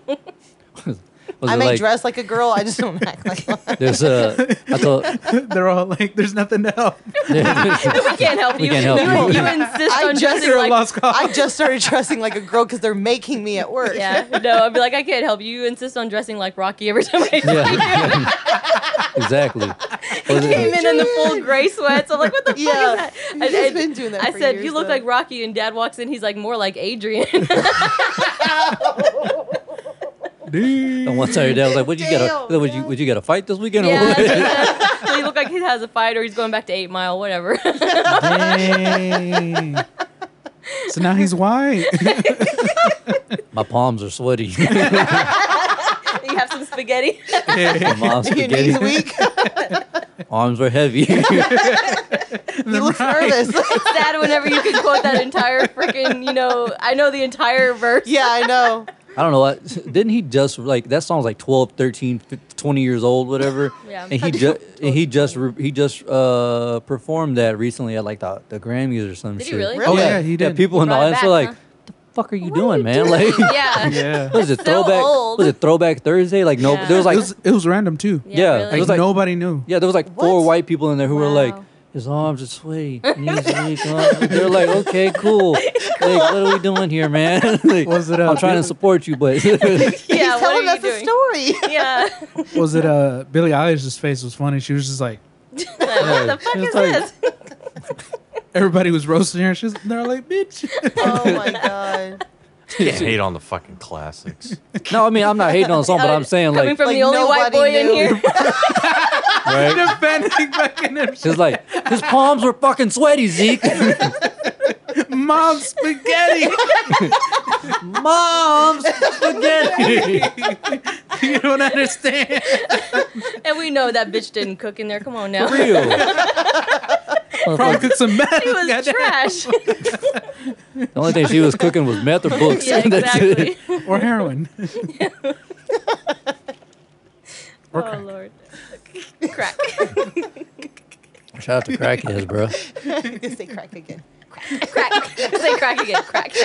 S6: Was
S8: I
S6: it
S8: may
S6: like,
S8: dress like a girl. I just don't act like one.
S6: There's a. I told. (laughs)
S10: (laughs) They're all like, there's nothing to help.
S6: there's a-
S7: (laughs) we can't help
S6: We
S7: you.
S6: can't help
S7: you.
S6: you.
S7: insist
S8: I
S7: on
S8: just-
S7: dressing
S10: You're a
S7: like.
S10: lost cause. (laughs)
S8: I just started dressing like a girl because they're making me at work.
S7: Yeah, no, I'd be like, I can't help you. You insist on dressing like Rocky every time (laughs) I
S6: yeah, yeah. (laughs) exactly. Was it-
S7: came in in the full gray sweats. I'm like, (laughs) what the
S8: (laughs) Yeah.
S7: fuck is that?
S8: He's
S7: I, I-
S8: been doing that
S7: I
S8: for
S7: said,
S8: years,
S7: you look
S8: though.
S7: like Rocky, and Dad walks in. He's like, more like Adrian. (laughs)
S6: (laughs) And one time your dad was like, "What you got?
S8: Damn,
S6: Would you would you get a fight this weekend?"
S7: yeah,
S6: Or what?
S7: so, so you look like he has a fight, or he's going back to Eight Mile, whatever. (laughs)
S10: Oh, Dang. So now
S7: (laughs)
S10: he's white.
S6: (laughs)
S10: (laughs)
S6: My palms are sweaty.
S7: you have some (laughs) spaghetti.
S6: My
S8: (laughs)
S6: mom's
S8: Your knees
S6: spaghetti.
S8: weak.
S6: Arms were
S7: (laughs)
S6: heavy. (laughs)
S8: he looks nervous. (laughs)
S7: it's sad whenever you can quote that entire freaking, you know, I know the entire verse.
S8: yeah, I know.
S6: I don't know what. Didn't he just like that song's like 12, 13, 15, 20 years old, whatever.
S7: (laughs) Yeah.
S6: And he just he just re- he just uh performed that recently at like the, the Grammys or some
S7: Did he
S6: shit.
S7: really?
S10: Oh,
S8: Really?
S10: yeah, he
S6: Yeah,
S10: did.
S6: people in the
S7: Brought it
S6: audience were like,
S7: back, huh?
S6: "The fuck are you doing, (laughs) man?" Like,
S7: (laughs)
S6: (laughs)
S7: Yeah.
S10: (laughs) Yeah.
S6: what is it?
S7: (laughs) So
S6: Throwback?
S7: old.
S6: Was it Throwback Thursday? Like no,
S7: Yeah.
S6: there was
S10: It
S6: like
S10: was, it was random too.
S6: yeah,
S7: really.
S6: it
S10: Like,
S6: was like
S10: nobody knew.
S6: yeah, there was like four
S8: What?
S6: white people in there who were like,
S7: Wow.
S6: his arms are sweaty, knees are weak. arms-" They're like,
S8: (laughs)
S6: okay, cool. Like, what are we doing here, man? (laughs) Like,
S10: Was it, uh,
S6: I'm trying to support you, but (laughs)
S7: Yeah,
S8: He's
S7: what are
S8: telling
S7: you
S8: us
S7: doing?
S8: a
S7: (laughs)
S8: story.
S7: Yeah.
S10: Was it uh Billie Eilish's face was funny? She was just like
S7: what the fuck
S10: She was
S7: is
S10: like-
S7: this?
S10: everybody was roasting her. She's they're like bitch. (laughs)
S8: oh (laughs) my god.
S4: Can't hate on the fucking
S6: (laughs)
S4: classics.
S6: no, I mean, I'm not hating on the song, but I'm saying
S7: Coming
S6: like,
S7: from
S8: Like,
S7: the only white
S8: nobody
S7: boy in
S8: knew.
S7: here.
S6: right?
S10: Defending fucking (laughs) him.
S6: It's like his palms are fucking sweaty, Zeke. (laughs)
S10: Mom
S7: (laughs)
S10: spaghetti.
S6: Mom's spaghetti.
S10: you don't (laughs) understand.
S7: (laughs) And we know that bitch didn't cook in there. Come on
S6: (laughs)
S7: now.
S6: For
S7: (laughs)
S6: real.
S10: Probably
S6: Motherfucker,
S10: cook some meth.
S7: It was
S6: (laughs)
S7: trash.
S6: The only thing she was cooking was meth or books. (laughs)
S7: yeah,
S6: That's it.
S7: exactly.
S10: (laughs) Or
S7: (laughs)
S10: heroin.
S7: oh lord. Crack.
S6: Shout out to crackheads, bro.
S8: Just say crack again.
S7: crack. Say crack again.
S6: (laughs)
S7: Crack. (laughs)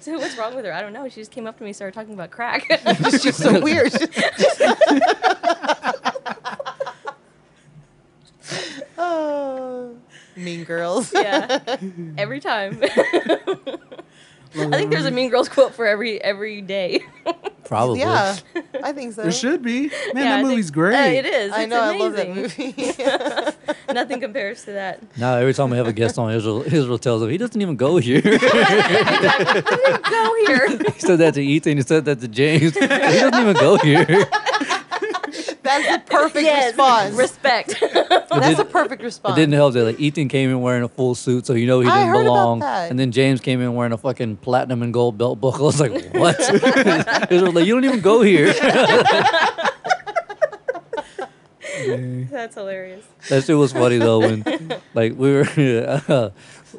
S7: so what's wrong with her? I don't know. She just came up to me and started talking
S6: (laughs)
S7: about crack.
S8: It's just so (laughs) weird. (laughs) oh, mean girls.
S7: yeah.
S10: (laughs)
S7: Every time. (laughs) I think there's a Mean Girls quote for every every day.
S6: Probably.
S8: Yeah, I think so.
S10: There should be. Man,
S7: Yeah, I
S10: that
S7: think-
S10: movie's great.
S7: Uh, it is.
S8: I
S7: It's
S8: know. I love that
S7: amazing.
S8: movie. (laughs)
S7: Nothing compares to that.
S6: No, every time we have a guest on, Israel, Israel tells him he doesn't even go here. (laughs)
S7: Go
S8: (laughs)
S7: here.
S6: he said that to Ethan. He said that to James. (laughs) he doesn't even go
S8: (laughs)
S6: here.
S8: That's the perfect response. (laughs)
S7: Respect.
S8: That's the
S6: didn't-
S8: perfect
S6: It
S8: response.
S6: didn't help that like Ethan came in wearing a full suit, so you know he
S8: I
S6: didn't
S8: heard about
S6: belong.
S8: that.
S6: And then James came in wearing a fucking platinum and gold belt buckle. (laughs) I was like, what? Israel's like, you don't even go here.
S7: That's hilarious.
S6: that shit was funny though when like we were (laughs) uh,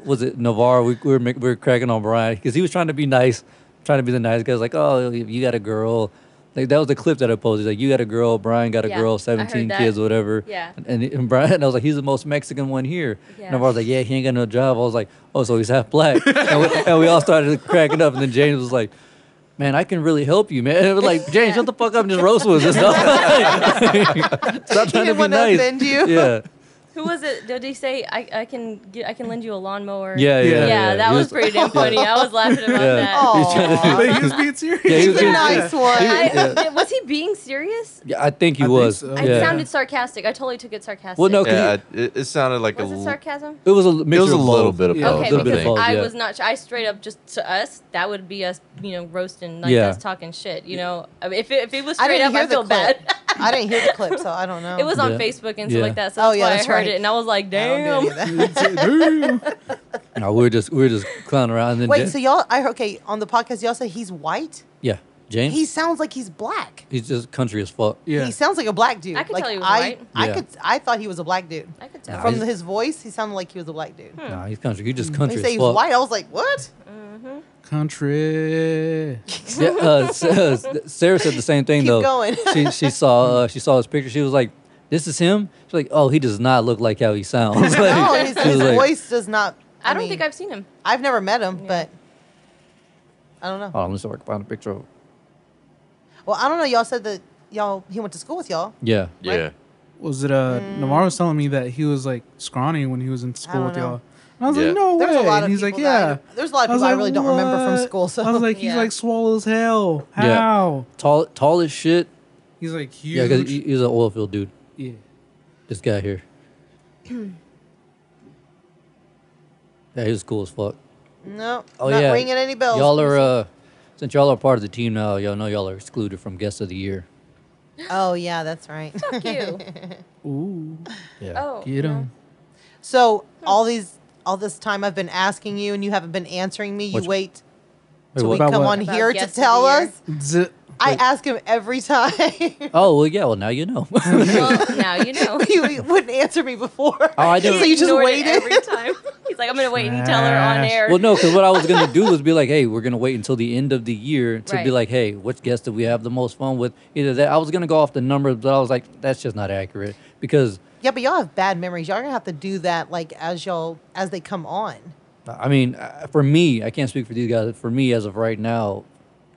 S6: was it Navarre? We, we were make, we were cracking on Brian because he was trying to be nice, trying to be the nice guy. He's like, oh, you got a girl. Like that was the clip that I posted. Like you got a girl, Brian got a
S7: Yeah, I
S6: girl,
S7: heard
S6: seventeen
S7: that.
S6: kids, whatever.
S7: Yeah.
S6: And, and Brian, and I was like, he's the most Mexican one here.
S7: Yeah.
S6: And Navarre's like, yeah, he ain't got no job. I was like, oh, so he's half black. (laughs) and, we, and we all started cracking up. And then James was like, man, I can really help you, man. (laughs) And it was like, James, shut the fuck up and just roast with us. (laughs) Stop trying to
S8: didn't
S6: be
S8: wanna
S6: nice.
S8: offend you.
S6: Yeah.
S7: Who was it? Did he say I, I can get, I can lend you a lawnmower?
S6: (laughs) Yeah, yeah,
S7: yeah.
S6: yeah, yeah.
S7: that
S6: He
S7: was,
S6: was-
S7: pretty damn funny. I was laughing about
S6: Yeah.
S7: that.
S8: Oh,
S6: Aw.
S8: Aw,
S10: But he was being
S6: (laughs)
S10: serious.
S6: Yeah, he was being
S8: nice one.
S7: I,
S6: Yeah.
S7: th- Was he being serious?
S6: Yeah, I think he
S10: I think
S6: was.
S10: so.
S7: I
S6: Yeah.
S7: sounded sarcastic. I totally took it sarcastic.
S6: Well, no, 'cause
S4: yeah, I- it, it sounded like
S7: was
S4: a
S7: it
S4: l-
S7: sarcasm?
S6: it was a
S4: it
S6: mixture
S4: was a
S6: of
S4: little
S6: both.
S4: bit of
S6: Yeah,
S4: both.
S7: okay,
S6: a little bit
S7: because
S6: of both.
S7: I
S6: yeah.
S7: was not. su- I straight up just to us that would be us, you know, roasting like
S6: Yeah.
S7: us talking shit. You know, I mean, if it, if it was
S8: I
S7: straight
S8: didn't
S7: up,
S8: hear
S7: I
S8: the
S7: feel
S8: clip.
S7: bad.
S8: I didn't hear the clip, so I don't know.
S7: (laughs) It was on
S6: Yeah.
S7: Facebook and stuff
S6: Yeah.
S7: like that, so
S8: Oh,
S7: that's
S8: yeah,
S7: why
S8: that's
S7: I heard
S8: right.
S7: it, and I was like,
S8: I don't do
S7: damn.
S8: any of that.
S10: Damn.
S6: No, we were just we were just clowning around. And then
S8: Wait,
S6: Ja-
S8: so y'all, I okay on the podcast. Y'all said he's white.
S6: yeah, James,
S8: He
S6: he's,
S8: sounds like he's black.
S6: just country as fuck.
S10: Yeah.
S8: He sounds like a black dude.
S7: I could
S8: like,
S7: tell he was
S8: I,
S7: white.
S8: I
S6: Yeah.
S8: could. I thought he was a black dude.
S7: (laughs) I could
S6: Nah,
S7: tell.
S8: From
S6: he's-
S8: his voice, he sounded like he was a black dude.
S6: No, he's country. You just
S8: When
S6: country
S8: you
S6: as
S8: say he was
S6: fuck.
S8: white, I was like, what?
S10: Country.
S6: Yeah, uh, (laughs) S- uh, S- Sarah said the same thing
S8: Keep
S6: though.
S8: going.
S6: she she saw uh, she saw his picture. She was like, "This is him." She's like, "Oh, he does not look like how he sounds." (laughs) (laughs) Like,
S8: No,
S6: she
S8: Oh, his,
S6: was
S8: his
S6: like,
S8: voice does not.
S7: I don't
S8: mean,
S7: think I've seen him.
S8: I've never met him, but I don't know.
S6: Hold on, let's Oh, see if I can find a picture. Of
S8: Well, I don't know. Y'all said that y'all he went to school with y'all.
S6: Yeah,
S4: Yeah.
S10: Was it uh Navarro was telling me that he was like scrawny when he was in school
S8: don't
S10: with
S8: know.
S10: y'all. And I was
S4: Yeah.
S10: like, no
S8: There's
S10: way.
S8: a lot of
S10: and he's
S8: people
S10: like,
S8: that I
S10: yeah.
S8: don't- there's a lot of
S10: I was
S8: people I
S10: like,
S8: really don't remember from
S10: "What?"
S8: school, so-
S10: I was like,
S7: Yeah.
S10: he's like swallow as hell.
S6: Yeah.
S10: How?
S6: tall tall as shit.
S10: He's like huge.
S6: Yeah, because he, he's an oil field dude.
S10: yeah.
S6: This guy (clears throat) here. yeah, he was cool as fuck.
S8: No,
S6: Oh
S8: not
S6: yeah,
S8: ringing any bells.
S6: Y'all are uh, since y'all are part of the team now. Y'all know y'all are excluded from guest of the year.
S8: Oh yeah, that's right. (laughs)
S7: Fuck you.
S10: Ooh.
S6: Yeah.
S7: Oh.
S10: Get him.
S8: so all these, all this time I've been asking you, and you haven't been answering me. You
S6: Which-
S8: wait
S6: Wait,
S8: till we
S6: what?
S10: About
S8: come
S10: what?
S8: on
S7: About
S8: here to
S7: guest of the
S8: tell
S7: year.
S8: us.
S10: Z-
S8: I ask him every (laughs) time.
S6: Oh well, yeah. Well, now you know. (laughs)
S7: Well, now you know.
S8: you wouldn't answer me before.
S6: Oh, I
S8: So
S6: didn't-
S8: you just
S7: Ignored it
S8: waited.
S7: every time. He's like, I'm gonna wait and tell her on
S10: Trash.
S7: air.
S6: well, no, because what I was gonna
S8: (laughs)
S6: do was be like, hey, we're gonna wait until the end of the year to
S7: Right.
S6: be like, hey, which guest did we have the most fun with? Either that, I was gonna go off the number, but I was like, that's just not accurate because
S8: Yeah, but y'all have bad memories. Y'all gonna have to do that like as y'all as they come on.
S6: I mean, uh, for me, I can't speak for these guys. For me, as of right now,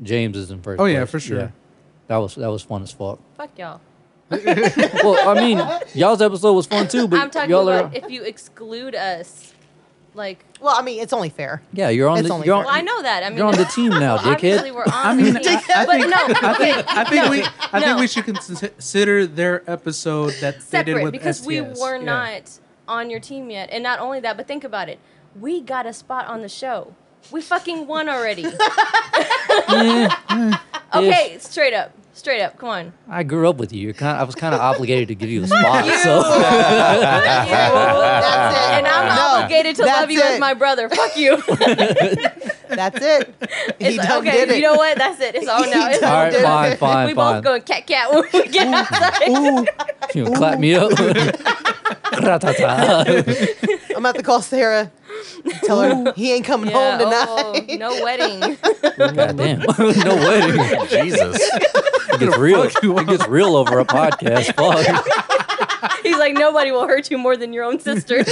S6: James is in first.
S10: Oh, yeah,
S6: place.
S10: for sure.
S6: That was that was fun as fuck.
S7: Fuck y'all.
S6: well, I mean, y'all's episode was fun too, but
S7: I'm talking
S6: y'all
S7: about
S6: are
S7: if you exclude us, like.
S8: Well, I mean, it's only fair.
S6: yeah, you're on
S8: It's
S6: the
S8: only
S6: you're on,
S8: fair.
S7: Well, I know that. I mean,
S6: you're
S7: (laughs)
S6: on the team now,
S7: Obviously,
S6: dickhead.
S7: we're on. (laughs)
S10: I mean,
S7: the
S10: I,
S7: team.
S10: I
S7: Um, but
S10: think,
S7: no,
S10: I think,
S7: okay,
S10: I think
S7: no,
S10: we, I think
S7: no.
S10: we should consider their episode that they did
S7: separate
S10: with
S7: because we
S10: STS.
S7: were
S10: Yeah.
S7: not on your team yet. And not only that, but think about it. We got a spot on the show. We fucking won
S8: (laughs)
S7: already.
S6: Eh.
S7: okay, straight up. Straight up. Come
S8: (laughs)
S7: on.
S6: I grew up with you. You're kind. I was kind of obligated to give you a spot. So (laughs)
S4: (laughs)
S8: That's it.
S7: And I'm
S8: No,
S7: obligated to
S8: that's
S7: love you as
S8: it.
S7: my brother. Fuck you.
S8: (laughs)
S7: (laughs)
S8: That's it.
S7: It's
S8: he
S7: like,
S8: done
S7: okay,
S8: did it.
S7: you know what? That's it. It's all
S8: (laughs) He
S7: now. It's
S8: done
S6: all right,
S8: did it.
S6: fine, fine,
S7: we
S6: fine.
S7: both going cat cat when we get outside.
S10: Ooh,
S6: you know, clap
S7: (laughs)
S6: me up. Ra-ta-ta.
S8: I'm about to call Sarah. and Tell
S7: (laughs)
S8: her he ain't coming
S7: Yeah,
S8: home tonight.
S7: oh, no wedding.
S6: Goddamn. (laughs) no way. (laughs)
S4: Jesus.
S6: It gets real. It gets real over a podcast. Fuck.
S7: He's like, nobody will hurt you more than your own
S8: (laughs)
S7: sister.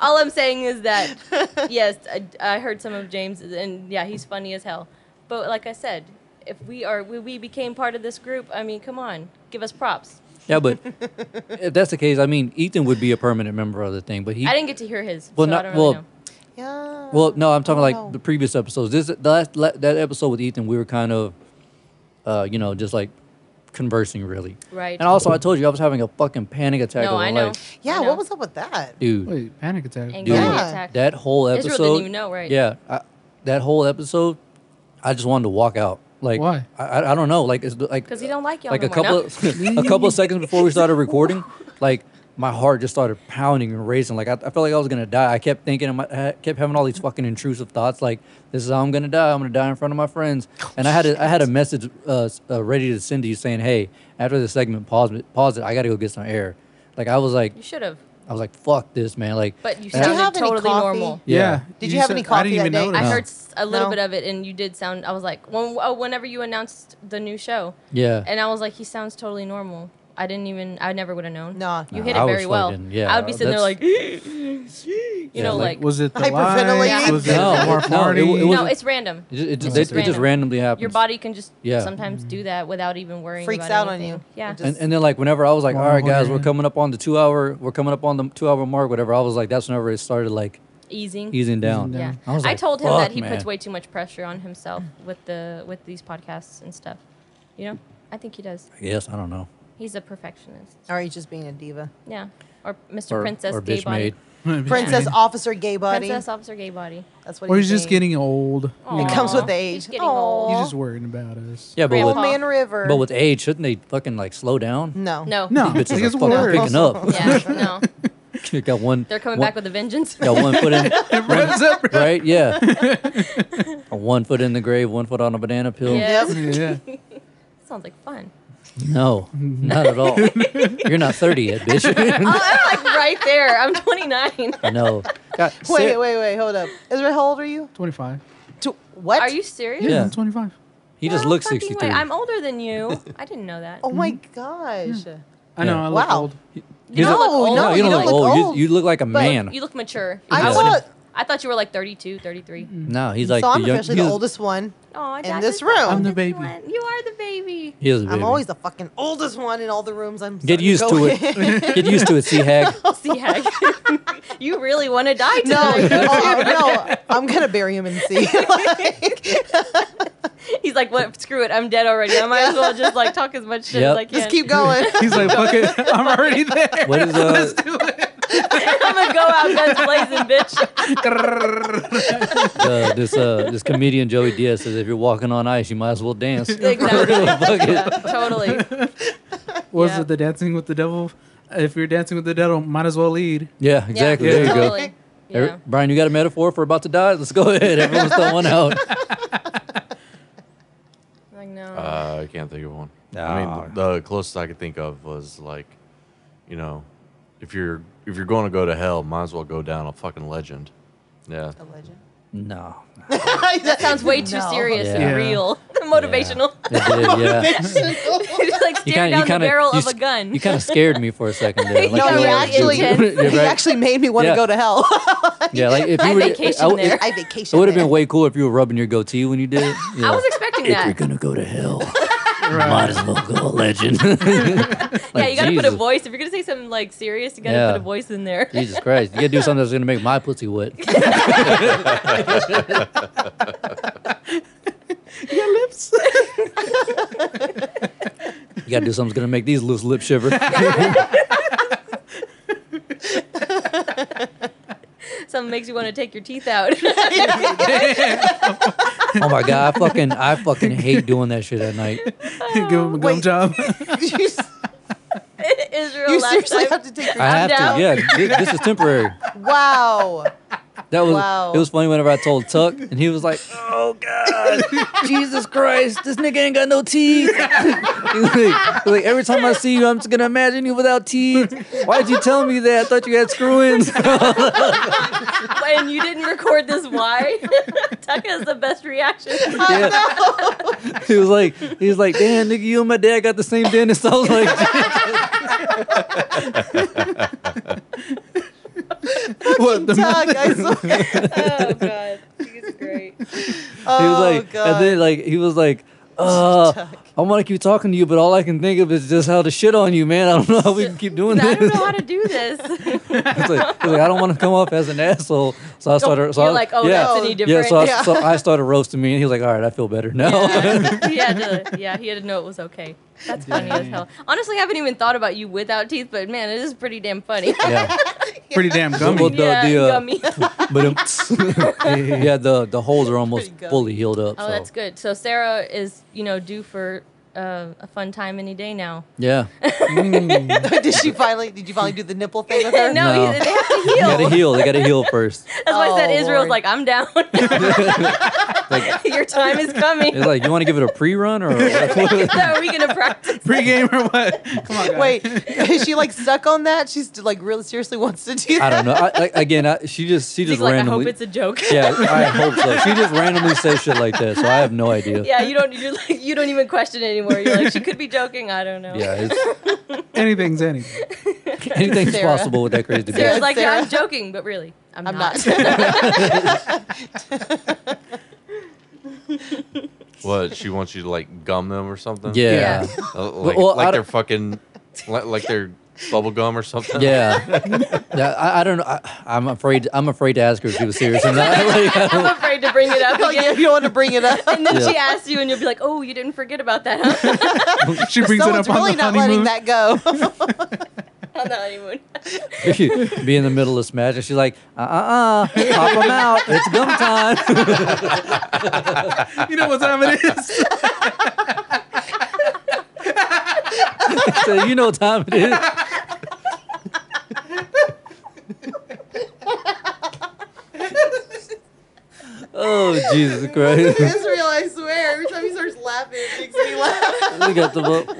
S7: All I'm saying is that,
S8: (laughs)
S7: yes, I, I heard some of James, and yeah, he's funny as hell. But like I said, if we are, we, we became part of this group. I mean, come on, give us props.
S6: Yeah, but if that's the case, I mean, Ethan would be a permanent member of the thing, but he.
S7: I didn't get to hear his.
S6: Well,
S7: so
S6: not-
S7: I don't
S6: well,
S7: really know.
S8: (laughs) Yeah.
S6: Well, no, I'm talking like
S8: know.
S6: the previous episodes. This the last la- that episode with Ethan, we were kind of, uh, you know, just like conversing really.
S7: Right.
S6: And also, I told you I was having a fucking panic attack.
S7: No,
S6: over,
S7: I know.
S6: Like,
S8: yeah,
S7: I know.
S8: what was up with that?
S6: dude,
S10: wait, panic attack.
S7: Anxiety
S6: dude,
S8: Yeah.
S7: attack.
S6: that whole
S7: Israel
S6: episode.
S7: didn't even know, right?
S6: Yeah, I, that whole episode, I just wanted to walk out. Like,
S10: Why?
S6: I, I- I don't know. Like, it's like
S7: 'Cause he don't like y'all
S6: Like
S7: no
S6: a
S7: more,
S6: couple,
S7: no?
S6: of, a couple of seconds before we started
S7: (laughs)
S6: recording, like my heart just started pounding and racing. Like I, I felt like I was gonna die. I kept thinking, in my- I kept having all these fucking intrusive thoughts. Like this is how I'm gonna die. I'm gonna die in front of my friends.
S7: Oh,
S6: And I had, a, I had a message uh, s- uh, ready to send to you saying, hey, after the segment, pause, it- pause it. I gotta go get some air. Like I was like,
S7: You should have,
S6: I was like, fuck this, man. Like,
S7: but you
S6: and I-
S8: Did you
S7: sounded
S8: have any
S7: totally
S8: coffee?
S7: normal.
S10: Yeah.
S8: Did you have any
S10: I didn't
S8: coffee
S10: even
S8: that day?
S10: notice.
S7: I
S6: No.
S7: heard s- a little
S8: No.
S7: bit of it, and you did sound. I was like, when, oh, whenever you announced the new show,
S6: yeah.
S7: and I was like, he sounds totally normal. I didn't even. I never would have known.
S8: Nah.
S7: you
S6: Nah,
S7: hit
S6: I
S7: it
S6: was
S7: very well.
S6: fucking- yeah,
S7: I would be sitting there
S6: that's-
S7: like, you know,
S6: like,
S7: like, (gasps)
S10: was it the lights?
S8: Hyperventilating.
S10: Was it
S6: No,
S10: the
S6: it- no,
S10: more
S6: it
S10: party?
S6: wa- it was- (laughs)
S7: no,
S6: wasn't-
S7: it's random.
S6: It, ju- it, just,
S7: just
S6: it, it just
S7: random.
S6: randomly happens.
S7: Your body can just
S6: Yeah.
S7: sometimes do that without even worrying.
S8: Freaks
S7: about
S8: out on
S7: anything.
S8: you.
S7: Yeah.
S8: It just-
S6: And, and then like whenever I was like,
S10: Wow,
S6: all right, guys, we're
S10: wondering.
S6: coming up on the two hour, we're coming up on the two hour mark, whatever. I was like, that's whenever it started like
S7: easing.
S6: easing down.
S7: Yeah.
S6: I was like,
S7: told him
S6: "Fuck,
S7: that he
S6: man."
S7: puts way too much pressure on himself with the with these podcasts and stuff. You know, I think he does.
S6: Yes, I don't know.
S7: He's a perfectionist.
S8: Or he's just being a diva.
S7: Yeah. Or Mr.
S6: Or,
S7: Princess
S6: or
S7: Gay
S6: bitch
S7: Body.
S6: made.
S8: Princess Officer Gay Buddy.
S7: Princess Officer Gay Body.
S8: That's what
S10: Or
S8: he's
S10: he's just
S8: being.
S10: getting old.
S7: Aw.
S8: It comes with
S7: He's
S8: age.
S7: getting old.
S10: He's
S8: Aw.
S10: just worried about us.
S6: Yeah, but
S8: Old
S6: with,
S7: Grandpa.
S8: Man River.
S6: but with age, shouldn't they fucking like slow down?
S8: no.
S7: No.
S10: No,
S6: These bitches (laughs)
S10: because
S6: are fucking
S10: we're
S6: picking up.
S7: Yeah. No.
S6: You got one.
S7: They're coming
S6: one-
S7: back with a vengeance.
S6: Got one foot in.
S10: runs up.
S6: right? Yeah. one foot in the grave, one foot on a banana peel.
S7: (laughs) Yeah.
S8: (laughs)
S10: Yeah.
S7: Sounds like fun. (laughs)
S6: No, not at (laughs) all. You're not 30 yet, bitch. (laughs)
S7: Oh, I'm like right there. I'm
S8: (laughs)
S7: 29.
S6: no. God,
S8: Wait,
S6: Sarah-
S8: wait, wait. Hold up. Israel, how old are you?
S10: 25.
S8: Tw- what?
S7: Are you serious?
S6: Yeah.
S10: I'm 25.
S6: He just
S7: No
S6: looks
S7: fucking way.
S6: 63.
S7: I'm older
S6: (laughs)
S7: than you. I didn't know that.
S8: Oh my
S6: Mm-hmm.
S8: gosh.
S10: I know.
S6: Yeah.
S10: I look
S8: Wow.
S10: old.
S7: You don't
S8: No,
S7: look old.
S8: no,
S6: you don't look old.
S8: old,
S6: You, you look like a man.
S7: You look mature.
S8: I
S6: Yeah.
S8: thought.
S7: I thought you were like 32, 33.
S6: no, he's like
S8: so
S6: the
S8: I'm
S6: young-
S8: officially
S6: he's-
S8: the oldest one.
S7: Oh,
S8: In this room. I'm
S10: the baby.
S7: You are the
S8: (laughs)
S7: baby.
S6: He is a
S8: I'm
S6: baby.
S8: always the fucking oldest one in all the rooms. I'm
S6: Get
S8: starting
S6: used
S8: go
S6: to (laughs) it. (laughs) Get used to it, see
S8: (laughs)
S6: hag.
S7: See, Hag, (laughs) you really want to die
S8: No,
S7: tonight.
S8: oh, no, I'm gonna bury him in sea. (laughs)
S7: He's like, what? Screw it. I'm dead already. I might as well just like talk as much shit
S6: Yep.
S7: as I can.
S8: Just
S7: (laughs)
S6: (laughs)
S8: keep going.
S10: He's like, fuck it. (laughs) I'm already there.
S6: What is uh,
S7: I'm gonna go out
S8: (laughs)
S7: guns blazing, bitch.
S6: uh, this uh, this comedian Joey Diaz says? If you're walking on ice, you might as well
S8: (laughs)
S6: dance.
S7: Exactly.
S6: Fuck it.
S7: Yeah, totally.
S10: (laughs) Was
S7: Yeah.
S10: it the Dancing with the Devil? If you're dancing with the devil, might as well lead.
S6: Yeah, exactly.
S7: Yeah,
S6: there you go.
S7: totally. Yeah.
S6: Every- Brian, you got a metaphor for about to die? Let's go ahead. Everyone's throwing one
S8: (laughs)
S6: out.
S7: Like no.
S4: Uh, I can't think of one. I mean, th- the closest I could think of was like, you know, if you're if you're going to go to hell, might as well go down a fucking legend. Yeah.
S6: No.
S8: that
S7: Sounds way too serious
S6: Yeah.
S7: and real. (laughs) Motivational.
S6: It did,
S8: (laughs)
S6: yeah.
S7: Just like
S6: You
S7: staring
S6: kind of,
S7: down
S6: you kind
S7: the barrel
S6: of, you,
S7: of a
S6: s-
S7: gun.
S6: you kind of scared me for a second
S8: (laughs)
S6: there.
S7: No,
S6: you
S8: No,
S7: Yeah,
S8: he
S6: were- (laughs)
S7: yeah,
S6: yeah,
S8: actually, (laughs)
S7: intense.
S6: right.
S8: he actually made me want
S6: Yeah.
S8: to go to
S6: (laughs)
S8: hell.
S6: yeah, like if
S7: I
S6: you were,
S7: vacationed
S6: I, would-
S7: there.
S6: it-
S8: I vacation.
S6: it would have been way cool if you were rubbing your goatee when you did. it. Yeah.
S7: I was expecting
S6: if you're
S7: that.
S6: gonna go to
S8: (laughs)
S6: hell, might as well go a legend. (laughs)
S7: yeah, you gotta put a
S6: Jesus.
S7: voice. If you're gonna say something like serious, you gotta
S6: Yeah.
S7: put a voice in there.
S6: Jesus Christ, you gotta do something that's gonna make my pussy wet.
S10: Your lips.
S6: You gotta do something that's gonna make these loose lips shiver.
S7: (laughs) Something makes you want to take your teeth out. (laughs)
S6: Oh my god, I fucking, I fucking hate doing that shit at night.
S10: (laughs) Give him a gum
S8: Wait.
S10: job. (laughs)
S8: you
S7: Israel
S8: you
S7: last
S8: seriously
S7: time.
S8: have to take your.
S6: I have
S7: down.
S6: to. Yeah, thi- this, is temporary. (laughs)
S8: Wow.
S6: That was.
S8: Wow.
S6: It was funny whenever I told Tuck, and he was like, (laughs) "Oh God, (laughs) Jesus Christ, this nigga ain't got no teeth." (laughs) He was like, he was like, every time I see you, I'm just gonna imagine you without teeth. Why'd you tell me that? I thought you had
S7: (laughs)
S6: screw-ins.
S7: (laughs)
S6: (laughs)
S7: Oh, and you didn't record this why (laughs) Tucker is the best reaction
S6: Yeah. he was like, he was like, damn, nigga, you and my dad got the same dentist. (laughs) I was like,
S10: what the
S8: Doug, I swear.
S7: oh god (laughs) he's great
S6: he was
S8: Oh,
S6: like,
S11: (laughs)
S8: God.
S6: and then like he was like, uh, I want to keep talking to you, but all I can think of is just how to shit on you, man. I don't know how we can keep doing
S7: I
S6: this.
S7: don't know how to do this (laughs)
S6: It's like, it's like, I don't want to come off as an asshole. So I started. So I,
S7: you're like oh
S6: yeah,
S7: that's any
S6: yeah.
S7: different
S6: So I,
S8: Yeah.
S6: so I started roasting me, and he was like, "All right, I feel better now."
S7: yeah. he had to, yeah, he had to know it was okay. That's funny as hell. Honestly, I haven't even thought about you without teeth, but man, it is pretty damn funny.
S6: (laughs) yeah. (laughs)
S10: Pretty damn
S6: Well,
S10: gummy.
S6: the,
S7: yeah,
S6: the, uh,
S7: yummy.
S6: (laughs) but (laughs) um, yeah, the the holes are almost
S8: Pretty good.
S6: fully healed up.
S7: Oh,
S6: so.
S7: that's good. So Sarah is, you know, due for uh, a fun time any day now.
S6: Yeah,
S8: did she finally? Did you finally do the nipple thing
S7: (laughs)
S8: with
S7: No,
S8: her?
S6: No.
S7: he- they have to
S6: they
S7: heal.
S6: gotta heal. They gotta heal
S7: (laughs)
S6: first.
S7: That's why I said
S8: Oh,
S7: Israel's
S8: Lord.
S7: like,
S6: (laughs)
S7: I'm down. (laughs) Your time
S6: (laughs)
S7: is coming.
S6: It's like you want to give it a pre-run or (laughs) what?
S7: so are we gonna
S6: (laughs)
S7: practice?
S10: Pre-game or what? (laughs) Come on, guys.
S8: Wait, is she like stuck on that? She's like really seriously wants to do that.
S6: I don't know. I, like again, I, she just she just
S7: She's like, I
S6: randomly.
S7: hope it's a joke.
S6: (laughs) yeah, I hope so. She just randomly says shit like that, so I have no idea.
S7: (laughs) Yeah, you don't. You're like, you don't even question it anymore. You're like, she could be joking. I don't know.
S6: Yeah, it's,
S10: Anything's anything.
S6: anything's
S8: Sarah.
S6: possible with that crazy debate.
S7: Sarah's like,
S8: Sarah.
S7: I'm joking, but really, I'm,
S8: I'm
S7: not.
S8: not.
S11: (laughs)
S4: What she wants you to like gum them or something?
S6: Yeah.
S4: Uh, like
S6: well, I
S4: like they're
S6: don't-
S4: fucking like, like they're bubble gum or something.
S6: Yeah, yeah. I, I don't know. I, I'm afraid. I'm afraid to ask her if she was serious or not. (laughs) Like, I don't-
S7: (laughs) I'm afraid to bring
S11: (laughs)
S7: it up
S11: Oh,
S8: Like,
S7: again.
S8: if you want to bring it up,
S7: And then
S6: Yeah.
S7: she asks you, and you'll be like, "Oh, you didn't forget about that huh? (laughs)
S10: (laughs) She brings it
S8: someone's
S10: up on
S8: really
S10: the
S8: not
S10: honeymoon.
S8: letting that go.
S7: on the honeymoon."
S6: be in the middle of smash, and she's like, "Uh, uh, uh, pop them out. It's gum time." (laughs)
S10: (laughs) You know what time it is?
S6: so you know what time it is. (laughs) Oh Jesus
S11: (laughs)
S6: Christ!
S11: Israel, I swear. Every time he starts laughing, it makes me
S7: (laughs)
S11: laugh.
S6: we got the most.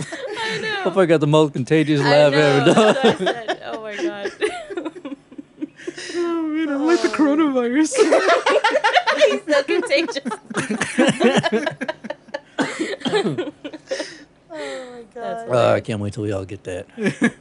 S6: Hope I got the most contagious
S11: I
S6: laugh
S11: know,
S6: ever done.
S11: that's what
S7: I said. Oh my god. (laughs)
S10: Oh man, I'm like the coronavirus. (laughs)
S7: He's so contagious.
S6: (laughs)
S11: oh my god.
S6: Uh, I can't wait till we all get that.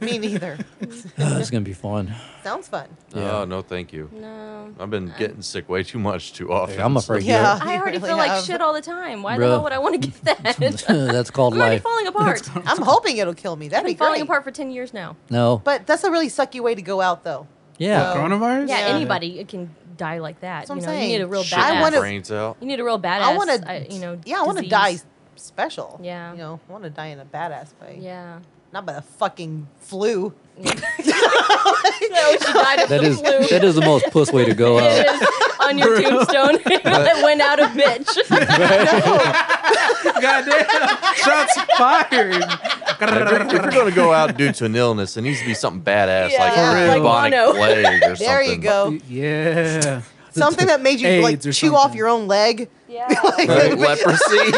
S11: (laughs)
S6: (sighs)
S11: Me neither.
S6: it's gonna be fun.
S11: Sounds fun.
S4: Oh no, thank you. No. I've
S11: Uh.
S4: been getting sick way too much too often.
S6: I'm
S4: so-
S6: afraid Yeah.
S7: I already
S11: really
S7: feel like
S11: have.
S7: shit all the time. Why the
S4: Bruh.
S7: hell would I want to get that?
S6: (laughs) That's called
S7: (laughs) I'm already
S6: life.
S7: falling apart.
S11: I'm hoping it'll kill me.
S7: I've
S11: That'd
S7: been
S11: be
S7: falling
S11: great.
S7: apart for ten years now.
S6: No.
S11: But that's a really sucky way to go out, though.
S6: Yeah.
S11: So-
S10: Coronavirus?
S7: Yeah, anybody it can die like that.
S11: That's what
S7: you
S11: I'm
S7: know,
S11: saying.
S7: you need a real
S11: Shit,
S7: badass.
S11: I wanna-
S4: brains out.
S7: You need a real badass.
S11: I want
S7: I-
S11: to,
S7: you know.
S11: yeah, I want to
S7: disease.
S11: die special.
S7: Yeah.
S11: You know, I want to die in a badass way.
S7: Yeah. (laughs)
S11: Not by the fucking flu.
S7: No, Oh, she died of
S6: That
S7: the
S6: is
S7: flu. (laughs)
S6: that is the most puss way to go uh, out.
S7: It is on your tombstone. (laughs) I went out of bitch.
S10: (laughs) Goddamn. Shots fired.
S4: If you're gonna go out due to an illness, it needs to be something badass like
S11: Yeah,
S10: like
S4: bubonic
S7: mono.
S4: plague or
S11: (laughs)
S4: something.
S11: There you go.
S10: Yeah.
S11: Something that made you like
S10: AIDS or
S11: chew off
S10: something.
S11: your own leg.
S7: Yeah.
S4: Like leprosy.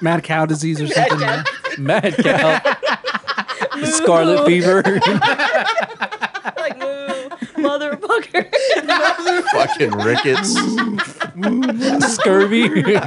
S10: Mad cow disease or something. man.
S6: Mad cow. Scarlet fever. (laughs)
S7: like moo, motherfucker.
S4: (laughs) fucking rickets.
S6: Scurvy.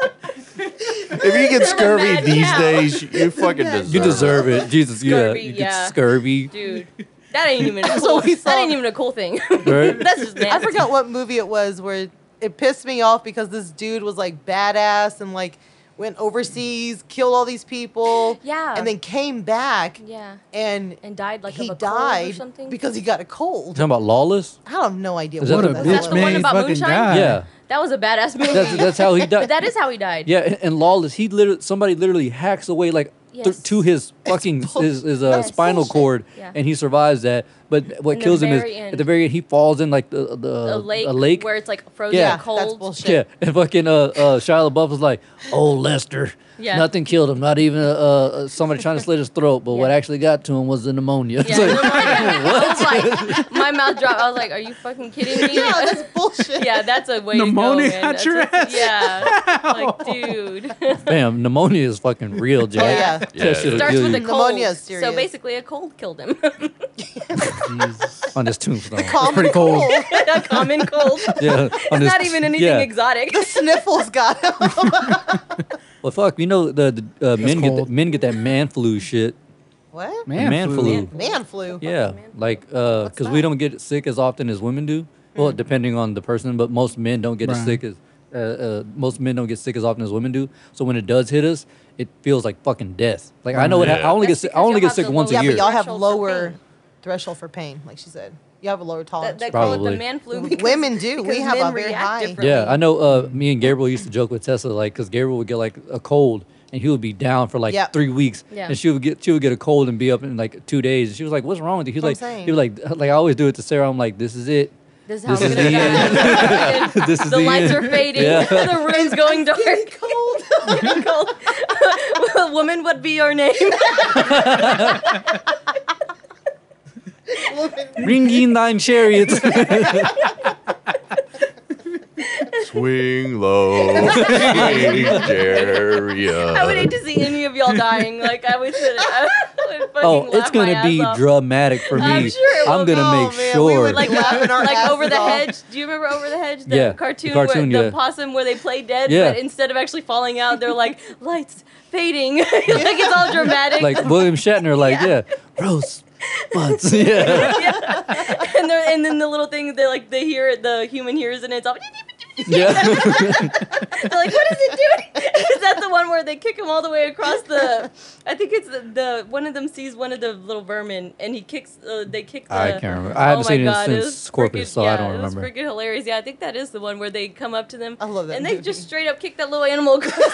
S4: If you get scurvy
S7: mad
S4: these
S7: cow.
S4: days, you fucking deserve.
S6: you deserve it. Jesus, yeah.
S7: Scurvy,
S6: You get
S7: yeah. (laughs)
S6: scurvy.
S7: Dude, that ain't even. A cool,
S11: what we saw.
S7: That ain't even a cool thing. (laughs)
S6: Right?
S7: That's just
S11: I
S7: nasty.
S11: forgot what movie it was where it pissed me off because this dude was like badass and like went overseas, killed all these people,
S7: Yeah.
S11: and then came back
S7: Yeah.
S11: and
S7: And died like
S11: he
S7: of a cold or
S11: died
S7: something.
S11: because he got a cold.
S6: talking about lawless?
S11: I have no idea
S6: Is
S11: what
S6: that a
S11: that
S6: bitch,
S11: was. (laughs)
S7: the one
S10: made
S7: about
S10: fucking
S7: moonshine?
S10: die. (laughs)
S6: Yeah.
S7: that was a badass movie.
S6: That's that's how he died.
S7: But that is how he died.
S6: Yeah, and, and Lawless, he literally somebody literally hacks away like th-
S7: Yes.
S6: to his fucking
S11: bull-
S6: his, his uh,
S7: That's
S6: spinal
S7: bullshit.
S6: cord,
S7: Yeah.
S6: and he survives that. But what
S7: And the
S6: kills him is
S7: very end.
S6: at the very end he falls in like the the
S7: A lake, where it's like frozen
S6: Yeah.
S11: Yeah,
S7: cold.
S11: that's bullshit.
S6: yeah, and fucking uh, uh, Shia LaBeouf was like, "Oh Lester,
S7: Yeah.
S6: nothing killed him, not even uh, uh, somebody trying to slit his throat. But what
S7: Yeah.
S6: actually got to him was the pneumonia." (laughs) It's
S7: Yeah, (laughs)
S6: like,
S7: I was like, my mouth dropped. I was like, "Are you fucking kidding
S11: (laughs)
S7: me?"
S11: Yeah, that's bullshit.
S7: (laughs) Yeah, that's a way to
S10: Pneumonia
S7: go. man.
S10: at
S7: That's
S10: your
S7: a-
S10: ass.
S7: Yeah,
S11: (laughs)
S7: like (laughs) dude.
S6: Damn, pneumonia is fucking
S7: (laughs)
S6: real, Jack.
S11: yeah.
S6: That
S4: Yeah, it
S6: shit'll
S4: is.
S7: Oh, Starts
S6: kill
S7: with a
S6: you.
S7: cold.
S11: Pneumonia is
S7: So
S11: serious.
S7: basically, a cold killed him. (laughs)
S6: on his tombstone.
S11: Common
S10: pretty cold.
S11: cold. (laughs)
S7: a common cold.
S6: yeah, on
S7: It's
S6: his-
S7: not even anything
S6: yeah.
S7: exotic.
S11: (laughs) Sniffles got him.
S6: (laughs) Well, fuck, you know the, the uh, men get
S10: cold.
S6: the, men get that man flu shit.
S11: what?
S6: The Man, flu.
S11: Man flu.
S6: Yeah, like because we don't get sick as often as women do. Well,
S7: Mm-hmm.
S6: depending on the person, but most men don't get as
S10: Right.
S6: sick as uh, uh, most men don't get sick as often as women do. So when it does hit us, it feels like fucking death. Like I know it. Ha-
S4: Yeah.
S6: I only get
S7: That's
S6: sick, I
S7: because
S6: only
S7: y'all
S6: get
S7: have
S6: sick
S7: the
S6: once a
S11: Yeah,
S7: lower
S6: year.
S11: but y'all have
S7: Threshold for
S11: lower
S7: pain.
S11: threshold for pain, like she said. You have a lower
S7: That,
S11: tolerance.
S7: that call it
S6: Probably.
S7: the man flu. Because,
S11: Women do. We
S7: because
S11: have
S7: men
S11: a very
S7: react
S11: high-
S7: differently.
S6: Yeah, I know. Uh, me and Gabriel used to joke with Tessa, like, because Gabriel would get like a cold, and he would be down for like
S11: Yeah.
S6: three weeks,
S7: Yeah.
S6: and she would get she would get a cold and be up in like two days. And she was like, "What's wrong with you?" He was
S11: That's what
S6: like,
S11: I'm
S6: "He was like, like I always do it to Sarah. I'm like, this is it. (laughs)
S7: This is how
S6: This
S7: I'm
S6: is
S7: gonna
S6: the (laughs)
S7: die.
S6: This is
S7: the,
S6: the
S7: lights
S6: end.
S7: are fading.
S6: Yeah.
S7: (laughs) the room's going dark. (laughs)
S11: cold.
S7: Getting cold. Woman, what be your name? (laughs)
S6: Ring in thine
S7: (laughs)
S6: chariots."
S11: (laughs)
S4: Swing low, swing chariot.
S7: I would hate to see any of y'all dying. Like I would. I would fucking
S6: Oh, it's
S7: laugh my
S6: gonna
S7: ass
S6: be
S7: off.
S6: dramatic for me.
S7: I'm sure it will
S6: I'm gonna
S7: be.
S6: make sure.
S11: like laughing our
S7: like
S11: asses
S7: over the
S11: off.
S7: hedge. Do you remember over the hedge? The
S6: Yeah, the
S7: cartoon,
S6: cartoon,
S7: where
S6: yeah.
S7: the possum where they play dead,
S6: Yeah.
S7: but instead of actually falling out, they're like lights fading. (laughs) like it's all dramatic.
S6: (laughs)
S7: (laughs)
S6: like William Shatner, like yeah, rose buds, (laughs)
S7: (laughs)
S6: yeah,
S7: Yeah. (laughs) and they're and then the little thing they like they hear it, the human hears it and it's all (laughs)
S6: yeah.
S7: they're like what is it doing? (laughs) is that the one where they kick him all the way
S6: (laughs)
S7: across the? I think it's the, the one of them sees one of the little vermin and he kicks. Uh, they kick. The,
S6: I can't remember. I haven't
S7: oh my
S6: seen it
S7: God,
S6: since
S7: was
S6: Scorpius,
S7: freaking-
S6: so I
S7: yeah,
S6: don't
S7: It
S6: remember.
S7: was freaking hilarious. Yeah, I think that is the one where they come up to them.
S11: I love that
S7: And they
S11: movie.
S7: just straight up kick that little animal across (laughs) the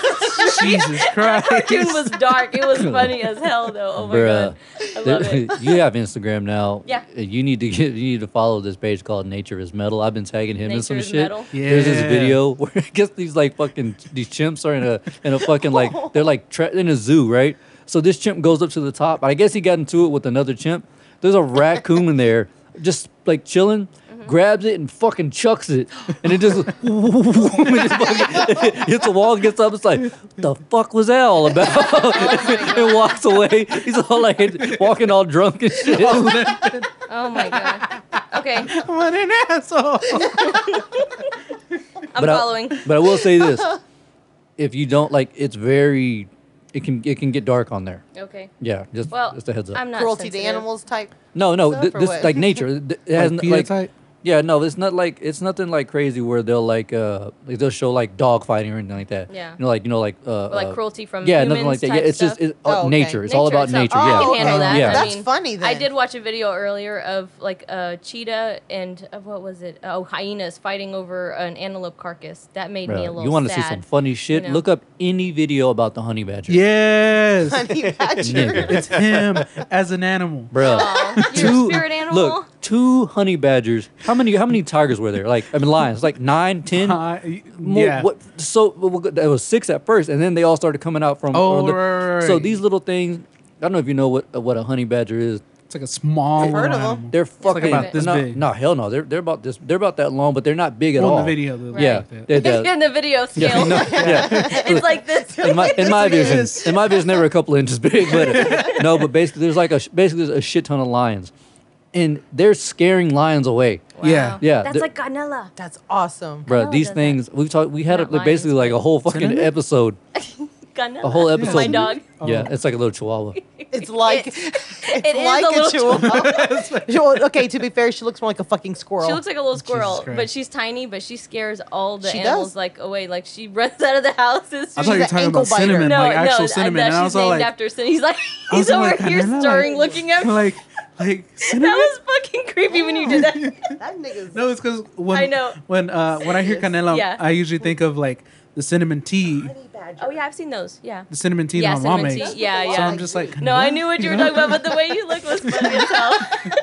S7: street.
S10: Jesus Christ.
S7: cartoon
S10: (laughs)
S7: was dark. It was funny as hell, though. Oh my
S6: Bruh.
S7: god, I love
S6: (laughs)
S7: it.
S6: you have Instagram now.
S7: Yeah.
S6: Uh, You need to get. You need to follow this page called Nature is Metal. I've been tagging him in
S7: Nature
S6: some
S7: is
S6: shit.
S7: Metal?
S6: There's this
S10: Yeah.
S6: video (laughs) where I guess these like fucking these chimps are in a in a fucking like they're like tra- in a zoo, right? So this chimp goes up to the top. I guess he got into it with another chimp. There's a raccoon in there, just like chilling. grabs it and fucking chucks it, and it just, (laughs) it just fucking (laughs) hits the wall, gets up, it's like, what the fuck was that all about? (laughs) and walks away. He's all like walking all drunk and shit.
S7: Oh my god. Okay.
S10: What an asshole.
S7: I'm
S6: I-
S7: following.
S6: but I will
S7: (laughs)
S6: say this: if you don't like, it's very, it can it can get dark on there.
S7: Okay.
S6: Yeah, just
S7: Well,
S6: just a heads up.
S7: I'm not
S11: Cruelty to
S7: sensitive.
S11: animals type. (laughs)
S6: no, no,
S11: stuff
S6: th-
S11: or
S6: this
S11: what?
S6: like nature. Th- It has
S10: Like
S6: n- like,
S10: phenotype?
S6: yeah, no, it's not like it's nothing like crazy where they'll like uh like they'll show like dog fighting or anything like that.
S7: Yeah.
S6: You know, like you know, like uh,
S7: But, like,
S6: uh,
S7: cruelty from
S6: yeah, nothing like
S7: humans
S6: that.
S7: type
S6: Yeah, it's just
S7: stuff?
S6: it's, uh,
S11: Oh, okay.
S6: nature. It's all about nature.
S7: itself.
S6: Yeah,
S7: Oh, I can handle that.
S6: Yeah.
S7: I
S11: That's
S7: mean,
S11: funny
S7: I
S11: then.
S7: did watch a video earlier of like a cheetah and uh, what was it? Oh, hyenas fighting over an antelope carcass. That made me
S6: Yeah.
S7: a little.
S6: you want to
S7: sad.
S6: see some funny shit?
S7: know?
S6: Look up any video about the honey badger.
S8: (laughs)
S10: Yes.
S11: Honey badger.
S10: (laughs) it's him as an animal.
S6: Bruh. (laughs)
S7: You're a spirit animal?
S6: Look, two honey badgers. How many? How many tigers were there? Like I mean, lions. Like nine, ten.
S10: Uh, y-
S6: More,
S10: yeah.
S6: What? So well, well, there was six at first, and then they all started coming out from.
S10: Oh,
S6: or the-
S10: right, right,
S6: So
S10: right.
S6: these little things. I don't know if you know what uh, what a honey badger is.
S10: It's like a small.
S11: heard
S10: little
S11: of 'em.
S10: animal.
S6: They're fucking
S10: about this
S6: no,
S10: big.
S6: no, hell no. They're they're about this. They're about that long, but they're not big at
S10: Well,
S6: all.
S10: in the video, they look
S6: Yeah.
S10: like that.
S6: they're- they're-
S7: (laughs) in the video
S6: (laughs) yeah,
S7: scale.
S6: no, (laughs) yeah.
S7: (laughs) it's like this.
S6: in my in my
S10: Yes, it
S6: vision,
S10: is.
S6: in my vision, they were a couple inches big, but uh, no. But basically, there's like a sh- basically there's a shit ton of lions, and they're scaring lions away.
S10: Yeah.
S6: Yeah,
S7: That's
S6: the-
S7: like Ganella.
S11: That's awesome.
S6: Bro,
S7: Canelo
S6: these
S7: does that.
S6: things we've talked. We had a,
S7: Not
S6: like, basically like a whole fucking
S10: Cinnamon?
S6: episode,
S7: Ganella.
S6: a whole episode.
S7: My dog.
S6: Yeah, it's like a little
S7: (laughs)
S6: chihuahwa.
S11: It's like
S7: It-
S11: (laughs) it's
S7: it is
S11: like
S7: a little (laughs)
S11: chihuahua. (laughs) Well, okay, to be fair, she looks more like a fucking squirrel.
S7: She looks like a little squirrel,
S10: Christ.
S7: but she's tiny. But she scares all the
S11: She
S7: animals
S11: does.
S7: like away. Like she (laughs) runs out of the houses.
S10: I thought you
S11: She's
S10: were
S11: an
S10: talking
S11: ankle
S10: about
S11: biter.
S10: cinnamon, like actual
S7: that-
S10: cinnamon.
S7: That,
S10: and I was
S7: she's
S10: all
S7: named
S10: like,
S7: after Sin. He's like,
S10: I was
S7: he's over
S10: like,
S7: here
S10: "Canelo," like-
S7: stirring, looking
S10: (laughs)
S7: at me.
S10: like, like
S7: (laughs)
S10: cinnamon.
S7: that was fucking creepy when you did
S10: (laughs)
S7: that.
S11: that nigga's
S7: (laughs)
S10: No, it's because when
S7: I know.
S10: when uh, when I hear Canelo,
S7: Yeah.
S10: I usually think of like the cinnamon tea,
S7: oh yeah, I've seen those. Yeah.
S10: the cinnamon tea
S7: Yeah,
S10: that my mom
S7: cinnamon
S10: makes.
S7: tea. Yeah,
S10: So
S7: yeah.
S10: I'm just like,
S7: No, I knew what you were talking
S10: know?
S7: about, but the way you look was funny as hell. (laughs)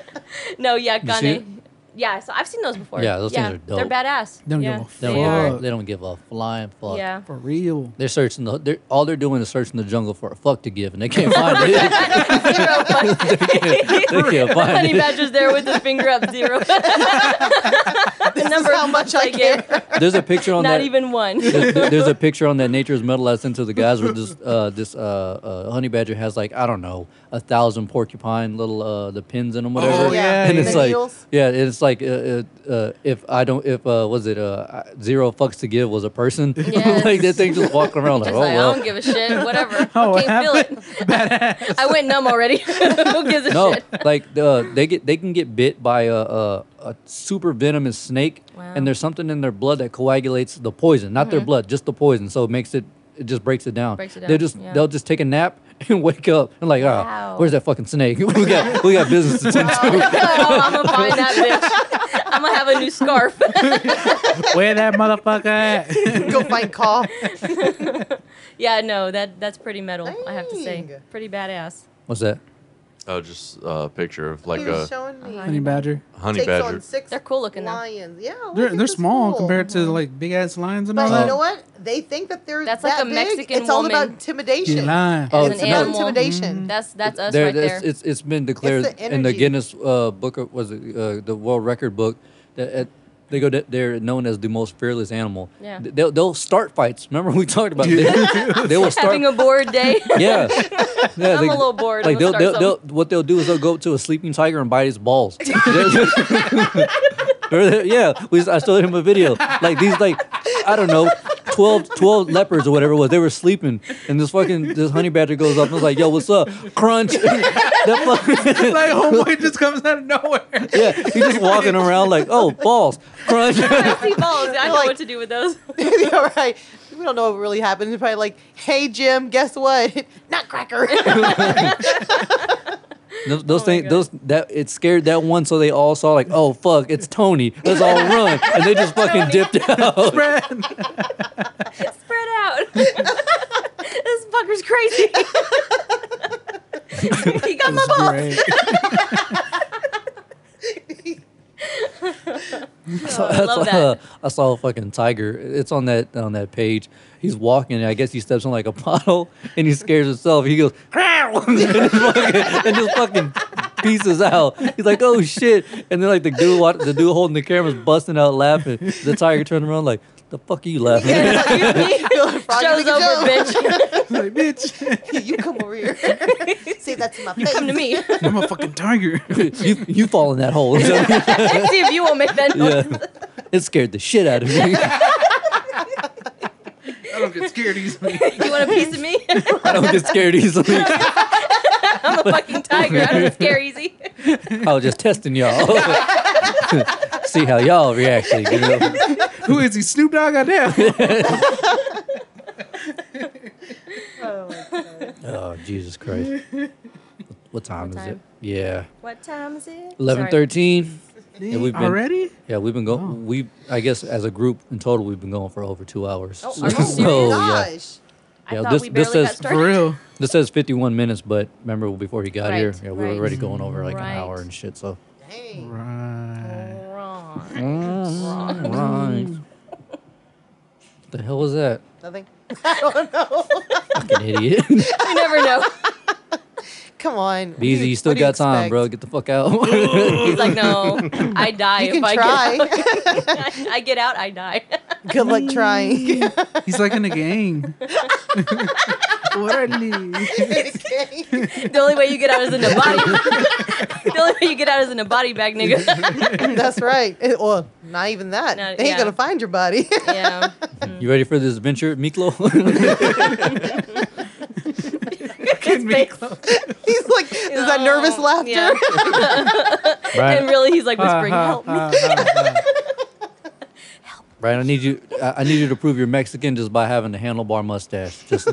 S7: no, yeah,
S6: You see it?
S7: Gane. Yeah, so I've seen those before.
S6: Yeah, those
S7: yeah,
S6: things are dope.
S7: They're badass.
S10: They don't
S7: yeah,
S10: give a
S6: They don't,
S7: They
S6: give a,
S7: are.
S10: fuck.
S6: they don't give a flying fuck.
S10: (laughs)
S7: Yeah.
S10: For real.
S6: They're searching the. They're, all they're doing is searching the jungle for a fuck to give, and they can't find it.
S7: (laughs)
S6: They can't
S7: The
S6: find
S7: honey
S6: it.
S7: badger's there with his finger up zero. (laughs)
S11: this
S7: number
S11: is how much I
S7: Again,
S11: care.
S6: There's a picture on
S7: not
S6: that.
S7: even one.
S6: there's, there's a picture on that Nature's Metal I sent to the guys where this uh, this uh, uh, honey badger has like I don't know a thousand porcupine little uh, the pins in them whatever.
S11: Oh, yeah,
S6: and
S11: yeah,
S6: it's
S11: yeah.
S6: like
S11: Needles.
S6: yeah, and it's like uh, uh, uh, if I don't if uh, was it uh, I- zero fucks to give was a person (laughs)
S7: Yes.
S6: like that thing just walking around like
S7: Just
S6: oh
S7: like, I
S6: well
S7: don't give a
S6: (laughs)
S7: shit. Whatever.
S10: Oh,
S7: I
S10: what
S7: can't feel it. I went numb already. Who gives a (laughs)
S6: no
S7: shit?
S6: like uh, they get they can get bit by a, a, a super venomous snake
S7: Wow. Mm-hmm.
S6: and there's something in their blood that coagulates the poison not their blood just the poison so it makes it it just breaks it down
S7: Breaks it
S6: they
S7: down,
S6: just
S7: yeah.
S6: they'll just take a nap (laughs) and wake up and like ah
S7: Wow.
S6: where's that fucking snake (laughs) we got we got business to tend to
S7: oh, I'm gonna find that bitch. I'm gonna have a new scarf. (laughs)
S10: Where that
S8: (laughs)
S10: motherfucker at?
S11: Go find
S7: (laughs)
S11: call.
S7: yeah, no, that that's pretty metal. I have to say,
S11: Dang.
S7: pretty badass.
S6: what's that
S4: Oh, just a picture of like
S11: He was
S4: a
S11: showing me.
S10: (laughs) Honey badger.
S4: honey
S11: Takes
S4: badger.
S11: on six
S7: They're cool looking though.
S11: lions. Yeah, look
S10: They're,
S11: at
S10: they're
S11: this
S10: small
S11: fool.
S10: compared to like big ass lions and all
S11: But
S10: that.
S11: you know what? They think that they're
S7: That's like
S11: that
S7: a
S11: big.
S7: Mexican
S11: It's all about
S7: woman. Mm.
S11: intimidation.
S10: You're lying.
S6: Oh,
S11: it's
S6: no.
S11: about intimidation. (laughs)
S7: That's that's us
S6: There-
S7: right there.
S6: that's- It's, it's been declared
S11: It's the
S6: in the
S11: energy.
S6: Guinness uh, book of, was it uh, the world record book that uh, they go that they're known as the most fearless animal.
S7: Yeah.
S6: Th- They'll they'll start fights. Remember we talked about
S11: (laughs)
S6: they,
S7: (laughs)
S6: they will start.
S7: Having a bored day.
S6: (laughs)
S7: (laughs)
S6: yeah. Yeah,
S7: I'm a little bored.
S6: Like
S7: I'm
S6: they'll,
S7: gonna
S6: they'll,
S7: start
S6: they'll, what they'll do is they'll go up to a sleeping tiger and bite his
S7: (laughs)
S6: balls. (laughs) Remember that? yeah, we just, I showed him a video. Like these, like I don't know, 12, 12 leopards or whatever it was. They were sleeping, and this fucking this honey badger goes up and was like, "Yo, what's up?" Crunch. (laughs) that fucking,
S10: (laughs) like homeboy just comes out of nowhere.
S6: (laughs)
S10: (laughs)
S6: yeah, he's just walking around like, "Oh, balls." Crunch. (laughs)
S7: (laughs) See balls. I know
S11: Like-
S7: what to do with those.
S11: All right. We don't know what really happened. It's probably like, hey, Jim, guess what? (laughs) Nutcracker.
S6: Those, those
S7: Oh my
S6: things,
S7: God.
S6: those that it scared that one, so they all saw like, "Oh fuck, it's Tony." Let's all run, and they just fucking dipped out.
S7: (laughs)
S10: Brad.
S7: Spread
S11: (laughs)
S7: out. (laughs) this fucker's crazy. (laughs) he got my balls.
S10: Great.
S7: Oh, (laughs) I love
S6: Uh,
S7: that.
S6: (laughs) I saw a fucking tiger. It's on that on that page. He's walking, and I guess he steps on like (laughs) a puddle, and he scares himself. He goes, "Growl," and just fucking, and just fucking pieces out. He's like, "Oh shit!" And then like the dude, wa- the dude holding the camera's busting out laughing. The tiger turned around like, "The fuck are you laughing?" at?" (laughs)
S7: Show's over, bitch.
S10: like, bitch. (laughs)
S11: you come over here. (laughs) Say that to my face.
S7: Come to me.
S10: I'm a fucking tiger. (laughs)
S6: you you fall in that hole. (laughs)
S7: and see if you won't make that noise. (laughs)
S6: yeah, it scared the shit out of me. (laughs)
S10: I don't get scared easily. (laughs)
S7: You want a piece of me? (laughs)
S6: I don't get scared easily.
S7: I'm a fucking tiger. I don't scare easy.
S6: I was just testing y'all. (laughs) See how y'all reacted. You know?
S10: Who is he? Snoop Dogg out there? (laughs)
S6: (laughs) Oh Jesus Christ! What time is
S7: time?
S6: it? Yeah,
S7: What time is it?
S6: eleven thirteen. Yeah, we've been-
S10: Already?
S6: Yeah, we've been
S7: Oh.
S6: going. We, I guess, as a group in total, we've been going for over two hours.
S7: Oh,
S6: (laughs)
S7: are you serious?
S6: yeah,
S7: I
S6: Yeah,
S7: thought
S6: this-
S7: we barely
S6: this
S7: got
S6: says-
S7: started.
S10: For real.
S6: this says fifty-one minutes, but remember before he got
S7: Right,
S6: here, yeah, we
S7: right.
S6: were already going over like
S7: Right.
S6: an hour and shit. So,
S11: Dang.
S10: Right.
S7: Wrong.
S6: right. What the hell was that?
S11: Nothing. (laughs)
S6: Fucking idiot.
S7: You never know.
S11: Come on. What do
S6: Beezy, you still
S11: what do
S6: got time,
S11: expect?
S6: bro. Get the fuck out.
S7: He's like, no, I die
S11: You
S7: if
S11: can
S7: I get
S11: try.
S7: out. (laughs) I get out, I die.
S11: (laughs)
S7: (laughs)
S11: Good luck trying. (laughs)
S10: (laughs) He's like in the (laughs) game. what are these?
S7: the only way you get out is in a body. (laughs) the only way you get out is in a body bag, nigga.
S11: That's right. It- well, not even that.
S7: Not-
S11: they ain't
S7: yeah.
S11: gonna find your body. (laughs)
S7: yeah.
S6: Mm. you ready for this adventure, Miklo? (laughs)
S7: His face.
S11: He's like, is that nervous
S7: Oh,
S11: laughter?
S7: yeah. (laughs) And really, he's like whispering, help me.
S6: Brian, I need you. I, I need you to prove you're Mexican just by having the handlebar mustache. Just,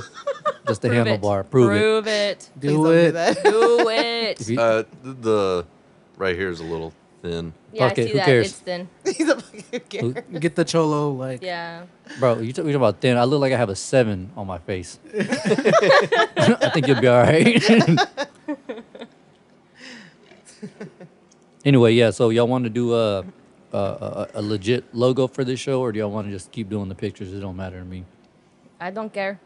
S6: just the
S7: Prove it.
S6: handlebar. Prove it.
S7: Prove it.
S11: Please
S10: Do
S11: don't do
S7: (laughs)
S10: it.
S11: that.
S7: Do
S6: (laughs)
S7: it.
S6: If you-
S4: Uh, th- the right here is a little thin.
S7: Yeah,
S6: Fuck it,
S7: I see
S6: who
S7: that.
S6: cares?
S7: It's thin.
S11: (laughs) He's a fucking Karen.
S10: Get the cholo like.
S7: Yeah.
S6: Bro, you talking about thin? I look like I have a seven on my face. (laughs) I think you'll be all right. (laughs) anyway, yeah. So y'all want to do a, a, a a legit logo for this show, or do y'all want to just keep doing the pictures? It don't matter to me.
S7: I don't care.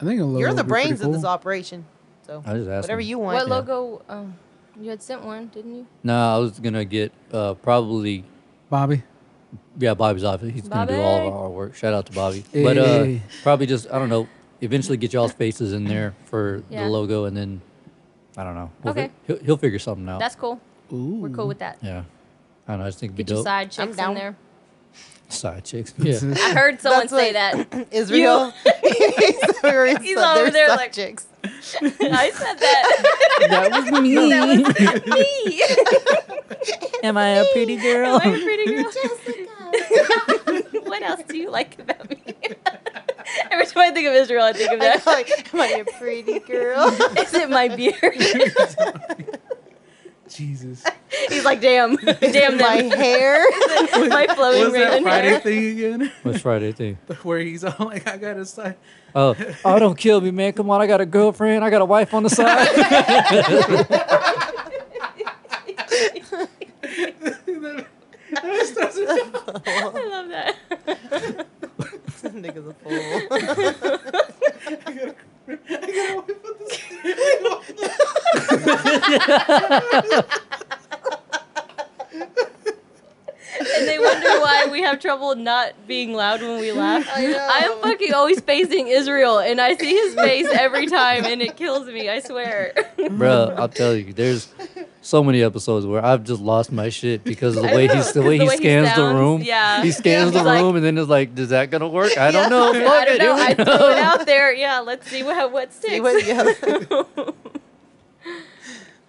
S10: I think a logo
S11: You're
S10: would
S11: the
S10: be pretty
S11: brains
S10: cool.
S11: of this operation. So
S6: I was asking.
S11: whatever you want.
S7: What logo? Um, you had sent one, didn't you?
S6: No, I was gonna get uh, probably
S10: Bobby.
S6: yeah. Bobby's off. He's gonna do all of
S7: Bobby.
S6: our work. Shout out to Bobby. But uh,
S10: Hey.
S6: probably just I don't know. Eventually get y'all's faces in there for
S7: Yeah.
S6: the logo, and then I don't know. We'll fi-
S7: Okay.
S6: he'll, he'll figure something out.
S7: That's cool.
S10: Ooh.
S7: We're cool with that.
S6: Yeah. I don't know. I just think it'd
S7: Get
S6: be
S7: your
S6: dope.
S7: side
S11: I'm
S7: chicks in
S11: down.
S7: there.
S6: Side chicks. (laughs) Yeah.
S7: I
S11: (laughs)
S7: heard someone
S11: That's
S7: say
S11: what- (laughs)
S7: that.
S11: (laughs)
S7: (laughs)
S11: Israel. He's over
S7: He's over there like-
S11: subjects. (laughs)
S7: I said that. (laughs)
S6: that was
S10: (laughs)
S6: me.
S7: Me. (laughs)
S6: Am I a pretty girl?
S7: My
S10: (laughs)
S7: pretty girl. what else do you like about me? (laughs) Every time I think of Israel, I think of
S11: I know,
S7: that.
S8: (laughs)
S11: like, am I a pretty girl?
S7: (laughs) Is it my beard?
S10: Jesus.
S7: He's like, damn, damn
S11: my
S7: them. (laughs)
S11: hair.
S7: my flowing
S10: What's that
S7: raven (laughs)
S10: Friday
S7: hair.
S10: thing again? (laughs)
S6: What's Friday thing?
S10: Where he's all like, I gotta sign. (laughs)
S6: Oh, oh, don't kill me, man. Come on. I got a girlfriend. I got a wife on the side. (laughs)
S7: (laughs) I love that.
S11: This nigga's a fool.
S7: And they wonder why we have trouble not being loud when we laugh.
S11: I know.
S7: I am fucking always facing Israel, and I see his face every time, and it kills me.
S6: (laughs)
S7: I swear.
S6: Bro, I'll tell you, there's so many episodes where I've just lost my shit because of the way he's the way he scans the
S7: sounds,
S6: room.
S7: yeah.
S6: He scans the
S7: Yeah, he's like-
S6: room and then it's like, is that gonna work? I don't know.
S7: (laughs) I
S6: Fuck
S7: don't
S6: it.
S7: know.
S6: Oh, here
S7: I
S6: we
S7: threw it
S6: go.
S7: out there. Yeah, let's see what what sticks.
S11: See what-
S7: (laughs)
S11: yeah.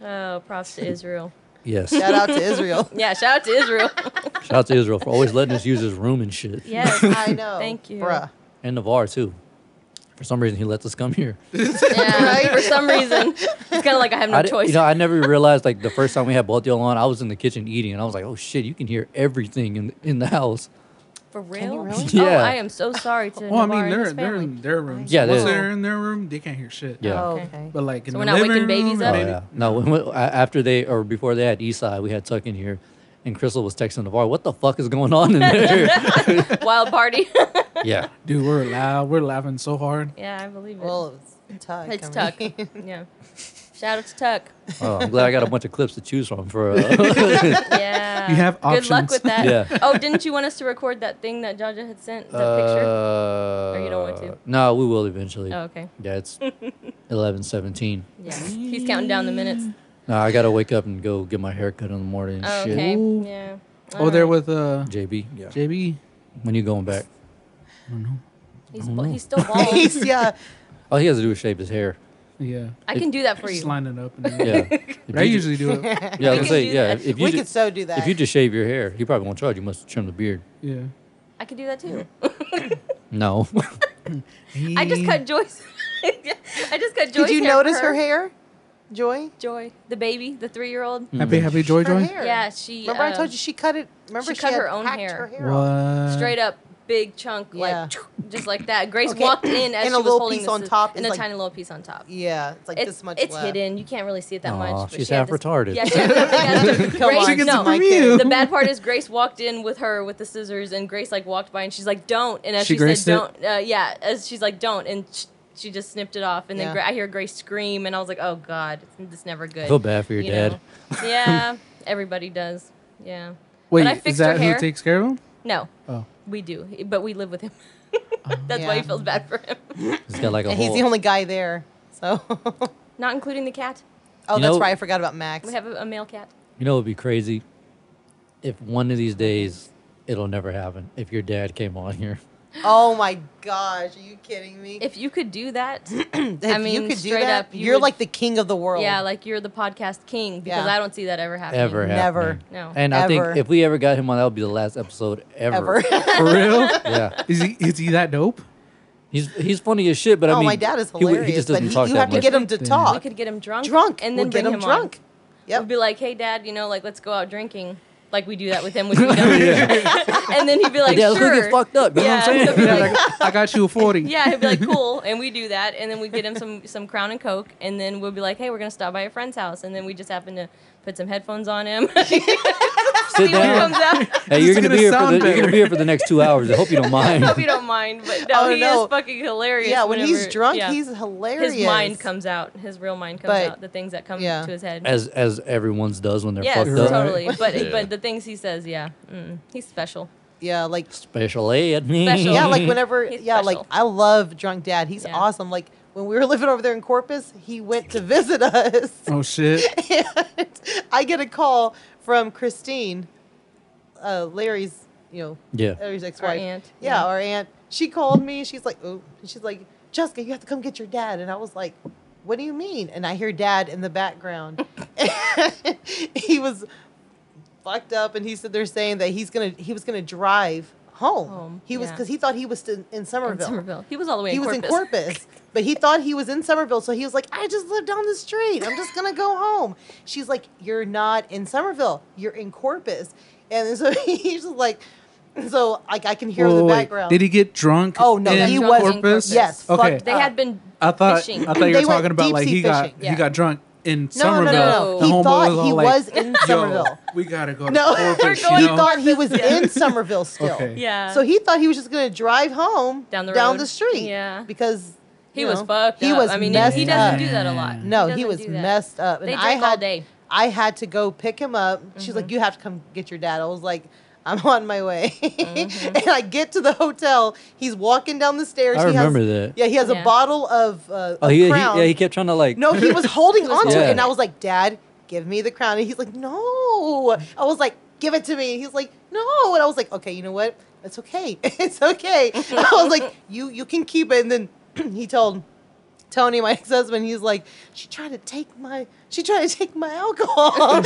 S11: (laughs)
S7: oh, props to Israel.
S6: Yes.
S11: Shout out to
S7: (laughs)
S11: Israel.
S7: Yeah, shout out to Israel.
S6: Shout out to Israel for always letting us use his room and shit.
S7: yes.
S11: I know.
S7: Thank you. (laughs)
S11: Bruh.
S6: And Navarre too. For some reason, he lets us come here.
S7: Yeah, For some reason, it's kind of like I have no
S6: I di-
S7: choice.
S6: You know, I never realized like the first time we had both y'all on, I was in the kitchen eating, and I was like, "Oh shit, you can hear everything in in the house."
S7: for real?
S11: really?
S6: (laughs) Yeah.
S7: Oh, I am so sorry to.
S10: (laughs) Well, I
S7: Navarre
S10: mean,
S7: and
S10: they're,
S7: his
S10: they're
S7: family.
S10: in their rooms.
S6: Yeah,
S10: Once
S6: they-
S10: they're in their room, they can't hear shit.
S6: Yeah.
S11: Oh,
S7: Okay.
S11: okay.
S10: But like,
S7: So
S10: in the
S7: we're not waking
S10: living
S7: babies
S10: room,
S7: up?
S6: Oh,
S10: maybe-
S6: yeah. No, when, when, a- after they or before they had Eastside, we had Tuck in here, and Crystal was texting Navarre, "What the fuck is going
S7: (laughs)
S6: on in there?"
S7: Wild party.
S6: yeah,
S10: Dude, we're loud. We're laughing so hard.
S7: yeah, I believe it.
S11: Well, it's Tuck.
S7: it's
S11: I
S8: (laughs)
S7: Tuck.
S11: mean.
S7: yeah. Shout Shout out to Tuck.
S6: Oh, I'm glad I got a bunch of clips to choose from for.
S7: (laughs)
S6: Uh,
S7: yeah.
S6: You have
S7: Good luck
S6: options.
S7: with that.
S6: (laughs) Yeah.
S7: Oh, didn't you want us to record that thing that Jaja had sent? That
S6: (laughs)
S7: picture?
S6: Uh,
S7: Or you don't want to?
S6: No, we will eventually.
S7: Oh, okay.
S6: Yeah, it's 11:17.
S7: Yeah. He's counting down the minutes.
S6: No, I gotta wake up and go get my hair cut in the morning. And
S7: Oh,
S6: shit.
S7: okay. Yeah.
S10: Oh, there with uh
S6: JB. Yeah.
S10: JB.
S6: When you going back?
S7: He's,
S6: I don't
S7: ba-
S6: know.
S7: he's still
S8: (laughs)
S7: bald.
S8: yeah.
S6: All he has to do is shave his hair.
S10: Yeah.
S7: I can do that for you.
S10: line it up.
S7: (laughs)
S10: And
S6: Yeah.
S8: (laughs)
S10: yeah.
S6: If
S10: I
S6: you ju-
S10: usually do it.
S6: Yeah, I was gonna
S7: can
S6: say,
S7: do
S6: yeah.
S7: that.
S6: If if you
S7: We
S6: ju-
S7: could so do that.
S6: If you just shave your hair, he probably won't charge. You must trim the beard.
S10: Yeah.
S7: I could do that too.
S6: No. (laughs)
S7: I just cut Joyce. (laughs) I just cut Joyce.
S8: Did you notice her hair? Joy?
S7: Joy, the baby, the three-year-old.
S6: Hmm.
S10: Happy, happy, joy,
S8: Her
S10: joy.
S8: hair.
S7: Yeah, she.
S8: Remember I
S7: uh,
S8: told you she cut it? Remember
S7: she cut
S8: had
S7: her own
S8: hacked
S7: hair.
S8: her hair off.
S10: What?
S7: straight up big chunk
S8: Yeah.
S7: like just like that grace
S8: Okay.
S7: walked in as
S8: And
S7: she
S8: a
S7: was
S8: little
S7: holding
S8: piece
S7: this
S8: on
S7: as-
S8: top
S7: and
S8: is
S7: a
S8: like-
S7: tiny little piece on top
S8: Yeah, it's like
S7: It's-
S8: this much
S7: it's
S8: left.
S7: hidden you can't really see it that
S6: Aw,
S7: much but
S6: she's
S7: she
S6: half
S7: had
S6: retarded.
S7: yeah she had this big
S8: (laughs)
S7: ass-
S8: Come
S7: grace,
S8: on. She
S10: gets it
S7: no
S10: from you.
S7: the bad part is grace walked in with her with the scissors and grace like walked by and she's like don't and as
S10: She
S7: she, said
S10: graced it?
S7: don't uh, yeah as she's like don't and sh- she just snipped it off and then
S8: Yeah.
S7: Gra- i hear grace scream and i was like oh god this is never good
S6: I feel bad for your
S7: you
S6: dad.
S7: know? yeah (laughs) everybody does yeah
S10: Wait,
S7: but i
S10: is
S7: fixed
S10: that
S7: her hair
S10: who takes care of
S7: (laughs)
S10: him?
S7: no
S10: Oh.
S7: we do, but we live with him. (laughs) That's why he
S8: Yeah.
S7: feels bad for him. (laughs)
S6: He's got like a
S8: And
S6: whole.
S8: he's the only guy there. So (laughs)
S7: Not including the cat.
S8: Oh,
S6: You
S8: that's
S6: know-
S8: right. I forgot about Max.
S7: We have a, a male cat.
S6: You know, it'd be crazy if one of these days it'll never happen. If your dad came on here,
S8: oh my gosh, are you kidding me?
S7: If you could do
S8: (coughs)
S7: that,
S8: If
S7: I mean, straight up, you
S8: are
S7: would-
S8: like the king of the world.
S7: yeah, like you're the podcast king because
S8: Yeah.
S7: I don't see that ever happening.
S6: ever
S8: Never.
S6: happening.
S7: No.
S6: And I
S8: Ever.
S6: think if we ever got him on, that would be the last episode ever.
S8: ever.
S10: For real?
S6: (laughs) yeah,
S10: Is he is he that dope?
S6: he's he's funny as shit, but I
S8: (laughs) oh,
S6: mean,
S8: my dad is
S6: he would-
S8: hilarious.
S6: He, just
S8: but
S6: doesn't talk
S8: you
S6: that
S8: have to
S6: much.
S8: get him to
S10: Yeah.
S8: talk.
S7: We could get him drunk,
S8: drunk
S7: and then
S8: we'll
S7: bring
S8: get him,
S7: on.
S8: drunk. Yep.
S7: We'd be like, "Hey, Dad, you know, like let's go out drinking." Like we do that with him,
S8: (laughs)
S7: which we don't. (laughs) and then he'd be like,
S6: yeah, let's
S7: "Sure."
S6: go get fucked up. You know
S7: (laughs)
S6: what
S7: Yeah,
S6: I'm
S7: so (laughs)
S6: saying?
S7: be like-
S10: I, I got you a forty.
S7: yeah, he'd be
S6: (laughs)
S7: like, "Cool," and we do that, and then we get him some some Crown and Coke, and then we'll be like, "Hey, we're gonna stop by a friend's house," and then we just happen to put some headphones on him. (laughs)
S6: Sit
S7: He
S6: down.
S7: comes out.
S8: (laughs)
S6: Hey, you're
S10: It's
S6: gonna,
S10: gonna
S6: be here for
S10: sound
S6: the you're gonna
S10: better.
S6: be here for the next two hours. I hope you don't mind.
S7: (laughs) hope you don't mind, but no,
S8: Oh,
S7: he
S8: no.
S7: is fucking hilarious.
S8: yeah, when he's
S7: whenever-
S8: drunk,
S7: yeah.
S8: he's hilarious.
S7: his mind comes out, his real mind comes
S8: But-
S7: out, the things that come
S8: yeah.
S7: to his head.
S6: As as everyone's does when they're
S7: yes,
S6: fucked up.
S7: totally. But
S4: Yeah.
S7: but the things he says, yeah, mm, he's special. (laughs)
S8: Yeah, like
S6: Special ed.
S7: Special.
S8: yeah, like whenever
S7: He's
S8: yeah,
S7: special.
S8: like I love drunk dad. He's
S7: Yeah.
S8: awesome. Like when we were living over there in Corpus, he went to visit (laughs) us.
S7: (laughs)
S10: Oh shit.
S8: and I get a call from Christine, uh, Larry's, you know,
S6: Yeah.
S8: Larry's Oh, ex-wife.
S7: aunt,
S8: Yeah,
S7: yeah.
S8: our aunt. She called me. She's like, oh, and she's like, Jessica, you have to come get your dad. And I was like, what do you mean? And I hear dad in the background. (laughs) he was fucked up, and he said they're saying that he's gonna he was gonna drive home.
S7: Home,
S8: he was
S7: yeah.
S8: because he thought he was still in
S7: In Somerville, he was all the way.
S8: he
S7: in
S8: was
S7: Corpus.
S8: in Corpus, but he thought he was in Somerville. So he was like, I just live down the street. I'm just going to go home. She's like, You're not in Somerville. You're in Corpus. And so (laughs) he's just like, So like I can hear
S10: Whoa,
S8: the
S10: wait.
S8: background.
S10: Did he get drunk?
S8: Oh, no,
S10: in
S8: he
S7: Drunk in
S8: was-
S10: Corpus?
S8: Yes.
S10: Okay.
S8: fucked
S7: They
S8: up.
S7: had been
S10: I thought
S7: fishing.
S10: I thought you
S8: They
S10: were
S8: went
S10: talking about like
S8: deep-sea
S10: he got
S8: fishing.
S7: Yeah.
S10: he got drunk in
S8: no, no, no,
S10: Somerville.
S8: no.
S10: The
S8: He
S10: homeboy
S8: thought
S10: was all
S8: he
S10: like,
S8: was in
S10: Yo,
S8: Somerville.
S10: we gotta go
S8: (laughs)
S10: to
S8: No,
S10: Corpus.
S7: We're going
S10: you
S8: he
S10: know?
S8: thought he was
S7: Yeah.
S8: in Somerville still.
S10: Okay.
S7: Yeah.
S8: So he thought he was just going to drive home
S7: Down the road.
S8: street.
S7: Yeah.
S8: because
S7: He
S8: you
S7: was
S8: know,
S7: fucked.
S8: He
S7: up.
S8: was
S7: I mean,
S8: messed
S7: he doesn't
S8: up.
S7: do that a lot.
S8: No, he,
S7: doesn't
S8: was
S7: do that.
S8: messed up, and
S7: They
S8: I
S7: drink all
S8: had
S7: day.
S8: I had to go pick him up. She's like, "You have to come get your dad." I was like, "I'm (laughs) on my way," and I get to the hotel. He's walking down the stairs.
S6: I
S8: he
S6: remember
S8: has,
S6: that.
S8: Yeah, he has
S7: Yeah.
S8: a bottle of, uh,
S6: Oh,
S8: of
S6: he, he,
S8: Crown.
S6: yeah, he kept trying to like.
S8: no, (laughs) he was holding onto it,
S6: Yeah.
S8: and I was like, "Dad, give me the crown." And he's like, "No." I was like, "Give it to me." And he's like, "No," and I was like, "Okay, you know what? It's okay. (laughs) it's okay." I was like, "You you can keep it." And then (clears throat) he told. Tony, my ex-husband, he's like, she tried to take my, she tried to take my alcohol. (laughs)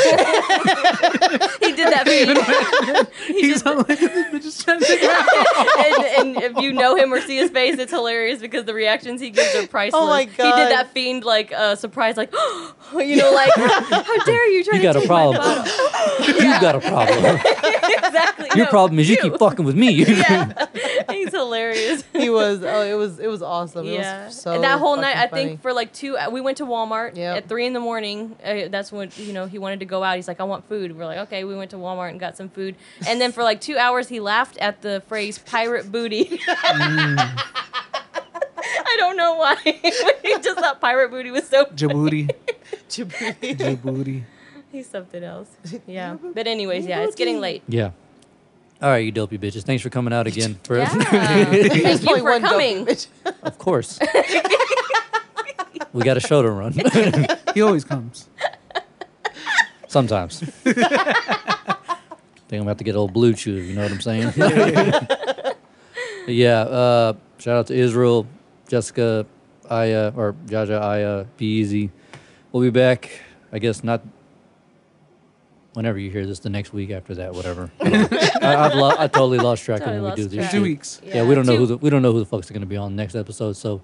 S7: He did that for you.
S10: He's all like, this bitch is trying to take my
S7: and, and if you know him or see his face, it's hilarious because the reactions he gives are priceless.
S8: Oh my
S7: He
S8: God.
S7: did that fiend like uh, surprise, like (gasps) you know,
S8: (laughs)
S7: like how dare you try
S6: You
S7: to
S6: got a
S7: take
S6: problem.
S7: my bottle?" (laughs)
S6: You got a problem.
S7: exactly.
S6: Your
S7: no,
S6: problem is you keep fucking with me.
S7: (laughs) Yeah, he's hilarious.
S8: he was, oh, it was, it was awesome. It
S7: Yeah,
S8: was so
S7: and that whole night,
S8: fucking
S7: I think for like two, uh, we went to Walmart
S8: Yep.
S7: at three in the morning. Uh, that's when you know he wanted to go out. He's like, "I want food." We're like, "Okay." We went to Walmart and got some food, and then for like two hours, he laughed at the phrase "pirate booty." (laughs) (laughs) I don't know why. he just thought pirate booty was so. (laughs)
S10: Djibouti.
S11: Djibouti.
S10: Djibouti.
S7: He's something else. Yeah. But anyways, yeah, it's getting late.
S6: (laughs) Yeah. All right, you dopey bitches. Thanks for coming out
S7: (laughs)
S6: again. For-
S7: Thank you for
S11: one dope
S7: coming.
S6: (laughs) of course. (laughs) we got a show to
S7: (laughs)
S6: run.
S10: he always comes. (laughs)
S6: Sometimes. Think I'm about to get old blue chew, you know what I'm
S10: (laughs)
S6: saying? yeah, uh, shout out to Israel, Jessica, Aya, or Jaja, Aya, be easy. We'll be back, I guess, not whenever you hear this, the next week after that,
S10: (laughs)
S6: whatever. I, I've lo- I totally lost track
S10: Totally
S6: of when we
S10: lost
S6: do this.
S10: track.
S6: shit.
S10: Two weeks.
S6: Yeah, we
S10: Yeah,
S6: don't know who
S10: two.
S6: the, we don't know who the fuck's gonna be on the next episode. So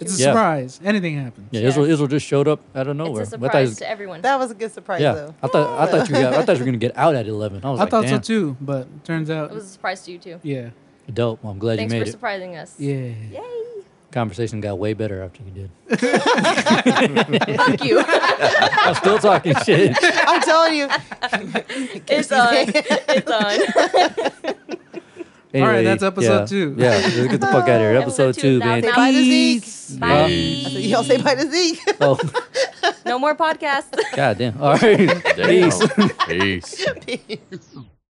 S10: It's a
S6: yeah.
S10: surprise. Anything happens.
S6: Yeah, Israel, Israel just showed up out of nowhere. I thought he was-
S7: everyone.
S11: That was a good surprise,
S6: yeah,
S11: though.
S6: I thought I thought you got, I thought you were gonna get out at eleven. I
S10: I,
S6: was like,
S10: thought
S6: Damn.
S10: so too, but turns out
S7: It was a surprise to you too.
S10: yeah.
S6: Dope. Well, I'm glad
S7: Thanks
S6: you
S7: for
S6: made it.
S7: surprising us.
S10: Yeah.
S6: Conversation got way better after you did. (laughs)
S7: Fuck you.
S6: I'm still talking
S10: (laughs)
S6: shit.
S11: I'm telling you.
S7: It's on. It's on.
S10: All right,
S6: Anyway,
S10: that's episode
S6: yeah,
S10: two.
S6: Yeah, let's get the fuck out of here. Episode two, man.
S11: Say bye to Zeke.
S7: Bye.
S11: I said, Y'all say bye to Zeke.
S6: (laughs) Oh,
S7: no more podcasts.
S6: God damn. All right.
S4: Damn.
S11: (laughs)
S6: Peace.
S4: Peace.
S11: Peace.